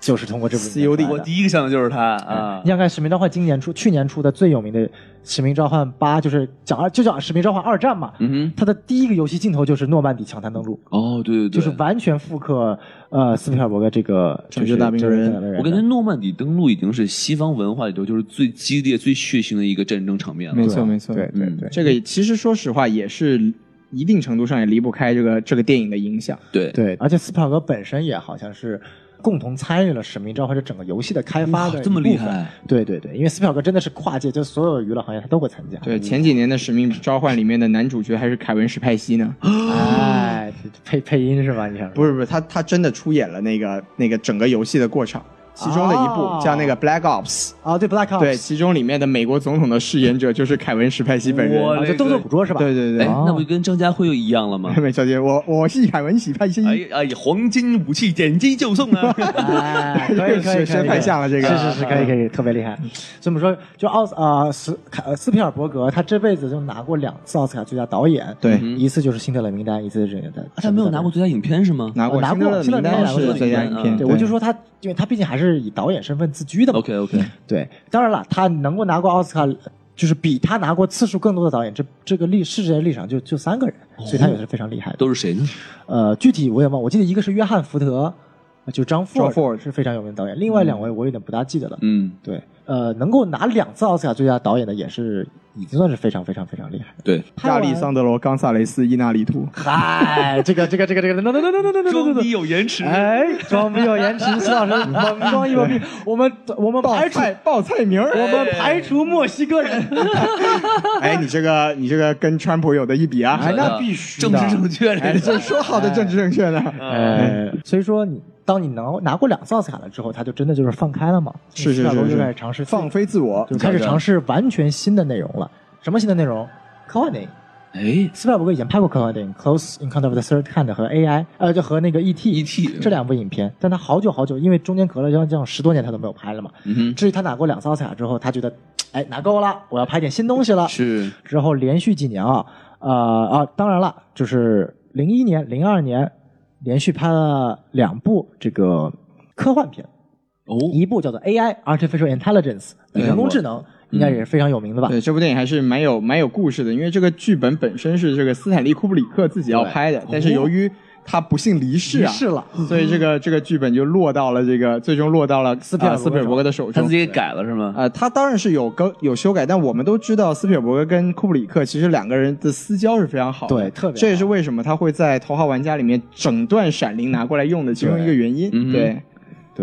Speaker 1: 就是通过这部影片
Speaker 3: COD
Speaker 1: 出来
Speaker 2: 我
Speaker 1: 的
Speaker 2: 第一个想的就是他啊
Speaker 1: 你。想看《使命召唤》今年出，去年出的最有名的《使命召唤八》，就是讲二，就讲《使命召唤二战》嘛。
Speaker 2: 嗯
Speaker 1: 它的第一个游戏镜头就是诺曼底强滩登陆，
Speaker 2: 哼，哦，对对对，
Speaker 1: 就是完全复刻呃斯皮尔伯格这个
Speaker 3: 拯救大兵
Speaker 1: 就是
Speaker 3: 瑞恩
Speaker 1: 拯救大兵
Speaker 2: 我感觉诺曼底登陆已经是西方文化里头就是最激烈、最血腥的一个战争场面了。
Speaker 3: 没错没错，
Speaker 1: 对对
Speaker 2: 嗯
Speaker 1: 对
Speaker 3: 这个其实说实话也是一定程度上也离不开这个这个电影的影响。
Speaker 2: 对，
Speaker 1: 对，而且斯皮尔伯格本身也好像是共同参与了《使命召唤》这整个游戏的开发
Speaker 2: 哇
Speaker 1: 的，
Speaker 2: 这么厉。害，哎
Speaker 1: 对对对，因为斯皮尔伯格真的是跨界，就所有娱乐行业他都会参加。
Speaker 3: 对，前几年的《使命召唤》里面的男主角还是凯文·史派西呢，
Speaker 1: 哎，配配音是吧？你想
Speaker 3: 不是不是，他他真的出演了那个那个整个游戏的过程，其中的一部、
Speaker 1: 哦
Speaker 3: 叫那个《Black Ops》，
Speaker 1: 啊？对，Black Ops
Speaker 3: 对，其中里面的美国总统的饰演者就是凯文·史派西本人。
Speaker 2: 我
Speaker 1: 啊，就动作捕捉是吧？
Speaker 3: 对对对嗯
Speaker 2: 哎，
Speaker 1: 哦
Speaker 2: 那不就跟张家辉又一样了吗？
Speaker 3: 美小姐，我我是凯文·史派西，
Speaker 2: 哎哎，黄金武器点击就送啊！
Speaker 1: 哎，可以可以可以，
Speaker 3: 学太像了这个嗯
Speaker 1: 是是是，可以可以，特别厉害。所以我们说，就奥斯啊斯卡呃斯皮尔伯格，他这辈子就拿过两次奥斯卡最佳导演，
Speaker 3: 对
Speaker 1: 一次就是《辛德勒名单》，一次就是这个。
Speaker 2: 嗯啊他没有拿过最佳影片是吗？
Speaker 3: 拿过
Speaker 1: 拿
Speaker 3: 辛德
Speaker 1: 过
Speaker 3: 勒
Speaker 1: 辛
Speaker 3: 名
Speaker 1: 德勒
Speaker 3: 单
Speaker 1: 名单
Speaker 3: 是最佳
Speaker 2: 拿
Speaker 3: 嗯影
Speaker 2: 过
Speaker 3: 片，
Speaker 1: 对，我就说他，因为他毕竟还是以导演身份自居 的嘛。
Speaker 2: OK OK，
Speaker 1: 对，当然了，他能够拿过奥斯卡，就是比他拿过次数更多的导演，这这个历世界历史上就就三个人，
Speaker 3: 哦
Speaker 1: 所以他也是非常厉害的。
Speaker 2: 都是谁呢？
Speaker 1: 呃，具体我也忘，我记得一个是约翰福德，呃就张
Speaker 3: John Ford 嗯
Speaker 1: 是非常有名的导演，另外两位我有点不大记得了。
Speaker 2: 嗯，
Speaker 1: 对，呃，能够拿两次奥斯卡最佳导演的也是已经算是非常非常非常厉害的。
Speaker 2: 对，
Speaker 3: 亚历桑德罗·冈萨雷斯·伊纳里图，
Speaker 1: 嗨，这个这个这个这个，no no no no no no no no no。
Speaker 2: 有延迟
Speaker 1: 哎，装逼有延迟，徐老师，我们装逼有逼，我们我们排除
Speaker 3: 菜报菜名儿
Speaker 1: 我们排除墨西哥人，
Speaker 3: 哎，你这个你这个跟川普有的一比啊！
Speaker 1: 哎那必须的
Speaker 2: 呃政治正确来
Speaker 3: 哎，
Speaker 2: 着。
Speaker 3: 这说好的政治正确呢？
Speaker 1: 哎，所以说你当你能拿过两次奥斯卡了之后，他就真的就是放开了嘛，
Speaker 3: 是
Speaker 1: 徐
Speaker 3: 是
Speaker 1: 老师
Speaker 3: 是
Speaker 1: 就开
Speaker 3: 是
Speaker 1: 始，尝试
Speaker 3: 放，飞自我
Speaker 1: 就，开始尝试完全新的内容了。什么新的内容？科幻电影。
Speaker 2: 哎
Speaker 1: 斯皮尔伯格以前拍过科幻电影《Close Encounter of the Third Kind》和 AI，呃，就和那个 E.T.
Speaker 2: ，ET
Speaker 1: 这，两部影片，但他好久好久，因为中间隔了将将十多年，他都没有拍了嘛。
Speaker 2: 嗯哼，
Speaker 1: 至于他拿过两次奥斯卡之后，他觉得，哎，拿够了，我要拍点新东西了。
Speaker 2: 是
Speaker 1: 之后连续几年啊，呃啊，当然了，就是零一年、零二年，连续拍了两部这个科幻片，
Speaker 2: 哦，
Speaker 1: 一部叫做 AI Artificial Intelligence
Speaker 2: 对
Speaker 1: 人工智能，应该也是非常有名的吧？
Speaker 3: 对，这部电影还是蛮有蛮有故事的，因为这个剧本本身是这个斯坦利库布里克自己要拍的，但是由于他不幸离世
Speaker 1: 离
Speaker 3: 啊，
Speaker 1: 世了，
Speaker 3: 所以这个这个剧本就落到了这个最终落到了斯呃
Speaker 1: 皮尔伯格
Speaker 3: 斯皮尔伯格的手
Speaker 2: 他自
Speaker 3: 中。
Speaker 2: 己给改了是吗？
Speaker 3: 呃，他当然是有更有修改，但我们都知道斯皮尔伯格跟库布里克其实两个人的私交是非常好的，
Speaker 1: 对，特别
Speaker 3: 这也是
Speaker 1: 好
Speaker 3: 为什么他会在《头号玩家》里面整段《闪灵》拿过来用的其中一个原因。
Speaker 2: 对嗯哼
Speaker 3: 对，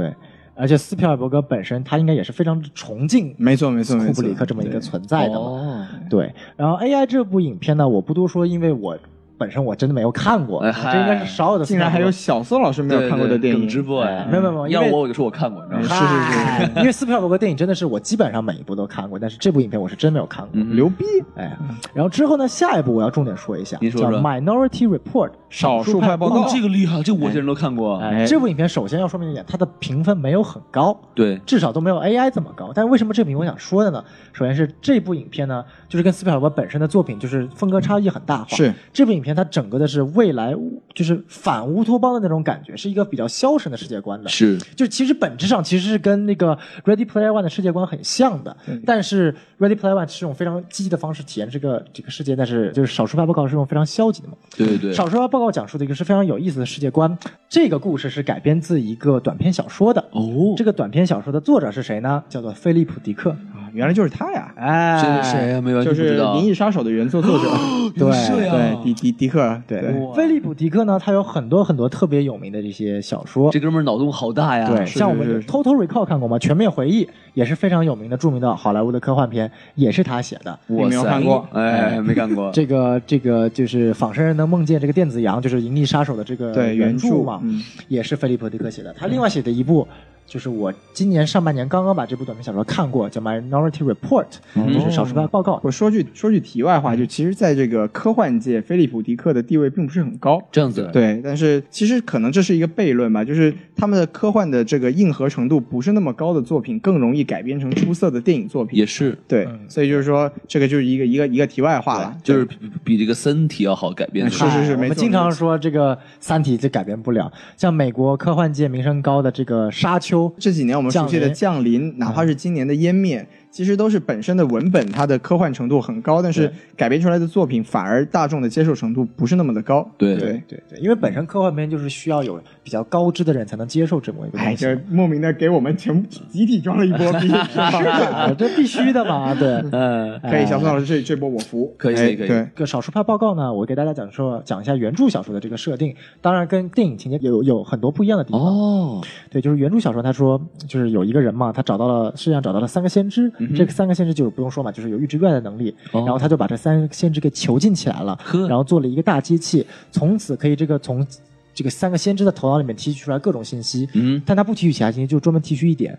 Speaker 1: 对。而且斯皮尔伯格本身，他应该也是非常崇敬
Speaker 3: 没错没错没
Speaker 1: 库
Speaker 3: 错。
Speaker 1: 布里克这么一个
Speaker 3: 对
Speaker 1: 存在的嘛。
Speaker 2: 哦，
Speaker 1: 对，然后 AI 这部影片呢，我不多说，因为我本身我真的没有看过，
Speaker 2: 哎嗨
Speaker 1: 这应该是少有的。
Speaker 3: 竟然还有小宋老师没有看过的电影，
Speaker 2: 直播哎，
Speaker 1: 没有没有没有因
Speaker 2: 要
Speaker 1: 为
Speaker 2: 我我就说我看过，你知道
Speaker 1: 是
Speaker 2: 吗？
Speaker 1: 是是，因为斯皮尔伯格电影真的是我基本上每一部都看过，但是这部影片我是真没有看过。
Speaker 2: 嗯
Speaker 3: 牛逼！
Speaker 1: 哎，然后之后呢，下一部我要重点说一下，
Speaker 2: 您说说
Speaker 1: 叫《Minority Report》
Speaker 3: 少数
Speaker 1: 嗯
Speaker 3: 派报
Speaker 2: 哦
Speaker 3: 告，
Speaker 2: 这个厉害，这我竟然都看过。啊
Speaker 1: 哎，这部影片首先要说明一点，它的评分没有很高，
Speaker 2: 对，
Speaker 1: 至少都没有 AI 这么高。但为什么这部影片我想说的呢？首先是这部影片呢，就是跟斯皮尔伯格本身的作品就是风格差异很大化。
Speaker 3: 是
Speaker 1: 这部影片它整个的是未来乌就是反乌托邦的那种感觉，是一个比较消沉的世界观的。
Speaker 2: 是
Speaker 1: 就其实本质上其实是跟那个 Ready Player One 的世界观很像的，
Speaker 2: 嗯
Speaker 1: 但是 Ready Player One 是用非常积极的方式体验这个这个世界，但是就是少数派报告是用非常消极的嘛。
Speaker 2: 对对对，
Speaker 1: 少数派报告讲述的一个是非常有意思的世界观，这个故事是改编自一个短篇小说的。
Speaker 2: 哦，
Speaker 1: 嗯这个短篇小说的作者是谁呢？叫做菲利普·迪克。
Speaker 3: 啊原来就是他呀！
Speaker 1: 哎，
Speaker 2: 这是谁呀？没完全
Speaker 3: 就
Speaker 2: 不知
Speaker 3: 是
Speaker 2: 道。
Speaker 3: 《银翼杀手》的原作作者，
Speaker 1: 对
Speaker 2: 是呀
Speaker 3: 对，迪迪迪克，对
Speaker 1: 对，菲利普·迪克呢，他有很多很多特别有名的这些小说啊
Speaker 2: 这。哥们儿脑洞好大呀！
Speaker 3: 对是
Speaker 1: 像我们
Speaker 3: 是
Speaker 1: 《
Speaker 3: 是
Speaker 1: Total Recall》看过吗？《全面回忆》也是非常有名的、著名的好莱坞的科幻片，也是他写的。
Speaker 2: 我
Speaker 3: 你没有看过
Speaker 2: 哎，没看 过。
Speaker 1: 这个这个就是仿生人能梦见这个电子羊，就是《银翼杀手》的这个
Speaker 3: 对
Speaker 1: 原
Speaker 3: 原著
Speaker 1: 嘛，
Speaker 3: 嗯
Speaker 1: 也是菲利普·迪克写的。他另外写的一部，就是我今年上半年刚刚把这部短篇小说看过，叫《Minority Report》，就是少数派报告。
Speaker 3: 我说句说句题外
Speaker 1: 嗯
Speaker 3: 话，就其实在这个科幻界，菲利普迪克的地位并不是很高。
Speaker 2: 这样子，
Speaker 3: 对，但是其实可能这是一个悖论吧，就是他们的科幻的这个硬核程度不是那么高的作品，更容易改编成出色的电影作品。
Speaker 2: 也是，
Speaker 3: 对，所以就是说，这个就是一个一个一个题外话了。
Speaker 2: 就是比比这个《三体》要好改编的。
Speaker 3: 是是是
Speaker 1: 哎我
Speaker 3: 没
Speaker 1: 们
Speaker 3: 错
Speaker 1: 经常说这个《三体》就改变不了，像美国科幻界名声高的这个《沙丘》，
Speaker 3: 这几年我们熟悉的《降临》，哪怕是今年的《湮灭》，
Speaker 2: 嗯
Speaker 3: 其实都是本身的文本它的科幻程度很高，但是改编出来的作品反而大众的接受程度不是那么的高。
Speaker 2: 对
Speaker 3: 对，
Speaker 1: 对对，因为本身科幻片就是需要有比较高知的人才能接受这么一个
Speaker 3: 哎，
Speaker 1: 东西
Speaker 3: 这。 莫名的给我们全部集体装了一波 逼， 是吧
Speaker 1: 啊这必须的 嘛，对。呃
Speaker 2: 嗯，
Speaker 3: 可以，小宋老师这这波我服，
Speaker 2: 可以
Speaker 3: 哎
Speaker 2: 可以可以
Speaker 3: 对，
Speaker 1: 这个少数派报告呢，我给大家讲说讲一下原著小说的这个设定，当然跟电影情节有有很多不一样的地方。
Speaker 2: 哦，
Speaker 1: 对，就是原著小说，他说就是有一个人嘛，他找到了世界上找到了三个先知，这三个先知就是不用说嘛，就是有预知未来的能力，
Speaker 2: 哦
Speaker 1: 然后他就把这三个先知给囚禁起来了，
Speaker 3: 嗯
Speaker 2: 呵
Speaker 1: 然后做了一个大机器，从此可以这个从这个三个先知的头脑里面提取出来各种信息，
Speaker 2: 嗯，
Speaker 1: 但他不提取其他信息，就专门提取一点，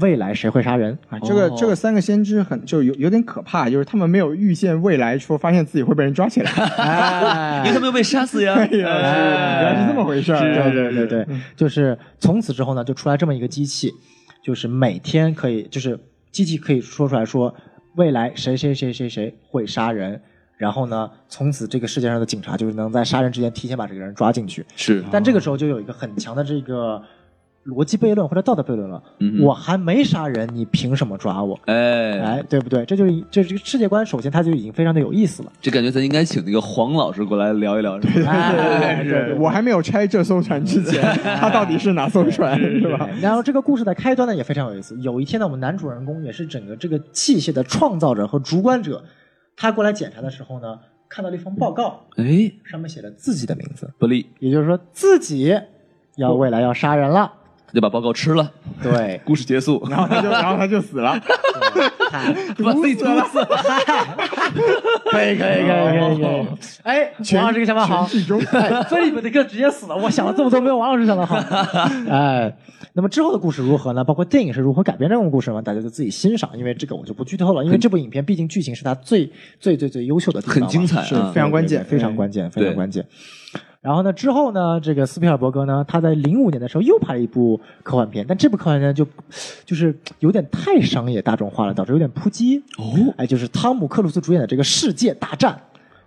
Speaker 1: 未来谁会杀人。
Speaker 3: 啊，这个、
Speaker 2: 哦
Speaker 3: 这个三个先知很就有有点可怕，就是他们没有预见未来，说发现自己会被人抓起 来，
Speaker 2: 因为他没有被杀 死呀。
Speaker 3: 哎呀，原来是这么回事儿，
Speaker 2: 是
Speaker 3: 对嗯
Speaker 1: 对对，就是从此之后呢，就出来这么一个机器，就是每天可以，就是机器可以说出来说，未来谁谁谁谁谁会杀人，然后呢，从此这个世界上的警察就是能在杀人之前提前把这个人抓进去。
Speaker 2: 是，
Speaker 1: 但这个时候就有一个很强的这个逻辑悖论或者道德悖论了，
Speaker 2: 嗯哼
Speaker 1: 我还没杀人，你凭什么抓我？
Speaker 2: 哎，
Speaker 1: 哎，对不对？这就是这这个世界观，首先它就已经非常的有意思了。
Speaker 2: 这感觉咱应该请那个黄老师过来聊一聊，是吧？
Speaker 1: 哎
Speaker 3: 对对，我还没有拆这艘船之 前，它到底是哪艘船是
Speaker 2: 哎
Speaker 3: 吧？
Speaker 1: 然后这个故事的开端呢也非常有意思。有一天呢，我们男主人公也是整个这个器械的创造者和主管者，他过来检查的时候呢，看到了一封报告，
Speaker 2: 哎，
Speaker 1: 上面写着自己的名字，
Speaker 2: 不利，
Speaker 1: 也就是说自己要未来要杀人了。
Speaker 2: 就把报告吃了，，
Speaker 1: 对
Speaker 2: 故事结束。
Speaker 3: 然后他就然后他就死了，
Speaker 1: 嗨
Speaker 2: 把自己毒死了，
Speaker 1: 可以可以可以可以可以。哎，王老师这个想法好，哎，菲利普迪克直接死了。我想了这么多，没有王老师想的好。 哎，那么之后的故事如何呢？包括电影是如何改编这个故事呢？大家就自己欣赏，因为这个我就不剧透了，因为这部影片毕竟剧情是它最最最最优秀的地方嘛，
Speaker 2: 很精彩
Speaker 1: 是
Speaker 2: 啊
Speaker 3: 非！常关键，
Speaker 1: 非常关键，非常关键。然后呢，之后呢，这个斯皮尔伯格呢，他在零五年的时候又拍了一部科幻片，但这部科幻片就就是有点太商业大众化了，导致有点扑街。
Speaker 2: 哦
Speaker 1: 哎，就是汤姆克鲁斯主演的这个《世界大战》。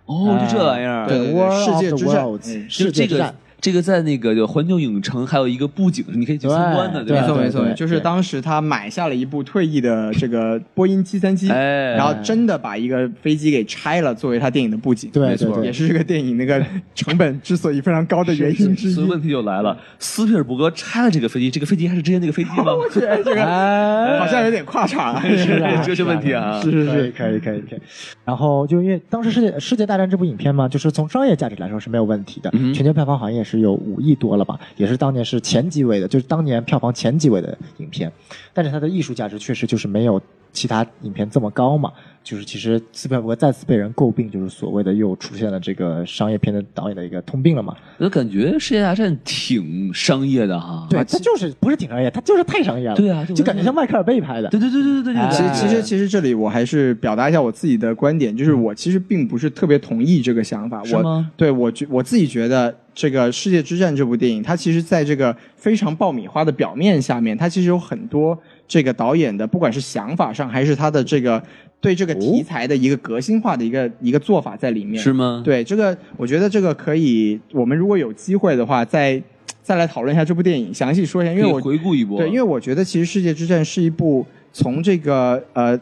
Speaker 2: 哦，就这玩意儿，
Speaker 3: 对对
Speaker 1: World
Speaker 3: 世
Speaker 1: of
Speaker 3: 界
Speaker 1: the
Speaker 3: 之战
Speaker 1: Worlds，
Speaker 3: 嗯
Speaker 2: 就
Speaker 1: 哎世界
Speaker 2: 这
Speaker 1: 之
Speaker 2: 个
Speaker 1: 战，
Speaker 2: 这个在那个就环球影城还有一个布景，你可以去参观的，
Speaker 1: 对
Speaker 2: 吧
Speaker 3: 没错
Speaker 1: 对
Speaker 3: 没错
Speaker 1: 对，
Speaker 3: 就是
Speaker 1: 对
Speaker 3: 当时他买下了一部退役的这个波音七三七，
Speaker 2: 哎
Speaker 3: 然后真的把一个飞机给拆了，作为他电影的布景，
Speaker 1: 对
Speaker 2: 没错
Speaker 1: 对对，
Speaker 3: 也是这个电影那个成本之所以非常高的原因之
Speaker 2: 所以
Speaker 3: 一。
Speaker 2: 问题就来了，斯皮尔伯格拆了这个飞机，这个飞机还是之前那个飞机 吗？
Speaker 3: 这个
Speaker 1: 哎，
Speaker 3: 好像有点跨场啊，
Speaker 2: 是
Speaker 1: 啊
Speaker 2: 这是问题啊，
Speaker 3: 是 是
Speaker 1: 可以可
Speaker 3: 是，
Speaker 1: 以可以可以。然后就因为当时世界世界大战这部影片嘛，就是从商业价值来说是没有问题的，
Speaker 2: 嗯
Speaker 1: 全球票房好像也是有五亿多了吧，也是当年是前几位的，就是当年票房前几位的影片。但是它的艺术价值确实就是没有其他影片这么高嘛，就是其实斯皮尔伯格再次被人诟病，就是所谓的又出现了这个商业片的导演的一个通病了嘛。
Speaker 2: 我感觉世界大战挺商业的哈。
Speaker 1: 对，他就是不是挺商业，他就是太商业了。
Speaker 2: 对啊就
Speaker 1: 就感觉像迈克尔贝拍的。
Speaker 2: 对对对对对对
Speaker 1: 哎
Speaker 2: 对。对
Speaker 3: 其实其实其实这里我还是表达一下我自己的观点，就是我其实并不是特别同意这个想法。
Speaker 2: 是
Speaker 3: 我
Speaker 2: 吗
Speaker 3: 对我觉我自己觉得这个《世界之战》这部电影，它其实在这个非常爆米花的表面下面，它其实有很多这个导演的，不管是想法上还是他的这个对这个题材的一个革新化的一个、一个做法在里面。
Speaker 2: 是吗？
Speaker 3: 对这个，我觉得这个可以，我们如果有机会的话，再再来讨论一下这部电影，详细说一下，因为
Speaker 2: 可以
Speaker 3: 我
Speaker 2: 回顾一波。
Speaker 3: 对，因为我觉得其实《世界之战》是一部从这个呃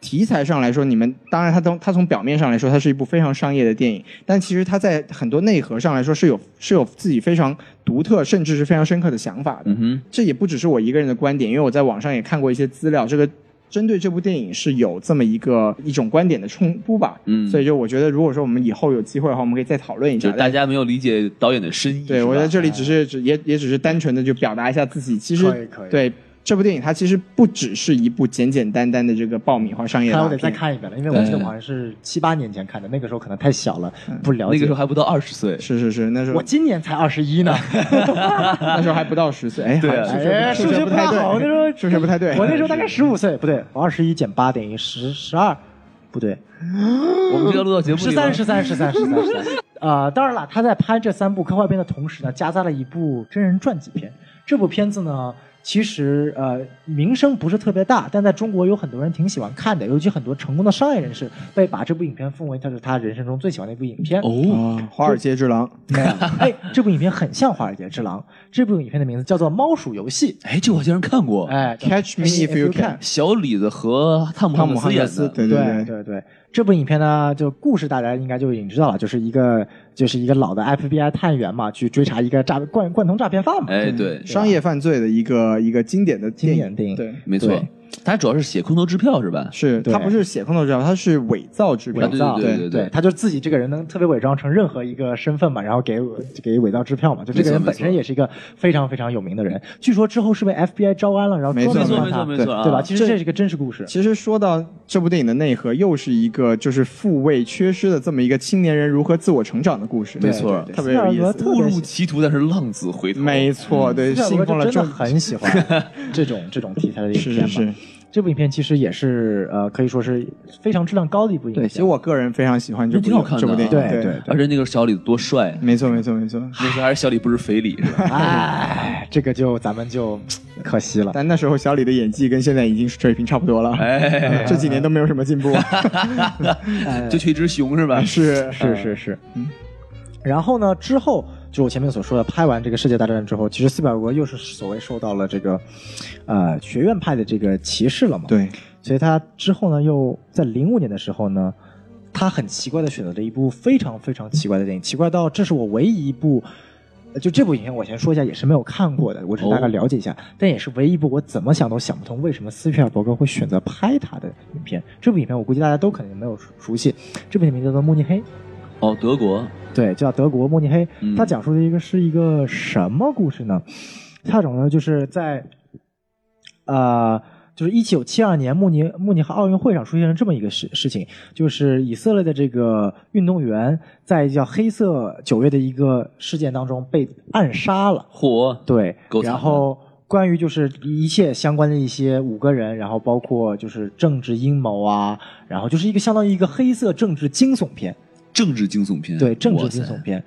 Speaker 3: 题材上来说，你们当然它从它从表面上来说，它是一部非常商业的电影，但其实它在很多内核上来说是有是有自己非常独特，甚至是非常深刻的想法的。
Speaker 2: 嗯哼，
Speaker 3: 这也不只是我一个人的观点，因为我在网上也看过一些资料，这个。针对这部电影是有这么一个一种观点的冲突吧。
Speaker 2: 嗯
Speaker 3: 所以就我觉得，如果说我们以后有机会的话，我们可以再讨论一
Speaker 2: 就
Speaker 3: 下。
Speaker 2: 是大家没有理解导演的深意。
Speaker 3: 对
Speaker 2: 是吧
Speaker 3: 我在这里只是只也也只是单纯的就表达一下自己，其实
Speaker 1: 嗯可以可以
Speaker 3: 对。这部电影它其实不只是一部简简单单的这个爆米花商业
Speaker 1: 看来我
Speaker 3: 大
Speaker 1: 得再
Speaker 3: 片，
Speaker 1: 看一遍了，因为我记得我好像是七八年前看的，那个时候可能太小了，
Speaker 3: 嗯
Speaker 1: 不了解。
Speaker 2: 那个时候还不到二十岁，
Speaker 3: 是是是，那时候
Speaker 1: 我今年才二十 一呢，
Speaker 3: 那时候还不到十岁，哎，
Speaker 2: 对啊
Speaker 3: 好像数学
Speaker 1: 哎数学
Speaker 3: 不太
Speaker 1: 不
Speaker 3: 对，
Speaker 1: 大好那时候
Speaker 3: 数学不太 对，
Speaker 1: 我那时候大概十五岁，不对，我二十一减八等于十十二，不对，
Speaker 2: 我们就要录到节目里
Speaker 1: 十
Speaker 2: 吗
Speaker 1: 三十三十三十三十三。 呃，当然了，他在拍这三部科幻片的同时呢，夹杂了一部真人传记片。这部片子呢，其实呃名声不是特别大，但在中国有很多人挺喜欢看的，尤其很多成功的商业人士被把这部影片奉为他是他人生中最喜欢的一部影片。
Speaker 2: 哦，
Speaker 3: 啊，华尔街之狼，
Speaker 1: 没有，哎，这部影片很像《华尔街之狼》。这部影片的名字叫做《猫鼠游戏》。
Speaker 2: 哎，这我竟然看过，
Speaker 1: 哎
Speaker 3: Catch me if you can
Speaker 2: 小李子和汤姆
Speaker 3: 汤姆汉
Speaker 2: 演
Speaker 3: 克斯，
Speaker 2: 的，
Speaker 3: 对
Speaker 1: 对
Speaker 3: 对，
Speaker 1: 对对，这部影片呢，就故事大家应该就已经知道了，就是一个就是一个老的 FBI 探员嘛，去追查一个诈惯贯通诈骗犯嘛。
Speaker 2: 哎，对，
Speaker 3: 商业犯罪的一个一个经典的
Speaker 1: 经
Speaker 3: 电
Speaker 1: 典
Speaker 3: 影，
Speaker 1: 电影，
Speaker 3: 对，
Speaker 2: 没错
Speaker 1: 对，
Speaker 2: 他主要是写空头支票是吧？
Speaker 3: 是
Speaker 1: 对
Speaker 3: 它不是写空头支票，它是伪造支票
Speaker 1: 伪，造，
Speaker 2: 对对对
Speaker 1: 对
Speaker 2: 对对
Speaker 1: 他就自己这个人能特别伪装成任何一个身份嘛，然后给给伪造支票嘛，就这个人
Speaker 2: 没错没
Speaker 1: 本
Speaker 2: 错
Speaker 1: 身也是一个非常非常有名的人，据说之后是被 FBI 招安了，然后
Speaker 3: 没错
Speaker 1: 专门
Speaker 2: 没错
Speaker 1: 帮
Speaker 2: 没
Speaker 1: 他
Speaker 2: 错，没错啊，
Speaker 1: 对吧？其实
Speaker 3: 这
Speaker 1: 这是一个真实故事，
Speaker 3: 其实说到这部电影的内核，又是一个就是父位缺失的这么一个青年人如何自我成长的故事，
Speaker 2: 没错
Speaker 3: 对对对特别有意思。
Speaker 1: 特
Speaker 2: 误
Speaker 1: 别
Speaker 2: 入歧途，但是浪子回头，
Speaker 3: 没错，对，
Speaker 1: 斯皮
Speaker 3: 信
Speaker 1: 尔伯
Speaker 3: 奉
Speaker 1: 格
Speaker 3: 了
Speaker 1: 就真
Speaker 3: 正
Speaker 1: 的很喜欢 这种这种题材的影
Speaker 3: 是
Speaker 1: 片嘛。
Speaker 3: 是是，
Speaker 1: 这部影片其实也是呃，可以说是非常质量高的一部影片。
Speaker 3: 对，其实我个人非常喜欢这
Speaker 2: 那挺好
Speaker 3: 部
Speaker 2: 看的啊
Speaker 3: 这部电影，
Speaker 1: 对
Speaker 3: 对
Speaker 1: 对，
Speaker 2: 而且那个小李子多帅啊，
Speaker 3: 没错没错没错。
Speaker 2: 那时候还是小李不是肥李，是吧
Speaker 1: 哎，这个就咱们就可惜了。
Speaker 3: 但那时候小李的演技跟现在已经水平差不多了，
Speaker 2: 哎，
Speaker 3: 这几年都没有什么进步。
Speaker 2: 就缺一只熊是吧？
Speaker 3: 是
Speaker 1: 是是是，嗯。然后呢，之后就是我前面所说的，拍完这个世界大战之后，其实斯皮尔伯格又是所谓受到了这个呃学院派的这个歧视了嘛。。
Speaker 3: 对，
Speaker 1: 所以他之后呢，又在零五年的时候呢，他很奇怪的选择了一部非常非常奇怪的电影，奇怪到这是我唯一一部，呃就这部影片我先说一下，也是没有看过的，我只是大概了解一下，但也是唯一一部我怎么想都想不通为什么斯皮尔伯格会选择拍他的影片。这部影片我估计大家都肯定没有熟悉，这部影片叫做《慕尼黑》。
Speaker 2: 哦，德国，
Speaker 1: 对，叫德国慕尼黑
Speaker 2: 嗯。
Speaker 1: 它讲述的一个是一个什么故事呢？它讲呢就是在，呃，就是一九七二年慕尼慕尼黑奥运会上出现了这么一个事事情，就是以色列的这个运动员在叫黑色九月的一个事件当中被暗杀了。
Speaker 2: 嚯，
Speaker 1: 对
Speaker 2: 够，惨
Speaker 1: 然后关于就是一切相关的一些五个人，然后包括就是政治阴谋啊，然后就是一个相当于一个黑色政治惊悚片。
Speaker 2: 政治惊悚片，
Speaker 1: 对，政治
Speaker 2: 哇
Speaker 1: 惊
Speaker 2: 塞
Speaker 1: 悚片，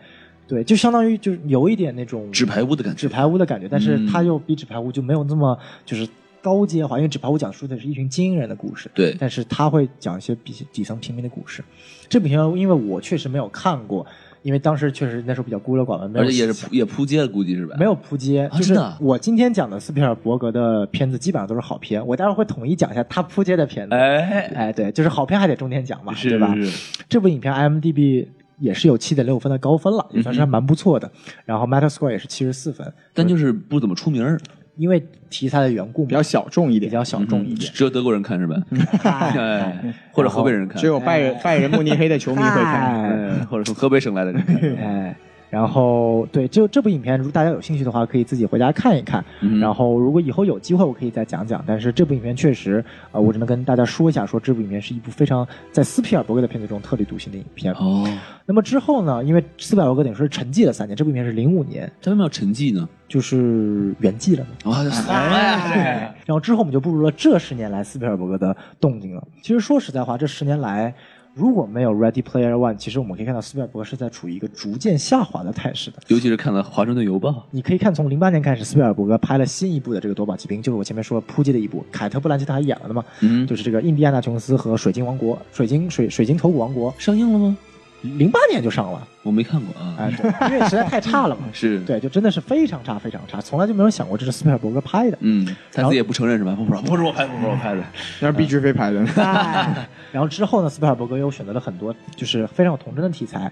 Speaker 1: 对，就相当于就是有一点那种
Speaker 2: 纸牌屋的感觉
Speaker 1: 纸牌屋的感觉，但是
Speaker 2: 嗯
Speaker 1: 它又比纸牌屋就没有那么就是高阶化，因为纸牌屋讲述的是一群精英人的故事，
Speaker 2: 对，
Speaker 1: 但是它会讲一些比底层平民的故事。这部片因为我确实没有看过，因为当时确实那时候比较孤陋寡闻，没有
Speaker 2: 而且也
Speaker 1: 细
Speaker 2: 是也扑街了，估计是吧？
Speaker 1: 没有扑街，就
Speaker 2: 真
Speaker 1: 是
Speaker 2: 的啊
Speaker 1: 我今天讲的斯皮尔伯格的片子基本上都是好片，我待会儿会统一讲一下他扑街的片子。
Speaker 2: 哎，
Speaker 1: 哎，对，就是好片还得重点讲嘛，
Speaker 2: 是
Speaker 1: 对吧？
Speaker 2: 是是
Speaker 1: 这部影片 IMDB 也是有七点六分的高分了，
Speaker 2: 嗯
Speaker 1: 也算是还蛮不错的。然后 Metascore 也是七十四分，
Speaker 2: 但就是不怎么出名儿，
Speaker 1: 因为题材的缘故嘛，
Speaker 3: 比较小众一
Speaker 1: 比
Speaker 3: 点，
Speaker 1: 较小众一点。
Speaker 2: 只有德国人看是 吧？
Speaker 1: 哎
Speaker 2: 哎，或者河北人看，
Speaker 3: 只有拜仁拜仁慕尼黑的球迷会看。
Speaker 1: 哎
Speaker 2: 哎，或者从河北省来的人看，
Speaker 1: 哎，然后对，就这部影片，如果大家有兴趣的话，可以自己回家看一看。
Speaker 2: 嗯
Speaker 1: 然后如果以后有机会，我可以再讲讲。但是这部影片确实，呃，我只能跟大家说一下，说这部影片是一部非常在斯皮尔伯格的片子中特立独行的影片。
Speaker 2: 哦，
Speaker 1: 那么之后呢，因为斯皮尔伯格等于说是沉寂了三年，这部影片是零五年，
Speaker 2: 他为什么要沉寂呢？
Speaker 1: 就是圆寂了嘛。
Speaker 2: 哇，死了呀！
Speaker 1: 然后之后我们就步入了这十年来斯皮尔伯格的动静了。其实说实在话，这十年来如果没有 Ready Player One，其实我们可以看到斯皮尔伯格是在处于一个逐渐下滑的态势的。
Speaker 2: 尤其是看了《华盛顿邮报》，
Speaker 1: 你可以看，从零八年开始，斯皮尔伯格拍了新一部的这个《夺宝奇兵》，就是我前面说扑街的一部，凯特·布兰切特还演了的嘛，
Speaker 2: 嗯，
Speaker 1: 就是这个《印第安纳琼斯和水晶王国》、水晶水水晶头骨王国，
Speaker 2: 上映了吗？
Speaker 1: 零八年就上 了，
Speaker 2: 我没看过啊，，
Speaker 1: 哎，对，因为实在太差了嘛
Speaker 2: 是，
Speaker 1: 对，就真的是非常差，非常差，从来就没有想过这是斯皮尔伯格拍的。
Speaker 2: 嗯，他自己也不承认是吧？不不不是我拍的，不是我拍的，
Speaker 3: 那是毕志飞拍的，
Speaker 2: 哎
Speaker 1: 然后之后呢，斯皮尔伯格又选择了很多就是非常有童真的题材，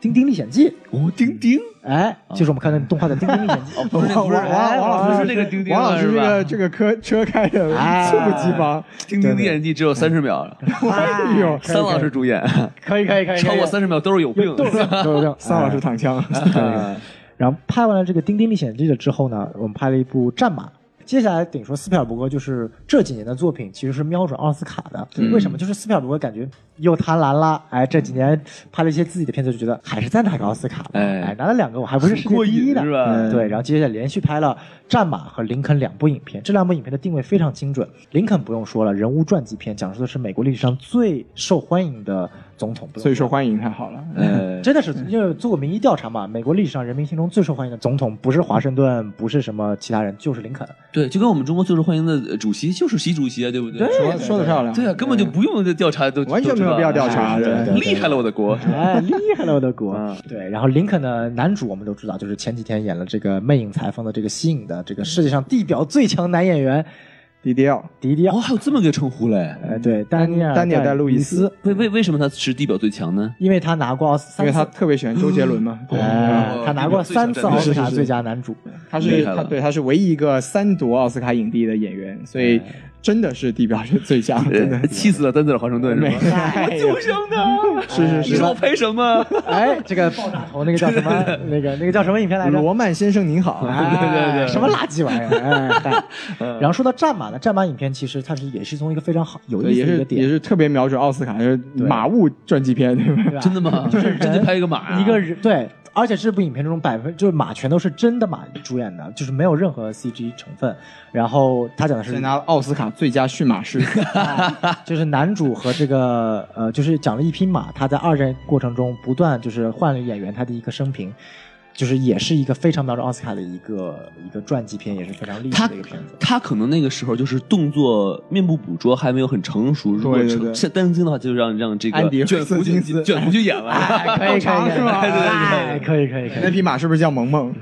Speaker 1: 丁丁历险记》，
Speaker 2: 哦，丁丁，
Speaker 1: 哎，就是我们看的动画的《丁丁历险记》。
Speaker 2: 哦不是那
Speaker 3: 王
Speaker 2: 不是
Speaker 3: 王
Speaker 1: 哎
Speaker 3: 王
Speaker 1: 王
Speaker 3: 老
Speaker 2: 不
Speaker 3: 师
Speaker 2: 是那个丁丁
Speaker 3: 王老
Speaker 2: 了
Speaker 3: 师
Speaker 2: 是
Speaker 3: 这
Speaker 2: 吧
Speaker 3: 个？这个车车开的
Speaker 1: 哎
Speaker 3: 猝不及防，
Speaker 2: 丁丁的演技只有三十秒，
Speaker 1: 哎
Speaker 3: 呦
Speaker 2: 三老师主演，
Speaker 1: 可以可以可以，可以
Speaker 2: 超过三十秒都是有病
Speaker 1: 有。动静有动静，
Speaker 3: 桑老师躺枪。
Speaker 1: 呃， 然后拍完了这个《丁丁历险记》了之后呢，我们拍了一部《战马》。接下来，顶说斯皮尔伯格就是这几年的作品其实是瞄准奥斯卡的，为
Speaker 2: 嗯
Speaker 1: 什么？就是斯皮尔伯格感觉又贪婪啦，哎，这几年拍了一些自己的片子，就觉得还是再拿个奥斯卡吧，
Speaker 2: 哎
Speaker 1: 哎，拿了两个，我还不是世界
Speaker 2: 过
Speaker 1: 第一
Speaker 2: 瘾
Speaker 1: 呢，
Speaker 2: 是吧？嗯
Speaker 1: 对，然后接下来连续拍了《战马》和《林肯》两部影片，这两部影片的定位非常精准。林肯不用说了，人物传记片，讲述的是美国历史上最受欢迎的总统，不用
Speaker 3: 所以说欢迎太好了。
Speaker 2: 呃，
Speaker 1: 真的是，因为做过民意调查嘛，美国历史上人民心中最受欢迎的总统不是华盛顿，不是什么其他人，就是林肯。
Speaker 2: 对，就跟我们中国最受欢迎的呃主席就是习主席啊，对不对？
Speaker 3: 说说的漂亮，
Speaker 2: 对啊，根本就不用调查，都
Speaker 3: 完全没有必要调查
Speaker 2: 都知道哎
Speaker 1: 对对对
Speaker 2: 厉害了我的国！
Speaker 1: 哎，厉害了我的国
Speaker 2: 嗯！
Speaker 1: 对，然后林肯的男主我们都知道，就是前几天演了这个《魅影裁缝》的这个新颖的这个世界上地表最强男演员
Speaker 3: 低调。
Speaker 1: 迪迪
Speaker 2: 哦，
Speaker 1: 奥。
Speaker 2: 还有这么个称呼嘞？
Speaker 1: 呃，对，丹尼尔
Speaker 3: 丹尼尔戴
Speaker 1: 戴
Speaker 3: 路易斯
Speaker 1: 斯，
Speaker 2: 为为为什么他是地表最强呢？
Speaker 1: 因为他拿过奥斯
Speaker 3: 因为
Speaker 1: 三
Speaker 3: 他
Speaker 1: 次，
Speaker 3: 特别喜欢周杰伦嘛，对嗯
Speaker 1: 哎
Speaker 2: 哦
Speaker 1: 他拿过三次奥斯卡最佳男主。
Speaker 3: 他
Speaker 2: 厉
Speaker 3: 是
Speaker 2: 害了
Speaker 3: 他对他是唯一一个三夺奥斯卡影帝的演员，所以真的是地表是最强，真的
Speaker 2: 呃 气死了丹泽尔华盛顿是
Speaker 3: 没
Speaker 2: 吧？
Speaker 1: 哎
Speaker 2: 我就想他，
Speaker 3: 是 是
Speaker 2: 你
Speaker 3: 是
Speaker 2: 说。我赔什么？
Speaker 1: 哎，这个 爆炸头那个叫什么？那个那个叫什么影片来着？
Speaker 3: 罗曼先生您 好，
Speaker 1: 哎
Speaker 2: 对对对
Speaker 1: 什么垃圾玩意儿！ 哎，嗨
Speaker 3: 嗯
Speaker 1: 然后说到战马呢，战马影片其实它是也是从一个非常好有
Speaker 3: 对
Speaker 1: 意
Speaker 3: 也
Speaker 1: 思的一个
Speaker 3: 是也
Speaker 1: 点，
Speaker 3: 是特别瞄准奥斯卡，就是马务传记片，对吧？
Speaker 1: 对吧
Speaker 2: 真的 吗？
Speaker 1: 就是
Speaker 2: 真的
Speaker 1: 人
Speaker 2: 拍一个马啊，
Speaker 1: 一个人对，而且这部影片中百分就是马全都是真的马主演的，就是没有任何 CG 成分。然后他讲的是
Speaker 3: 先拿了奥斯卡最佳驯马师，
Speaker 1: 就是男主和这个呃，就是讲了一匹马，他在二战过程中不断就是换了演员，他的一个生平，就是也是一个非常瞄准奥斯卡的一个一个传记片，也是非常励志
Speaker 2: 他
Speaker 1: 的一个片 子。
Speaker 2: 他可能那个时候就是动作面部捕捉还没有很成熟，如果
Speaker 3: 对对
Speaker 2: 成
Speaker 3: 对
Speaker 2: 像丹青的话，就让让这
Speaker 3: 安迪哎
Speaker 2: 个卷
Speaker 3: 赫瑟
Speaker 2: 福去
Speaker 3: 金斯
Speaker 2: 卷福去演 了。
Speaker 1: 可以可以可
Speaker 3: 长
Speaker 1: 以
Speaker 3: 是吧
Speaker 1: 哎可以可以可以。
Speaker 3: 那匹马是不是叫萌萌？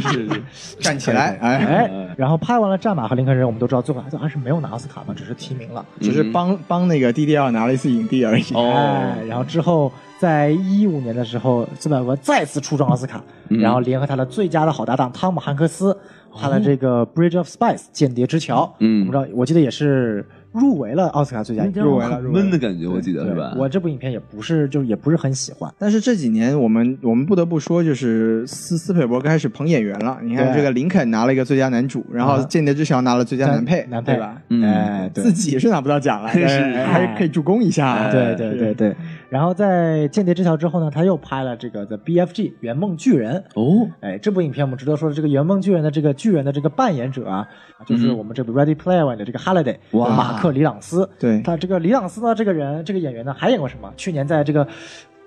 Speaker 2: 是是，
Speaker 3: 站起来，哎，
Speaker 2: 嗯
Speaker 1: 哎，然后拍完了《战马》和《林肯人》，我们都知道最后还还是没有拿奥斯卡嘛，只是提名了。
Speaker 3: 只是帮帮那个 DDL 拿了一次影帝而已。
Speaker 2: 哦
Speaker 1: 哎，，然后之后在一五年的时候，斯皮尔伯格再次出征奥斯卡，
Speaker 2: 嗯
Speaker 1: 然后联合他的最佳的好搭档汤姆汉克斯，他的这个《Bridge of Spies》间谍之桥，
Speaker 2: 嗯
Speaker 1: 我不知道，我记得也是入围了奥斯卡最佳影片。
Speaker 3: 入围了，入围
Speaker 2: 闷
Speaker 3: 了
Speaker 2: 的。感觉，我记得
Speaker 1: 对
Speaker 2: 是吧？
Speaker 1: 我这部影片也不是，就也不是很喜欢。
Speaker 3: 但是这几年，我们我们不得不说，就是斯斯皮尔伯格开始捧演员了。你看，
Speaker 1: 对
Speaker 3: 这个林肯拿了一个最佳男主，然后
Speaker 1: 嗯
Speaker 3: 《间谍之桥》拿了最佳男配，
Speaker 1: 男配
Speaker 3: 对吧？
Speaker 2: 嗯
Speaker 1: 哎，对
Speaker 3: 自己是拿不到奖了，
Speaker 2: 是
Speaker 3: 但还可以助攻一下。啊
Speaker 1: 对对对对。然后在《间谍之桥》之后呢，他又拍了这个《The BFG 圆梦巨人》。
Speaker 2: 哦，
Speaker 1: 哎，这部影片我们值得说的这个《圆梦巨人》的这个巨人的这个扮演者啊，
Speaker 3: 嗯
Speaker 1: 就是我们这部《Ready Player One》的这个 Holiday，呃
Speaker 2: 哇
Speaker 1: 马克·里朗斯。
Speaker 3: 对
Speaker 1: 他这个里朗斯呢，这个人这个演员呢，还演过什么？去年在这个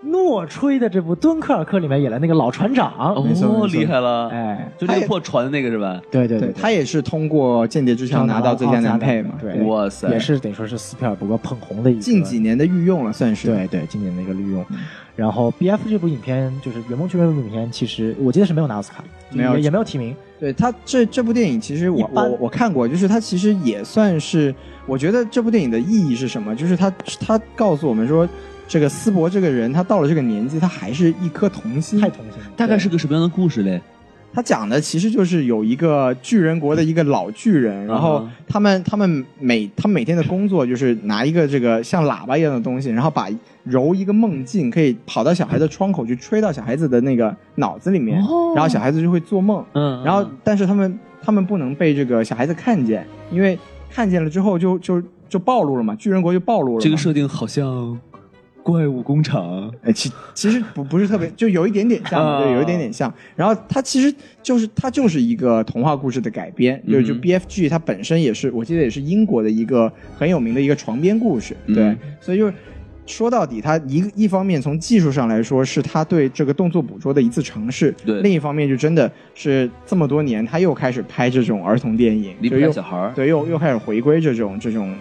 Speaker 1: 诺吹的这部《敦刻尔克》里面演了那个老船长。
Speaker 3: 没错没
Speaker 2: 哦，
Speaker 3: 错
Speaker 2: 厉害了，
Speaker 1: 哎，
Speaker 2: 就那个破船的那个是吧？
Speaker 1: 对对
Speaker 3: 对，
Speaker 1: 他
Speaker 3: 他也是通过《间谍之桥》拿到最佳男配嘛。
Speaker 1: 对，
Speaker 2: 哇塞，
Speaker 1: 哎也是等于说是斯皮尔伯格捧红的一个
Speaker 3: 近几年的御用了，算是。
Speaker 1: 对对，今年的一个利
Speaker 3: 嗯
Speaker 1: 用。然后 B F 这部影片就是《圆梦巨人》这部影片，其实我记得是没有拿奥斯卡，
Speaker 3: 没有
Speaker 1: 也也没有提名。
Speaker 3: 对他这这部电影，其实我
Speaker 1: 一般
Speaker 3: 我我看过，就是它其实也算是，我觉得这部电影的意义是什么？就是它它告诉我们说，这个斯伯这个人，他到了这个年纪，他还是一颗童心
Speaker 1: 太。童心了。
Speaker 2: 大概是个什么样的故事嘞？
Speaker 3: 他讲的其实就是有一个巨人国的一个老巨人，然后
Speaker 2: 嗯
Speaker 3: 他们他们每他们每天的工作就是拿一个这个像喇叭一样的东西，然后把揉一个梦境，可以跑到小孩的窗口去吹到小孩子的那个脑子里面，
Speaker 1: 哦
Speaker 3: 然后小孩子就会做梦。
Speaker 2: 嗯，
Speaker 3: 然后，但是他们他们不能被这个小孩子看见，因为看见了之后就就就暴露了嘛，巨人国就暴露了嘛。
Speaker 2: 这个设定好像怪物工厂，
Speaker 3: 哎，其其实不不是特别，就有一点点像，
Speaker 2: 啊
Speaker 3: 对，有一点点像。然后它其实就是它就是一个童话故事的改编，就就
Speaker 2: 嗯
Speaker 3: B F G 它本身也是，我记得也是英国的一个很有名的一个床边故事，对，
Speaker 2: 嗯
Speaker 3: 所以就是。说到底，它一一方面从技术上来说是他对这个动作捕捉的一次尝试，
Speaker 2: 对
Speaker 3: 另一方面就真的是这么多年他又开始拍这种儿童电影，
Speaker 2: 离不
Speaker 3: 就
Speaker 2: 开
Speaker 3: 又
Speaker 2: 小孩儿，
Speaker 3: 对又又开始回归这种这种，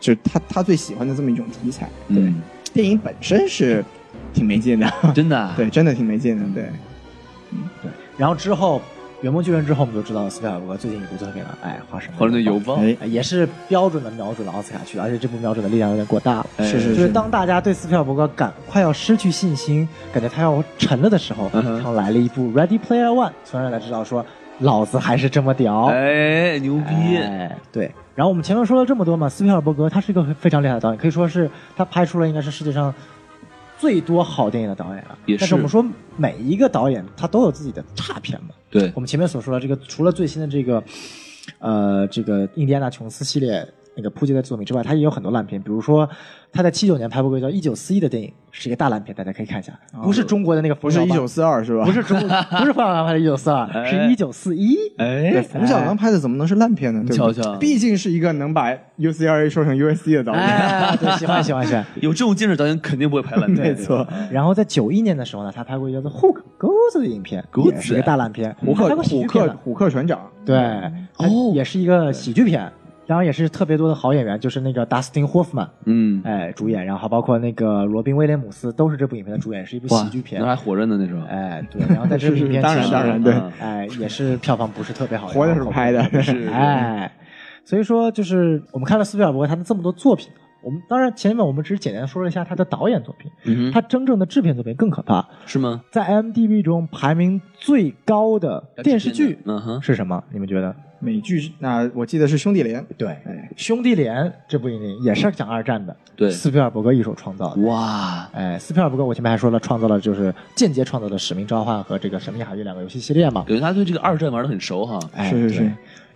Speaker 3: 就他他最喜欢的这么一种题材，对。
Speaker 2: 嗯，
Speaker 3: 电影本身是 挺没劲的，
Speaker 2: 真的啊，
Speaker 1: 嗯
Speaker 3: 对，真的挺没劲的，对，
Speaker 1: 然后之后，《圆梦剧院》之后，我们就知道斯皮尔伯格最近一部作品了，哎，《华盛
Speaker 2: 华盛顿邮报》
Speaker 3: 哎，
Speaker 1: 哎也是标准的瞄准了奥斯卡去的，而且这部瞄准的力量有点过大了。
Speaker 2: 哎
Speaker 3: 是是
Speaker 1: 就是当大家对斯皮尔伯格感快要失去信心，感觉他要沉了的时候，
Speaker 2: 嗯哼
Speaker 1: 然后来了一部《Ready Player One》，从而才知道说老子还是这么屌。
Speaker 2: 哎，牛逼！
Speaker 1: 哎，对。然后我们前面说了这么多嘛，斯皮尔伯格他是一个非常厉害的导演，可以说是他拍出了应该是世界上最多好电影的导演了。
Speaker 2: 也
Speaker 1: 但
Speaker 2: 是
Speaker 1: 是我们说每一个导演他都有自己的差片嘛。
Speaker 2: 对
Speaker 1: 我，们前面所说的这个，除了最新的这个，呃，这个印第安纳琼斯系列那个扑街的作品之外，他也有很多烂片，比如说他在七九年拍过一个叫《一九四一》的电影，是一个大烂片，大家可以看一下，不是中国的那个
Speaker 3: 哦不
Speaker 1: 冯小
Speaker 3: 是
Speaker 1: 刚
Speaker 3: 一九，四哎二是吧？
Speaker 1: 不是中国， 不是冯小刚拍的《一九四二》，是一九四一。
Speaker 3: 对，
Speaker 2: 哎，
Speaker 3: 冯小刚拍的怎么能是烂片呢？对不
Speaker 2: 瞧
Speaker 3: 对
Speaker 2: 瞧
Speaker 3: 毕竟是一个能把 UCLA 说成 USC 的导演，
Speaker 1: 哎，对，喜欢喜欢喜欢。
Speaker 2: 有这种精神导演肯定不会拍烂
Speaker 3: 没
Speaker 2: 片。
Speaker 3: 错。
Speaker 1: 然后在九一年的时候呢，他拍过一个叫做《Hook》钩子的影片，
Speaker 2: 钩子
Speaker 1: 也是一个大烂片，
Speaker 3: 虎
Speaker 1: 他拍
Speaker 3: 克
Speaker 1: 过喜
Speaker 3: 虎
Speaker 1: 剧片
Speaker 3: 克
Speaker 1: 了，
Speaker 3: 虎克船长，
Speaker 1: 对，它
Speaker 2: 哦
Speaker 1: 也是一个喜剧片，然后也是特别多的好演员，就是那个达斯汀·霍夫曼，
Speaker 2: 嗯，
Speaker 1: 哎，主演，然后包括那个罗宾·威廉姆斯都是这部影片的主演，是一部
Speaker 2: 哇
Speaker 1: 喜剧，片
Speaker 2: 那。还活着呢，那时候。
Speaker 1: 哎，对，然后在这部影片
Speaker 3: 当然
Speaker 1: 其实
Speaker 3: 当然
Speaker 2: 对
Speaker 1: 哎，也是票房不是特别好，
Speaker 3: 活的时候拍的
Speaker 1: 然 后
Speaker 2: 是是
Speaker 1: 哎，所以说就是我们看了斯皮尔伯格他的这么多作品，我们当然前面我们只是简单说了一下他的导演作品，
Speaker 2: 嗯
Speaker 1: 他
Speaker 2: 哼，
Speaker 1: 真正的制片作品更可怕，
Speaker 2: 是吗？
Speaker 1: 在 IMDB 中排名最高的电视剧
Speaker 2: 嗯哼，
Speaker 1: 是什么？你们觉得？
Speaker 3: 美剧那我记得是兄弟连，
Speaker 1: 对，
Speaker 3: 哎，
Speaker 1: 《兄弟连》这部电影也是讲二战的，
Speaker 2: 对
Speaker 1: 斯皮尔伯格一手创造的。
Speaker 2: 哇，
Speaker 1: 哎，斯皮尔伯格，我前面还说了，创造了就是间接创造了《使命召唤》和这个《神秘海域》两个游戏系列嘛。
Speaker 2: 感觉他对这个二战玩的很熟哈。
Speaker 1: 哎，
Speaker 3: 是是
Speaker 1: 对
Speaker 3: 是，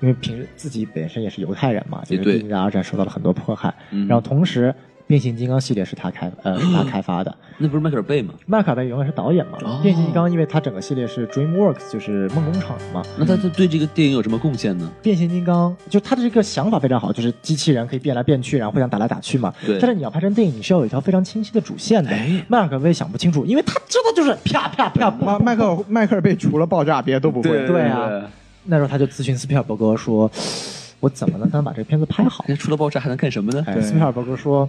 Speaker 1: 因为平时自己本身也是犹太人嘛，就
Speaker 2: 也
Speaker 1: 是
Speaker 2: 对
Speaker 1: 毕竟在二战受到了很多迫害，
Speaker 2: 嗯
Speaker 1: 然后同时变形金刚系列是他开呃是他开发的，
Speaker 2: 那不是迈克尔贝吗？
Speaker 1: 迈克尔贝原来是导演嘛，
Speaker 2: 哦
Speaker 1: 变形金刚因为他整个系列是 DreamWorks 就是梦工厂的嘛，
Speaker 2: 那他他对这个电影有什么贡献呢？
Speaker 1: 变形金刚，就他的这个想法非常好，就是机器人可以变来变去，然后互相打来打去嘛。
Speaker 2: 对
Speaker 1: 但是你要拍成电影，你是要有一条非常清晰的主线的。
Speaker 2: 哎
Speaker 1: 迈克尔贝想不清楚，因为他知道就是啪啪啪。
Speaker 3: 麦麦克麦克尔贝除了爆炸别的都不会，
Speaker 1: 对啊，那时候他就咨询斯皮尔伯格说：“我怎么能能把这个片子拍好
Speaker 2: 那哎除了爆炸还能干什么呢？？”
Speaker 1: 哎，
Speaker 3: 对
Speaker 1: 斯皮尔伯格说：“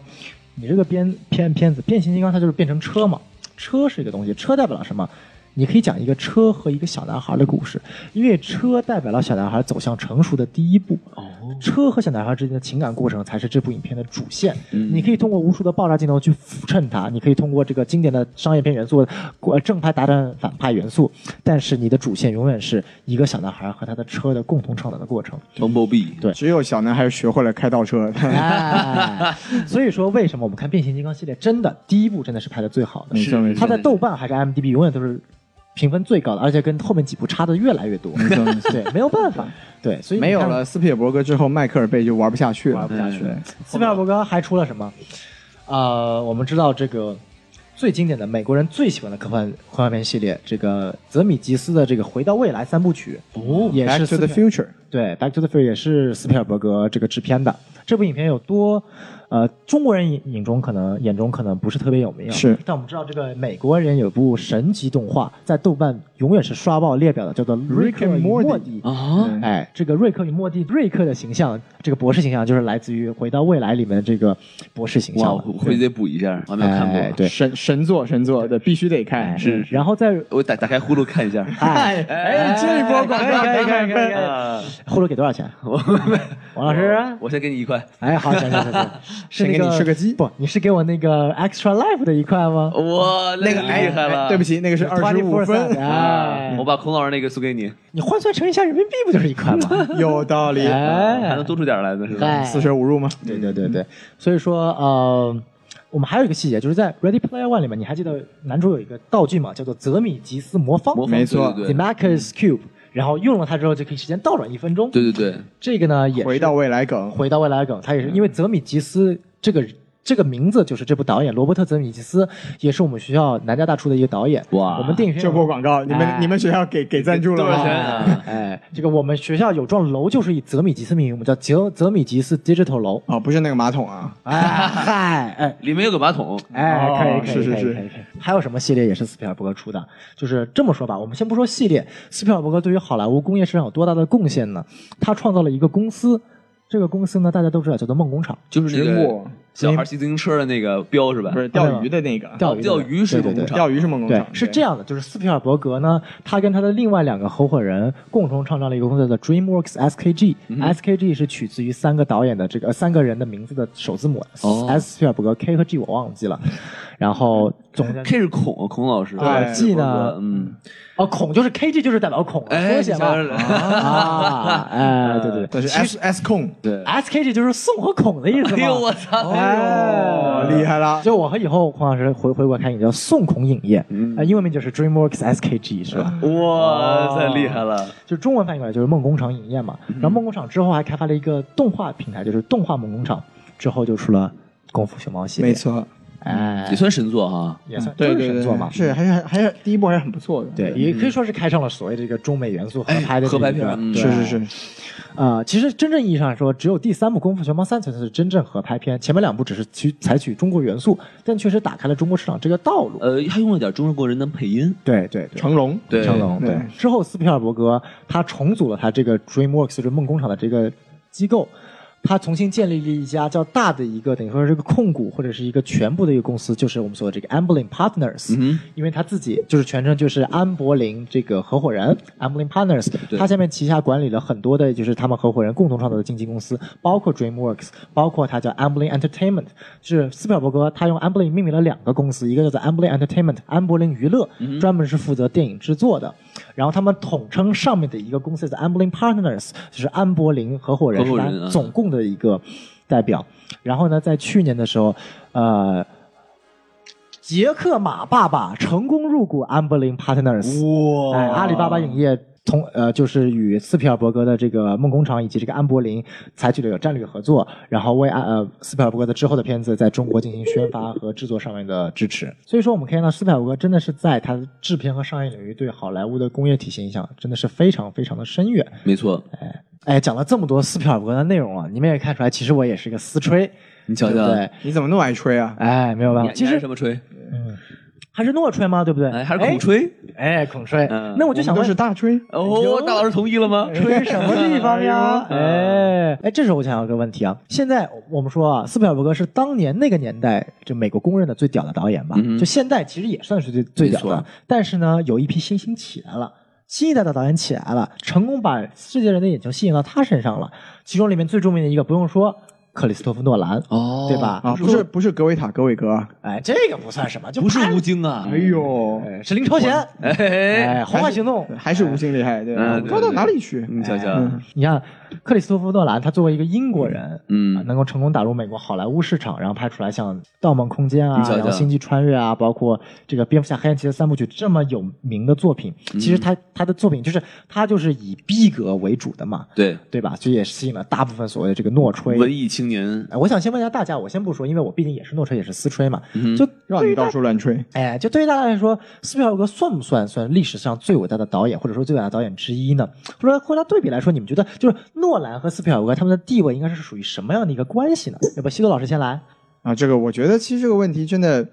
Speaker 1: 你这个编片片子，变形金刚它就是变成车嘛，车是一个东西，车代表了什么？”你可以讲一个车和一个小男孩的故事，因为车代表了小男孩走向成熟的第一步。
Speaker 2: 哦，
Speaker 1: 车和小男孩之间的情感过程才是这部影片的主线。
Speaker 2: 嗯
Speaker 1: 你可以通过无数的爆炸镜头去俯衬它，你可以通过这个经典的商业片元素，呃正派打战反派元素，但是你的主线永远是一个小男孩和他的车的共同成长的过程。
Speaker 2: ，Bumblebee，
Speaker 1: 对
Speaker 3: 只有小男孩学会了开 倒车，
Speaker 1: 哎， 所以说为什么我们看《变形金刚》系列，真的第一部真的是拍的最好的，
Speaker 3: 没错没错
Speaker 1: 它在豆瓣还是 IMDB 永远都是评分最高的，而且跟后面几部差的越来越多。
Speaker 3: 没错没错
Speaker 1: 对，没有办 法，对，所以你
Speaker 3: 没有
Speaker 1: 看
Speaker 3: 了斯皮尔伯格之后，迈克尔贝就玩不下去了，
Speaker 1: 玩不下去
Speaker 3: 对
Speaker 1: 斯皮尔伯格还出了什么？呃，我们知道这个最经典的美国人最喜欢的科幻科幻片系列，这个泽米吉斯的这个《回到未来》三部曲，
Speaker 2: 哦
Speaker 1: 也是
Speaker 3: ，Back to
Speaker 1: 斯
Speaker 3: the
Speaker 1: 皮
Speaker 3: Future，
Speaker 1: 对《Back to the Future》也是斯皮尔伯格这个制片的。这部影片有多，呃，中国人眼眼中可能眼中可能不是特别有名，啊
Speaker 3: 是
Speaker 1: 但我们知道这个美国人有部神级动画，在豆瓣永远是刷爆列表的，叫做《瑞
Speaker 3: Rick
Speaker 1: 克
Speaker 3: and
Speaker 1: 与莫
Speaker 3: Morty
Speaker 1: 蒂》
Speaker 2: 啊，
Speaker 1: 哎，这个瑞克与莫蒂，瑞克的形象，这个博士形象就是来自于《回到未来》里面的这个博士形
Speaker 2: 哇，
Speaker 1: 象
Speaker 2: 我
Speaker 1: 了。
Speaker 2: 回去得补一下，我还没有看
Speaker 1: 哎
Speaker 2: 过。
Speaker 1: 对
Speaker 3: 神神作神作，对，必须得看，
Speaker 2: 是
Speaker 1: 然后在
Speaker 2: 我打打开呼噜看一下。
Speaker 1: 哎，
Speaker 3: 哎，这一波广告
Speaker 1: 可以可以可以可以
Speaker 2: 啊，
Speaker 1: 呼噜给多少钱？
Speaker 2: 我
Speaker 1: 王老师，啊
Speaker 2: 我先给你一块。
Speaker 1: 哎，好，行行行 行，是
Speaker 3: 先
Speaker 1: 那
Speaker 3: 给你
Speaker 1: 个
Speaker 3: 吃个鸡
Speaker 1: 不？你是给我那个 extra life 的一块吗？
Speaker 2: 哇，那个
Speaker 1: 哎
Speaker 2: 厉害了，啊
Speaker 3: 对不，起，那个是二十五
Speaker 1: 24
Speaker 3: 分，哦
Speaker 1: 哎
Speaker 2: 我，把孔老师那个送给你，
Speaker 1: 你换算成一下人民币不就是一块 吗？
Speaker 3: 有道理，
Speaker 2: 还
Speaker 1: 哎
Speaker 2: 能，多出点来呢，是吧？
Speaker 1: 哎
Speaker 3: 四舍五入吗？
Speaker 1: 对对对对，嗯所以说呃，我们还有一个细节，就是在 Ready Player One 里面，你还记得男主有一个道具嘛，叫做泽米吉斯魔方
Speaker 2: 模仿
Speaker 3: 没错
Speaker 1: t h
Speaker 2: 对
Speaker 1: e
Speaker 2: 对
Speaker 1: m a c u s Cube，然后用了它之后就可以时间倒转一分钟。
Speaker 2: 对对对对，
Speaker 1: 这个呢也是
Speaker 3: 回到未来梗，
Speaker 1: 回到未来梗，它也是因为泽米吉斯这个这个名字就是这部导演罗伯特泽米吉斯，也是我们学校南加大出的一个导演。
Speaker 2: 哇
Speaker 1: 我们电影学
Speaker 3: 这
Speaker 1: 院
Speaker 3: 波广告，你
Speaker 1: 哎
Speaker 3: 们你们学校给给赞助了
Speaker 2: 多少钱
Speaker 3: 吗？
Speaker 2: 啊？
Speaker 1: 哎，这个我们学校有幢楼就是以泽米吉斯命名，我们叫泽泽米吉斯 Digital 楼。
Speaker 3: 哦，不是那个马桶啊，
Speaker 1: 哎嗨哎。
Speaker 2: 里面有个马桶，
Speaker 1: 哎，可以，可以，
Speaker 3: 是是
Speaker 1: 可以
Speaker 3: 是
Speaker 1: 可以可以。还有什么系列也是斯皮尔伯格出的？就是这么说吧，我们先不说系列，斯皮尔伯格对于好莱坞工业市场有多大的贡献呢？他创造了一个公司，这个公司呢，大家都知道叫做梦工厂。
Speaker 2: 就是那
Speaker 3: 植
Speaker 2: 个
Speaker 3: 物
Speaker 2: 小孩骑自行车的那个标是吧？
Speaker 3: 不是钓鱼的那个，
Speaker 1: 钓鱼
Speaker 2: 钓鱼是
Speaker 1: 对对
Speaker 2: 农
Speaker 1: 对
Speaker 2: 场，
Speaker 3: 钓鱼是梦工
Speaker 1: 对
Speaker 3: 厂，，
Speaker 1: 是这样的，就是斯皮尔伯格呢，他跟他的另外两个合伙人共同创造了一个公司叫 DreamWorks SKG，SKG、SKG 是取自于三个导演的这个、呃、三个人的名字的首字母、
Speaker 2: 哦
Speaker 1: s 斯皮尔伯格 K 和 G 我忘记了，然后总
Speaker 2: K 是孔孔老 师，
Speaker 1: 对啊
Speaker 2: 是
Speaker 1: 记
Speaker 2: 伯
Speaker 1: 呢
Speaker 2: 格嗯，
Speaker 1: 哦孔就是 KG 就是代表孔了
Speaker 2: 哎，
Speaker 1: 缩写嘛
Speaker 2: 你想起来了
Speaker 1: 啊， 哎对对对
Speaker 3: 但是 S S 控，
Speaker 2: 对，
Speaker 1: ，SKG 就是宋和孔的意思嘛。
Speaker 2: 哎呦我操，
Speaker 3: 哦，
Speaker 1: 哎
Speaker 3: 厉害了，
Speaker 1: 就我和以后孔老师回回国开影叫宋孔影业，
Speaker 2: 嗯
Speaker 1: 啊，英文名就是 DreamWorks SKG 是吧？
Speaker 2: 哇塞，厉害了，
Speaker 1: 就中文翻译过来就是梦工厂影业嘛。
Speaker 2: 嗯
Speaker 1: 然后梦工厂之后还开发了一个动画平台，就是动画梦工厂，之后就出了《功夫熊猫》系列。
Speaker 3: 没，错，
Speaker 1: 哎
Speaker 2: 也，算神作哈。
Speaker 1: 也算嗯就
Speaker 3: 对
Speaker 1: 是
Speaker 3: 对
Speaker 1: 神作嘛
Speaker 3: 对，。是还是还是第一部还是很不错的，
Speaker 1: 对，也可以说是开创了所谓这个中美元素合拍的
Speaker 2: 哎合拍
Speaker 1: 这一个
Speaker 2: 片嗯
Speaker 1: 对
Speaker 3: 是是是，
Speaker 1: 呃，其实真正意义上来说，只有第三部《功夫熊猫三》才是真正合拍片，前面两部只是去采取中国元素，但确实打开了中国市场这个道路。
Speaker 2: 呃，还用了点中国人的配音，
Speaker 1: 对对对，
Speaker 3: 成龙，
Speaker 2: 对
Speaker 1: 成龙
Speaker 3: 对
Speaker 1: 对。之后，斯皮尔伯格他重组了他这个 DreamWorks 就是梦工厂的这个机构，他重新建立了一家较大的一个等于说是个控股或者是一个全部的一个公司，就是我们说的这个 Amblin Partners、
Speaker 2: 嗯哼，
Speaker 1: 因为他自己就是全称就是安柏林这个合伙人 Amblin Partners，
Speaker 2: 对
Speaker 1: 他下面旗下管理了很多的就是他们合伙人共同创造的经纪公司，包括 DreamWorks，包括他叫 Amblin Entertainment，是斯皮尔伯格他用 Amblin 命名了两个公司，一个叫做 Amblin Entertainment 安柏林娱乐，
Speaker 2: 嗯
Speaker 1: 专门是负责电影制作的，然后他们统称上面的一个公司叫 Amblin Partners，就是安柏林合伙人，
Speaker 2: 合伙人
Speaker 1: 是他
Speaker 2: 啊
Speaker 1: 总共的一个代表。然后呢，在去年的时候，呃。杰克马爸爸成功入股 Amberlin Partners，
Speaker 3: 哇
Speaker 1: 哎，阿里巴巴影业同呃就是与斯皮尔伯格的这个梦工厂以及这个安柏林采取了有战略合作，然后为呃斯皮尔伯格的之后的片子在中国进行宣发和制作上面的支持。所以说我们可以看到斯皮尔伯格真的是在他的制片和商业领域对好莱坞的工业体系影响真的是非常非常的深远。
Speaker 2: 没错，
Speaker 1: 哎，讲了这么多斯皮尔伯格的内容啊，你们也看出来，其实我也是个私吹，哎
Speaker 2: 你瞧
Speaker 1: 对
Speaker 2: 瞧
Speaker 1: 不，对？
Speaker 3: 你怎么那么爱吹啊？
Speaker 1: 哎，没有办
Speaker 2: 你
Speaker 1: 法，其
Speaker 2: 你还
Speaker 1: 实
Speaker 2: 是什么吹？
Speaker 1: 还是诺吹吗？对不对？
Speaker 2: 哎，还是孔吹？
Speaker 1: 哎，孔吹。
Speaker 2: 嗯
Speaker 1: 那我就想
Speaker 3: 都
Speaker 1: 问
Speaker 3: 是，大吹，
Speaker 2: 哦，大老师同意了吗？
Speaker 1: 吹什么地方 呀？
Speaker 2: 嗯
Speaker 1: 哎哎，这时候我想要个问题啊。现在我们说啊，斯皮尔伯格是当年那个年代就美国公认的最屌的导演吧？
Speaker 2: 嗯哼
Speaker 1: 就现在其实也算是最最屌
Speaker 2: 没
Speaker 1: 的
Speaker 2: 错，
Speaker 1: 但是呢，有一批新兴起来了。新一代的导演起来了，成功把世界人的眼球吸引到他身上了。其中里面最著名的一个不用说，克里斯托弗·诺兰，
Speaker 2: 哦
Speaker 1: 对？吧？
Speaker 3: 啊，不是不是格维塔格韦格，啊
Speaker 1: 哎，这个不算什么，就
Speaker 2: 不是
Speaker 1: 拍
Speaker 2: 吴京啊，
Speaker 3: 哎呦，
Speaker 1: 哎是林超贤，
Speaker 2: 哎哎，哎
Speaker 1: 哎，《红海行动》
Speaker 3: 还是吴京厉哎害，对吧，
Speaker 2: 嗯
Speaker 3: 不知道到哪里去，
Speaker 2: 你瞧瞧，
Speaker 3: 嗯
Speaker 1: 你看，克里斯托弗·诺兰，他作为一个英国人，啊
Speaker 2: 嗯，
Speaker 1: 能够成功打入美国好莱坞市场，然后拍出来像《盗梦空间》啊
Speaker 2: 你，瞧瞧
Speaker 1: 然后《星际穿越》啊，包括这个《蝙蝠侠：黑暗骑士》三部曲这么有名的作品，
Speaker 2: 嗯
Speaker 1: 其实他他的作品就是他就是以逼格为主的嘛，
Speaker 2: 对，
Speaker 1: 对吧？所以也吸引了大部分所谓的这个诺吹。
Speaker 2: 文艺青年，
Speaker 1: 哎我想先问一下大家，我先不说，因为我毕竟也是诺吹，也是私吹嘛，
Speaker 2: 嗯
Speaker 1: 就
Speaker 3: 让
Speaker 1: 对
Speaker 3: 你
Speaker 1: 于大
Speaker 3: 到处乱吹，
Speaker 1: 哎，就对于大家来说，斯皮尔伯格算不算算历史上最伟大的导演，或者说最伟大的导演之一呢？或者或者对比来说，你们觉得就是诺兰和斯皮尔伯格他们的地位应该是属于什么样的一个关系呢？要不西多老师先来？
Speaker 3: 啊，这个我觉得其实这个问题真的。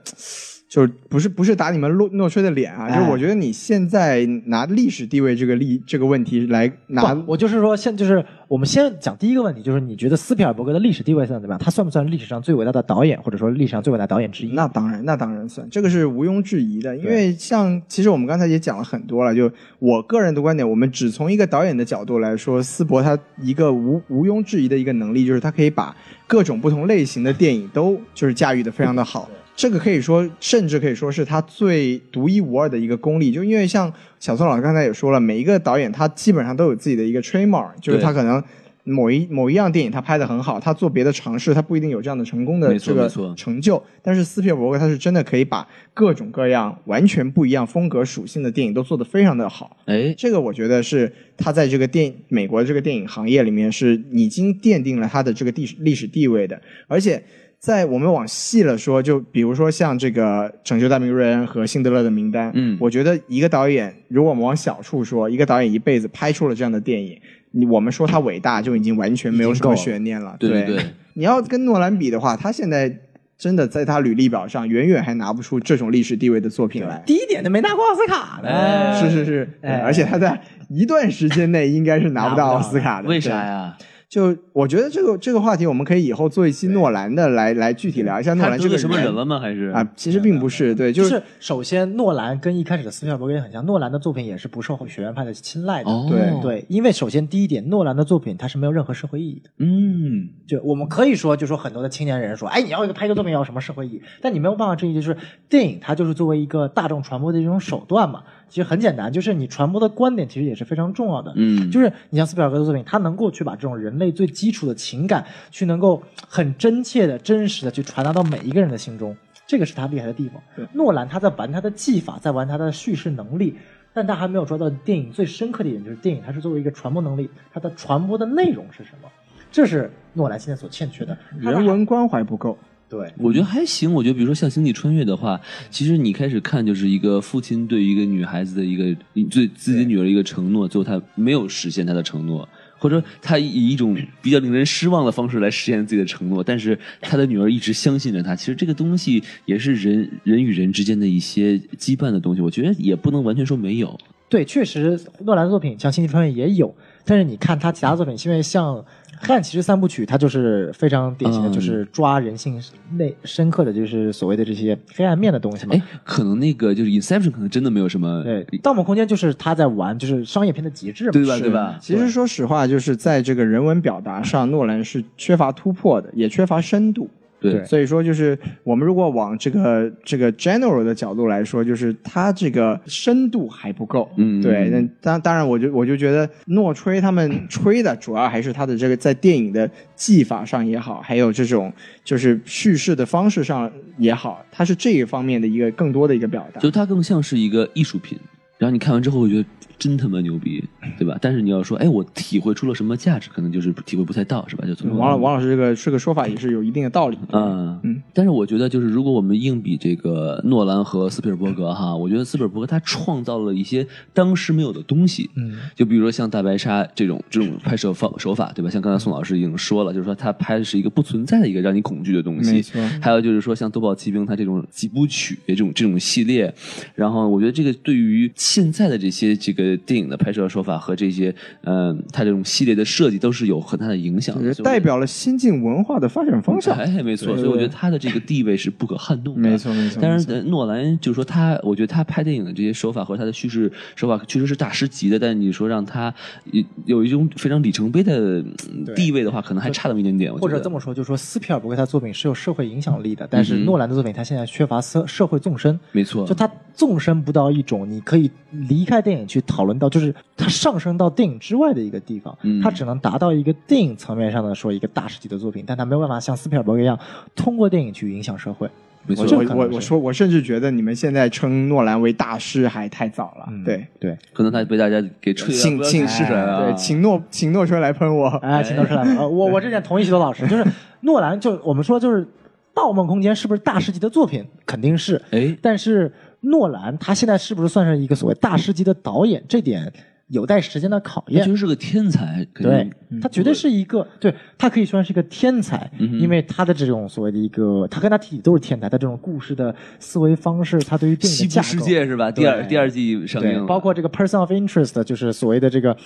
Speaker 3: 就是不是不是打你们诺诺吹的脸啊？
Speaker 1: 哎
Speaker 3: 就是我觉得你现在拿历史地位这个历这个问题来拿
Speaker 1: 不，我就是说，现就是我们先讲第一个问题，就是你觉得斯皮尔伯格的历史地位算怎么样？他算不算历史上最伟大的导演，或者说历史上最伟大的导演之一？
Speaker 3: 那当然，那当然算，这个是毋庸置疑的。因为像其实我们刚才也讲了很多了，就我个人的观点，我们只从一个导演的角度来说，斯伯他一个无毋庸置疑的一个能力，就是他可以把各种不同类型的电影都就是驾驭的非常的好。这个可以说，甚至可以说是他最独一无二的一个功力。就因为像小宋老师刚才也说了，每一个导演他基本上都有自己的一个 trademark，就是
Speaker 2: 对
Speaker 3: 他可能某一某一样电影他拍的很好，他做别的尝试他不一定有这样的成功的
Speaker 2: 没错
Speaker 3: 这
Speaker 2: 没
Speaker 3: 个
Speaker 2: 错
Speaker 3: 成就。但是斯皮尔伯格他是真的可以把各种各样完全不一样风格属性的电影都做得非常的好。
Speaker 2: 哎，
Speaker 3: 这个我觉得是他在这个电美国这个电影行业里面是已经奠定了他的这个地历史地位的，而且。在我们往细了说，就比如说像这个《拯救大名瑞恩》和《辛德勒的名单》，
Speaker 2: 嗯
Speaker 3: 我觉得一个导演，如果我们往小处说，一个导演一辈子拍出了这样的电影，你我们说他伟大就已经完全没有
Speaker 1: 已经
Speaker 3: 什
Speaker 1: 够
Speaker 3: 么
Speaker 1: 了
Speaker 3: 悬念了。
Speaker 2: 对
Speaker 3: 对
Speaker 2: 对，
Speaker 3: 你要跟诺兰比的话，他现在真的在他履历表上远远还拿不出这种历史地位的作品来。
Speaker 1: 第一点都没拿过奥斯卡
Speaker 2: 哎
Speaker 1: 呢，
Speaker 3: 是是是，
Speaker 1: 哎
Speaker 3: 而且他在一段时间内应该是拿不到奥斯卡的。
Speaker 2: 为啥呀？
Speaker 3: 就我觉得这个这个话题，我们可以以后做一期诺兰的来来具体聊一下诺
Speaker 2: 他
Speaker 3: 兰
Speaker 2: 得
Speaker 3: 这
Speaker 2: 罪
Speaker 3: 个
Speaker 2: 什么人了吗？还是
Speaker 3: 啊？其实并不是，对，就
Speaker 1: 就是是首先，诺兰跟一开始的斯皮尔伯格也很像，诺兰的作品也是不受学院派的青睐的。
Speaker 2: 哦，
Speaker 3: 对
Speaker 1: 对，因为首先第一点，诺兰的作品它是没有任何社会意义的。
Speaker 2: 嗯，
Speaker 1: 就我们可以说，就说很多的青年人说，哎，你要一个拍一个作品要有什么社会意义？但你没有办法质疑，就是电影它就是作为一个大众传播的一种手段嘛。其实很简单，就是你传播的观点其实也是非常重要的。
Speaker 2: 嗯，
Speaker 1: 就是你像斯皮尔格的作品，他能够去把这种人类最基础的情感，去能够很真切的、真实的去传达到每一个人的心中，这个是他厉害的地方
Speaker 3: 对。
Speaker 1: 诺兰他在玩他的技法，在玩他的叙事能力，但他还没有抓到电影最深刻的一点，就是电影它是作为一个传播能力，它的传播的内容是什么，这是诺兰现在所欠缺的。他
Speaker 3: 人文关怀不够。
Speaker 1: 对，
Speaker 2: 我觉得还行，我觉得比如说像《星际穿越》的话，其实你开始看就是一个父亲对一个女孩子的一个你对自己女儿的一个承诺，最后他没有实现他的承诺，或者他以一种比较令人失望的方式来实现自己的承诺，但是他的女儿一直相信着他。其实这个东西也是人人与人之间的一些羁绊的东西，我觉得也不能完全说没有。
Speaker 1: 对，确实诺兰的作品像《星际穿越》也有，但是你看他其他作品，因为像《黑暗骑士》三部曲，它就是非常典型的，
Speaker 2: 嗯
Speaker 1: 就是抓人性内深刻的，就是所谓的这些黑暗面的东西嘛
Speaker 2: 哎。，可能那个就是《Inception》可能真的没有什么
Speaker 1: 对，《盗梦空间》就是他在玩就是商业片的极致嘛，
Speaker 2: 对吧？
Speaker 1: 是
Speaker 2: 对吧？
Speaker 3: 其实说实话，就是在这个人文表达上，诺兰是缺乏突破的，也缺乏深度。
Speaker 2: 对
Speaker 3: 所以说，就是我们如果往这个这个 general 的角度来说，就是它这个深度还不够。
Speaker 2: 嗯
Speaker 3: 对。那当当然，我就我就觉得诺吹他们吹的主要还是他的这个在电影的技法上也好，还有这种就是叙事的方式上也好，它是这一方面的一个更多的一个表达
Speaker 2: 就。它更像是一个艺术品。然后你看完之后，会觉得真他妈牛逼，对吧？但是你要说，哎，我体会出了什么价值，可能就是体会不太到，是吧？就从
Speaker 3: 王老王老师这个这个说法也是有一定的道理。
Speaker 2: 啊，
Speaker 3: 嗯
Speaker 2: 但是我觉得，就是如果我们硬比这个诺兰和斯皮尔伯格哈，我觉得斯皮尔伯格他创造了一些当时没有的东西，
Speaker 1: 嗯，
Speaker 2: 就比如说像大白鲨这种这种拍摄方手法，对吧？像刚才宋老师已经说了，就是说他拍的是一个不存在的一个让你恐惧的东西，
Speaker 3: 没错
Speaker 2: 还有就是说，像《夺宝奇兵》它这种几部曲这种这种系列，然后我觉得这个对于现在的这些这个电影的拍摄手法和这些嗯、呃它这种系列的设计都是有很大的影响
Speaker 3: 我
Speaker 2: 的
Speaker 3: 觉，
Speaker 2: 所
Speaker 3: 得
Speaker 2: 以
Speaker 3: 代表了新晋文化的发展方向。
Speaker 2: 哎，没错，
Speaker 3: 对
Speaker 2: 所以我觉得
Speaker 3: 对
Speaker 2: 它的这个地位是不可撼动的，
Speaker 3: 没错没错
Speaker 2: 当
Speaker 3: 没
Speaker 2: 然
Speaker 3: 错，
Speaker 2: 呃诺兰就是说他，我觉得他拍电影的这些手法和他的叙事手法确实是大师级的，但是你说让他有有一种非常里程碑的嗯
Speaker 1: 对
Speaker 2: 地位的话，可能还差那么一点点。我
Speaker 1: 或
Speaker 2: 觉
Speaker 1: 者
Speaker 2: 得
Speaker 1: 这么说，就是说斯皮尔伯格他的作品是有社会影响力的，但是
Speaker 2: 嗯哼
Speaker 1: 诺兰的作品他现在缺乏社社会纵深，
Speaker 2: 没错，
Speaker 1: 就它纵深不到一种你可以离开电影去讨论到，就是它上升到电影之外的一个地方，
Speaker 2: 嗯
Speaker 1: 它只能达到一个电影层面上的说一个大师级的作品，但它没有办法像斯皮尔伯格一样通过电影去影响社会。
Speaker 2: 没错
Speaker 3: 我。
Speaker 1: 这
Speaker 3: 我
Speaker 1: 可能
Speaker 3: 我
Speaker 1: 是
Speaker 3: 我说，我甚至觉得你们现在称诺兰为大师还太早了。
Speaker 1: 嗯啊
Speaker 3: 对，
Speaker 1: 对，
Speaker 2: 可能他被大家给吹了，
Speaker 3: 请
Speaker 2: 不要
Speaker 3: 请
Speaker 2: 试出来啊！
Speaker 3: 对，请诺请诺吹来喷我。
Speaker 1: 哎，秦老师来吧，呃我我这点同意徐多老师，就是诺兰，就是我们说就是《盗梦空间》是不是大师级的作品？肯定是，
Speaker 2: 哎，
Speaker 1: 但是诺兰他现在是不是算是一个所谓大师级的导演？这点有待时间的考
Speaker 2: 他
Speaker 1: 验
Speaker 2: 确。实是个天才，肯
Speaker 1: 对
Speaker 2: 定，
Speaker 1: 他绝对是一个，对他可以算是一个天才，
Speaker 2: 嗯哼
Speaker 1: 因为他的这种所谓的一个，他跟他弟弟都是天才，他这种故事的思维方式，他对于电影
Speaker 2: 西
Speaker 1: 的
Speaker 2: 部
Speaker 1: 架
Speaker 2: 世
Speaker 1: 构。
Speaker 2: 界是吧？第二
Speaker 1: 对
Speaker 2: 第二季上啊映
Speaker 1: 对
Speaker 2: 了，，
Speaker 1: 包括这个 person of interest，就是所谓的这个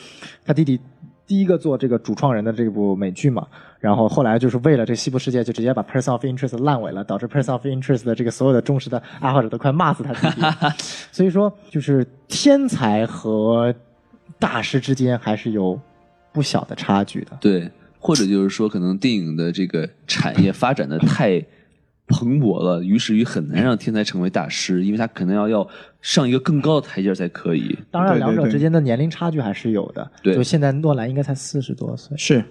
Speaker 1: 他弟弟第一个做这个主创人的这部美剧嘛，然后后来就是为了这西部世界，就直接把 person of interest 烂尾了，导致 person of interest 的这个所有的忠实的爱好者都快骂死他弟弟。 所以说，就是天才和大师之间还是有不小的差距的。
Speaker 2: 对，或者就是说，可能电影的这个产业发展的太蓬勃了，于是于很难让天才成为大师，因为他可能要要上一个更高的台阶才可以。
Speaker 1: 当然，
Speaker 3: 对对
Speaker 1: 两者
Speaker 3: 对
Speaker 1: 之间的年龄差距还是有的。
Speaker 2: 对
Speaker 1: 就现在诺兰应该才四十多岁，
Speaker 3: 是，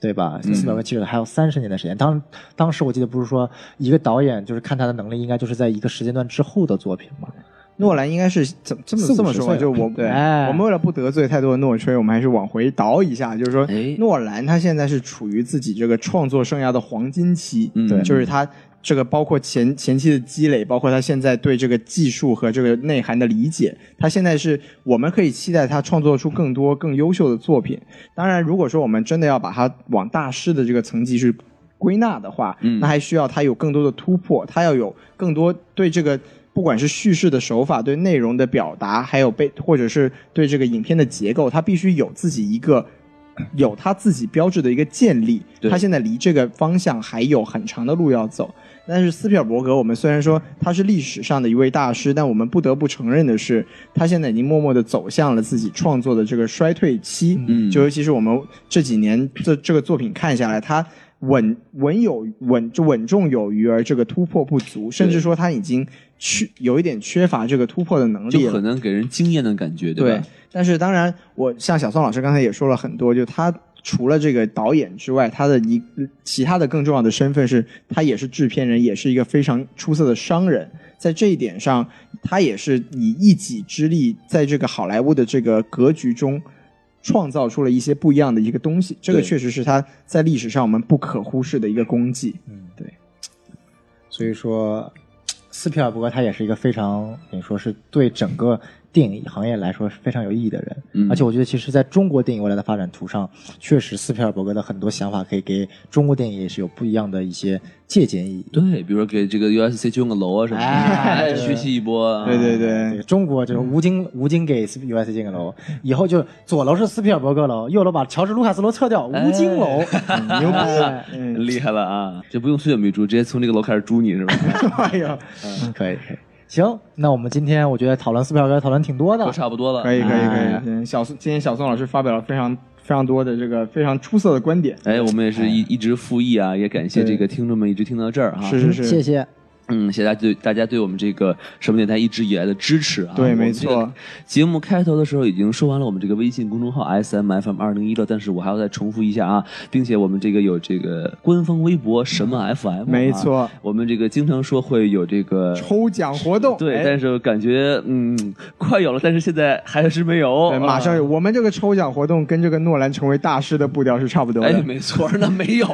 Speaker 1: 对吧？
Speaker 3: 嗯
Speaker 1: 四百个记者还有三十年的时间。当当时我记得不是说一个导演就是看他的能力，应该就是在一个时间段之后的作品嘛。
Speaker 3: 诺兰应该是怎么这么
Speaker 1: 四五十
Speaker 3: 这么说
Speaker 1: 岁
Speaker 3: 吧？
Speaker 1: 了
Speaker 3: 就我对，
Speaker 1: 哎
Speaker 3: 我们为了不得罪太多的诺吹，我们还是往回倒一下，就是说
Speaker 2: 哎，
Speaker 3: 诺兰他现在是处于自己这个创作生涯的黄金期，
Speaker 2: 嗯
Speaker 1: 对
Speaker 3: 就是他这个包括前前期的积累，包括他现在对这个技术和这个内涵的理解，他现在是我们可以期待他创作出更多更优秀的作品。当然，如果说我们真的要把他往大师的这个层级去归纳的话，
Speaker 2: 嗯
Speaker 3: 那还需要他有更多的突破，他要有更多对这个。不管是叙事的手法、对内容的表达，还有被或者是对这个影片的结构，他必须有自己一个 有它自己标志的一个建立，
Speaker 2: 对
Speaker 3: 它现在离这个方向还有很长的路要走。但是斯皮尔伯格，我们虽然说他是历史上的一位大师，但我们不得不承认的是，他现在已经默默地走向了自己创作的这个衰退期。
Speaker 2: 嗯
Speaker 3: 就尤其是我们这几年这这个作品看下来，他稳稳有稳就稳重有余，而这个突破不足，甚至说他已经缺有一点缺乏这个突破的能力
Speaker 2: 就
Speaker 3: 了
Speaker 2: 很。难给人惊艳的感觉，吧？
Speaker 3: 但是当然，我像小宋老师刚才也说了很多，就他除了这个导演之外，他的一其他的更重要的身份是，他也是制片人，也是一个非常出色的商人。在这一点上，他也是以一己之力，在这个好莱坞的这个格局中。创造出了一些不一样的一个东西，这个
Speaker 2: 对
Speaker 3: 确实是他在历史上我们不可忽视的一个功绩。
Speaker 1: 嗯，
Speaker 3: 对。
Speaker 1: 所以说，斯皮尔伯格他也是一个非常，等于说是对整个电影行业来说是非常有意义的人。
Speaker 2: 嗯
Speaker 1: 而且我觉得，其实在中国电影未来的发展图上，确实斯皮尔伯格的很多想法可以给中国电影也是有不一样的一些借鉴意义。
Speaker 2: 对，比如说给这个 USC 修个楼啊什么的，
Speaker 1: 哎
Speaker 2: 哎
Speaker 1: 对
Speaker 2: 学习一波啊。
Speaker 3: 对对对，嗯
Speaker 1: 中国就是吴京，吴京给 U.S. 建个楼，以后就左楼是斯皮尔伯格楼，右楼把乔治卢卡斯楼撤掉，吴京楼，
Speaker 3: 哎
Speaker 1: 牛 逼！
Speaker 3: 嗯，
Speaker 2: 厉害了啊！这不用碎米珠，直接从这个楼开始诛你是 吧？
Speaker 3: 哎呦，
Speaker 1: 嗯可以，可以。行，那我们今天我觉得讨论斯皮尔伯格讨论挺多的
Speaker 2: 都，差不多了。
Speaker 3: 可以可以
Speaker 1: 哎
Speaker 3: 可以嗯，小宋今天小宋老师发表了非常非常多的这个非常出色的观点，
Speaker 2: 哎，我们也是一一直复议啊，也感谢
Speaker 3: 对
Speaker 2: 这个听众们一直听到这儿哈。
Speaker 3: 是是是，
Speaker 1: 谢谢。
Speaker 2: 嗯，谢谢大家对大家对我们这个什么电台一直以来的支持啊。
Speaker 3: 对
Speaker 2: 我们
Speaker 3: 没
Speaker 2: 这个
Speaker 3: 错
Speaker 2: 节目开头的时候已经说完了我们这个微信公众号 S M F M 二零一了，但是我还要再重复一下啊，并且我们这个有这个官方微博什么 F M，、啊
Speaker 3: 没，错，
Speaker 2: 我们这个经常说会有这个。
Speaker 3: 抽奖活动，
Speaker 2: 对，
Speaker 3: 哎
Speaker 2: 但是感觉嗯快有了，但是现在还是没有。
Speaker 3: 对哎马上
Speaker 2: 啊
Speaker 3: 有，我们这个抽奖活动跟这个诺兰成为大师的步调是差不多
Speaker 2: 哎，
Speaker 3: 的。
Speaker 2: 没错，那没有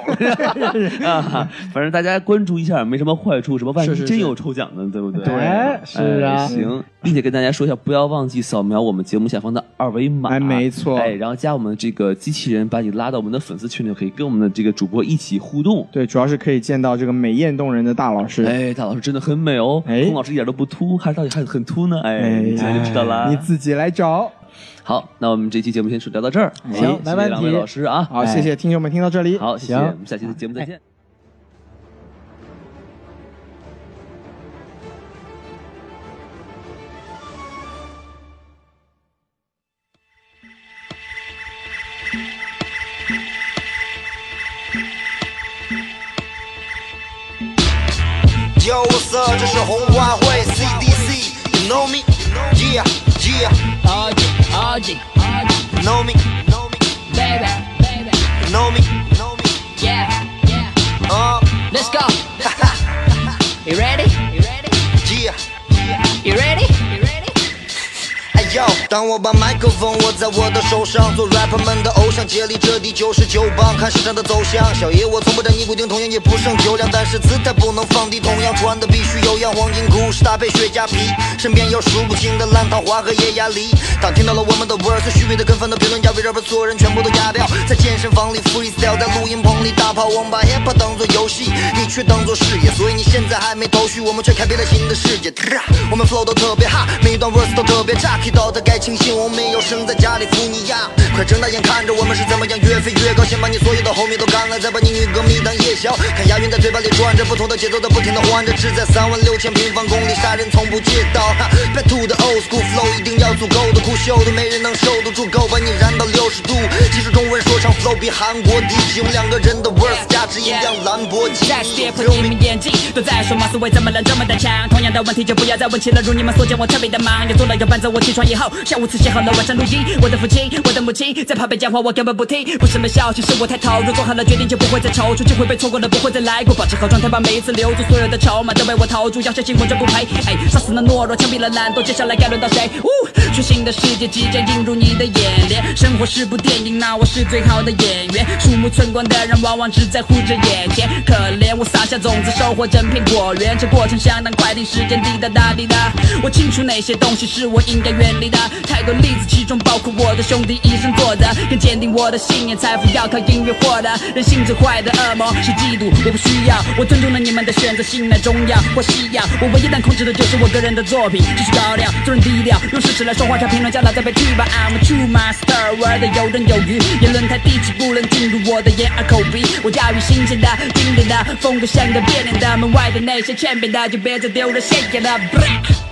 Speaker 2: 了啊。反正大家关注一下，没什么坏处，什么万
Speaker 3: 是
Speaker 2: 一
Speaker 3: 是
Speaker 2: 真
Speaker 3: 是
Speaker 2: 有抽奖呢，对不对？
Speaker 3: 对
Speaker 1: 哎，是啊
Speaker 2: 哎，行，并且跟大家说一下，不要忘记扫描我们节目下方的二维码，
Speaker 3: 哎没错
Speaker 2: 哎，然后加我们这个机器人，把你拉到我们的粉丝群里，可以跟我们的这个主播一起互动。
Speaker 3: 对，主要是可以见到这个美艳动人的大老师。
Speaker 2: 哎，大老师真的很美哦，
Speaker 3: 嗯哎
Speaker 2: 孔老师一点都不秃，还是到底还很秃呢？哎，
Speaker 3: 哎
Speaker 2: 你现在就知道啦
Speaker 3: 你。自己来找。
Speaker 2: 好，那我们这期节目先聊到这儿，
Speaker 1: 行没
Speaker 2: 哎谢谢
Speaker 1: 问
Speaker 2: 两位
Speaker 1: 题
Speaker 2: 老师啊，
Speaker 3: 好，谢谢听众们听到这里。
Speaker 2: 好，谢谢，
Speaker 1: 行
Speaker 2: 我们下期的节目再见。
Speaker 4: Yo, what's up？这是红花会 CDC，You know me？Yeah, yeah,
Speaker 5: OG, OG, OG,
Speaker 4: you know me? Know me?
Speaker 5: baby, baby,
Speaker 4: You know me? Know me?
Speaker 5: yeah, yeah.
Speaker 4: Uh,
Speaker 5: Let's go. you ready? You ready?
Speaker 4: yeah.
Speaker 5: You ready? You ready?
Speaker 4: 哎呦，当我把麦克风握在我的手上，做 rapper 们的偶像，竭力这第九十九棒，看市场的走向。小爷我从不沾尼古丁，同样也不胜酒量，但是姿态不能放低，同样穿的必须有样。黄金裤是搭配雪茄皮，身边有数不清的烂桃花和野鸭梨。当听到了我们的 verse，虚伪的跟风的评论要被 rapper 所有人全部都压掉。在健身房里 freestyle，在录音棚里大炮王把 hip hop 当做游戏，你却当做事业，所以你现在还没头绪，我们却开辟了新的世界。啪我们 flow 都特别哈，每一段 verse 都特别炸，K 到的该庆幸我们没有生在加利福尼亚。快睁大眼看着我们是怎么样越飞越高，先把你所有的 homie 都干了，再把你女歌迷当夜宵。看押韵在嘴巴里转着，不同的节奏在不停的换着，只在三万六千平方公里杀人从不借刀。哈，Back to the old school flow，一定要足够的酷秀的，没人能受得住，够把你燃到六十度。其实中文说唱 flow 比韩国低级，我们两个人的 verse 价值一样兰博基
Speaker 5: 再跌破你
Speaker 4: ，feel me？
Speaker 5: 们眼镜，都在说马思维怎么能这么的强？同样的问题就不要再问起了，如你们所见，我特别的忙，也做了有伴奏。我起床以后，下午自习好了，晚上录音。我的父亲，我的母亲，在旁边讲话我根本不听，不是没效，其实我太投入，做好了决定就不会再踌躇，机会被错过了不会再来过，保持好状态，把每一次留住，所有的筹码都被我投注，要相信我绝不赔。哎，杀死了懦弱，枪毙了懒惰，接下来该轮到谁？呜，全新的世界即将映入你的眼帘，生活是部电影，那我是最好的演员，鼠目寸光的人往往只在乎着眼前，可怜我撒下种子，收获整片果园，这过程相当快，定时间滴答答滴答。我清楚哪些东西是我应该远离里的太多例子，其中包括我的兄弟以身作则，更坚定我的信念，财富要靠音乐获得。人性最坏的恶魔是嫉妒，我不需要，我尊重了你们的选择，信赖中药或西药，我唯一能控制的就是我个人的作品，继续高调，做人低调，用事实来说话，像评论家老在被拒吧，I'm a true master，玩的游刃有余，言论太低级不能进入我的眼耳口鼻，我驾驭新鲜的、经典的风格，像个变脸的，门外的那些欠扁的就别再丢人现眼了。Black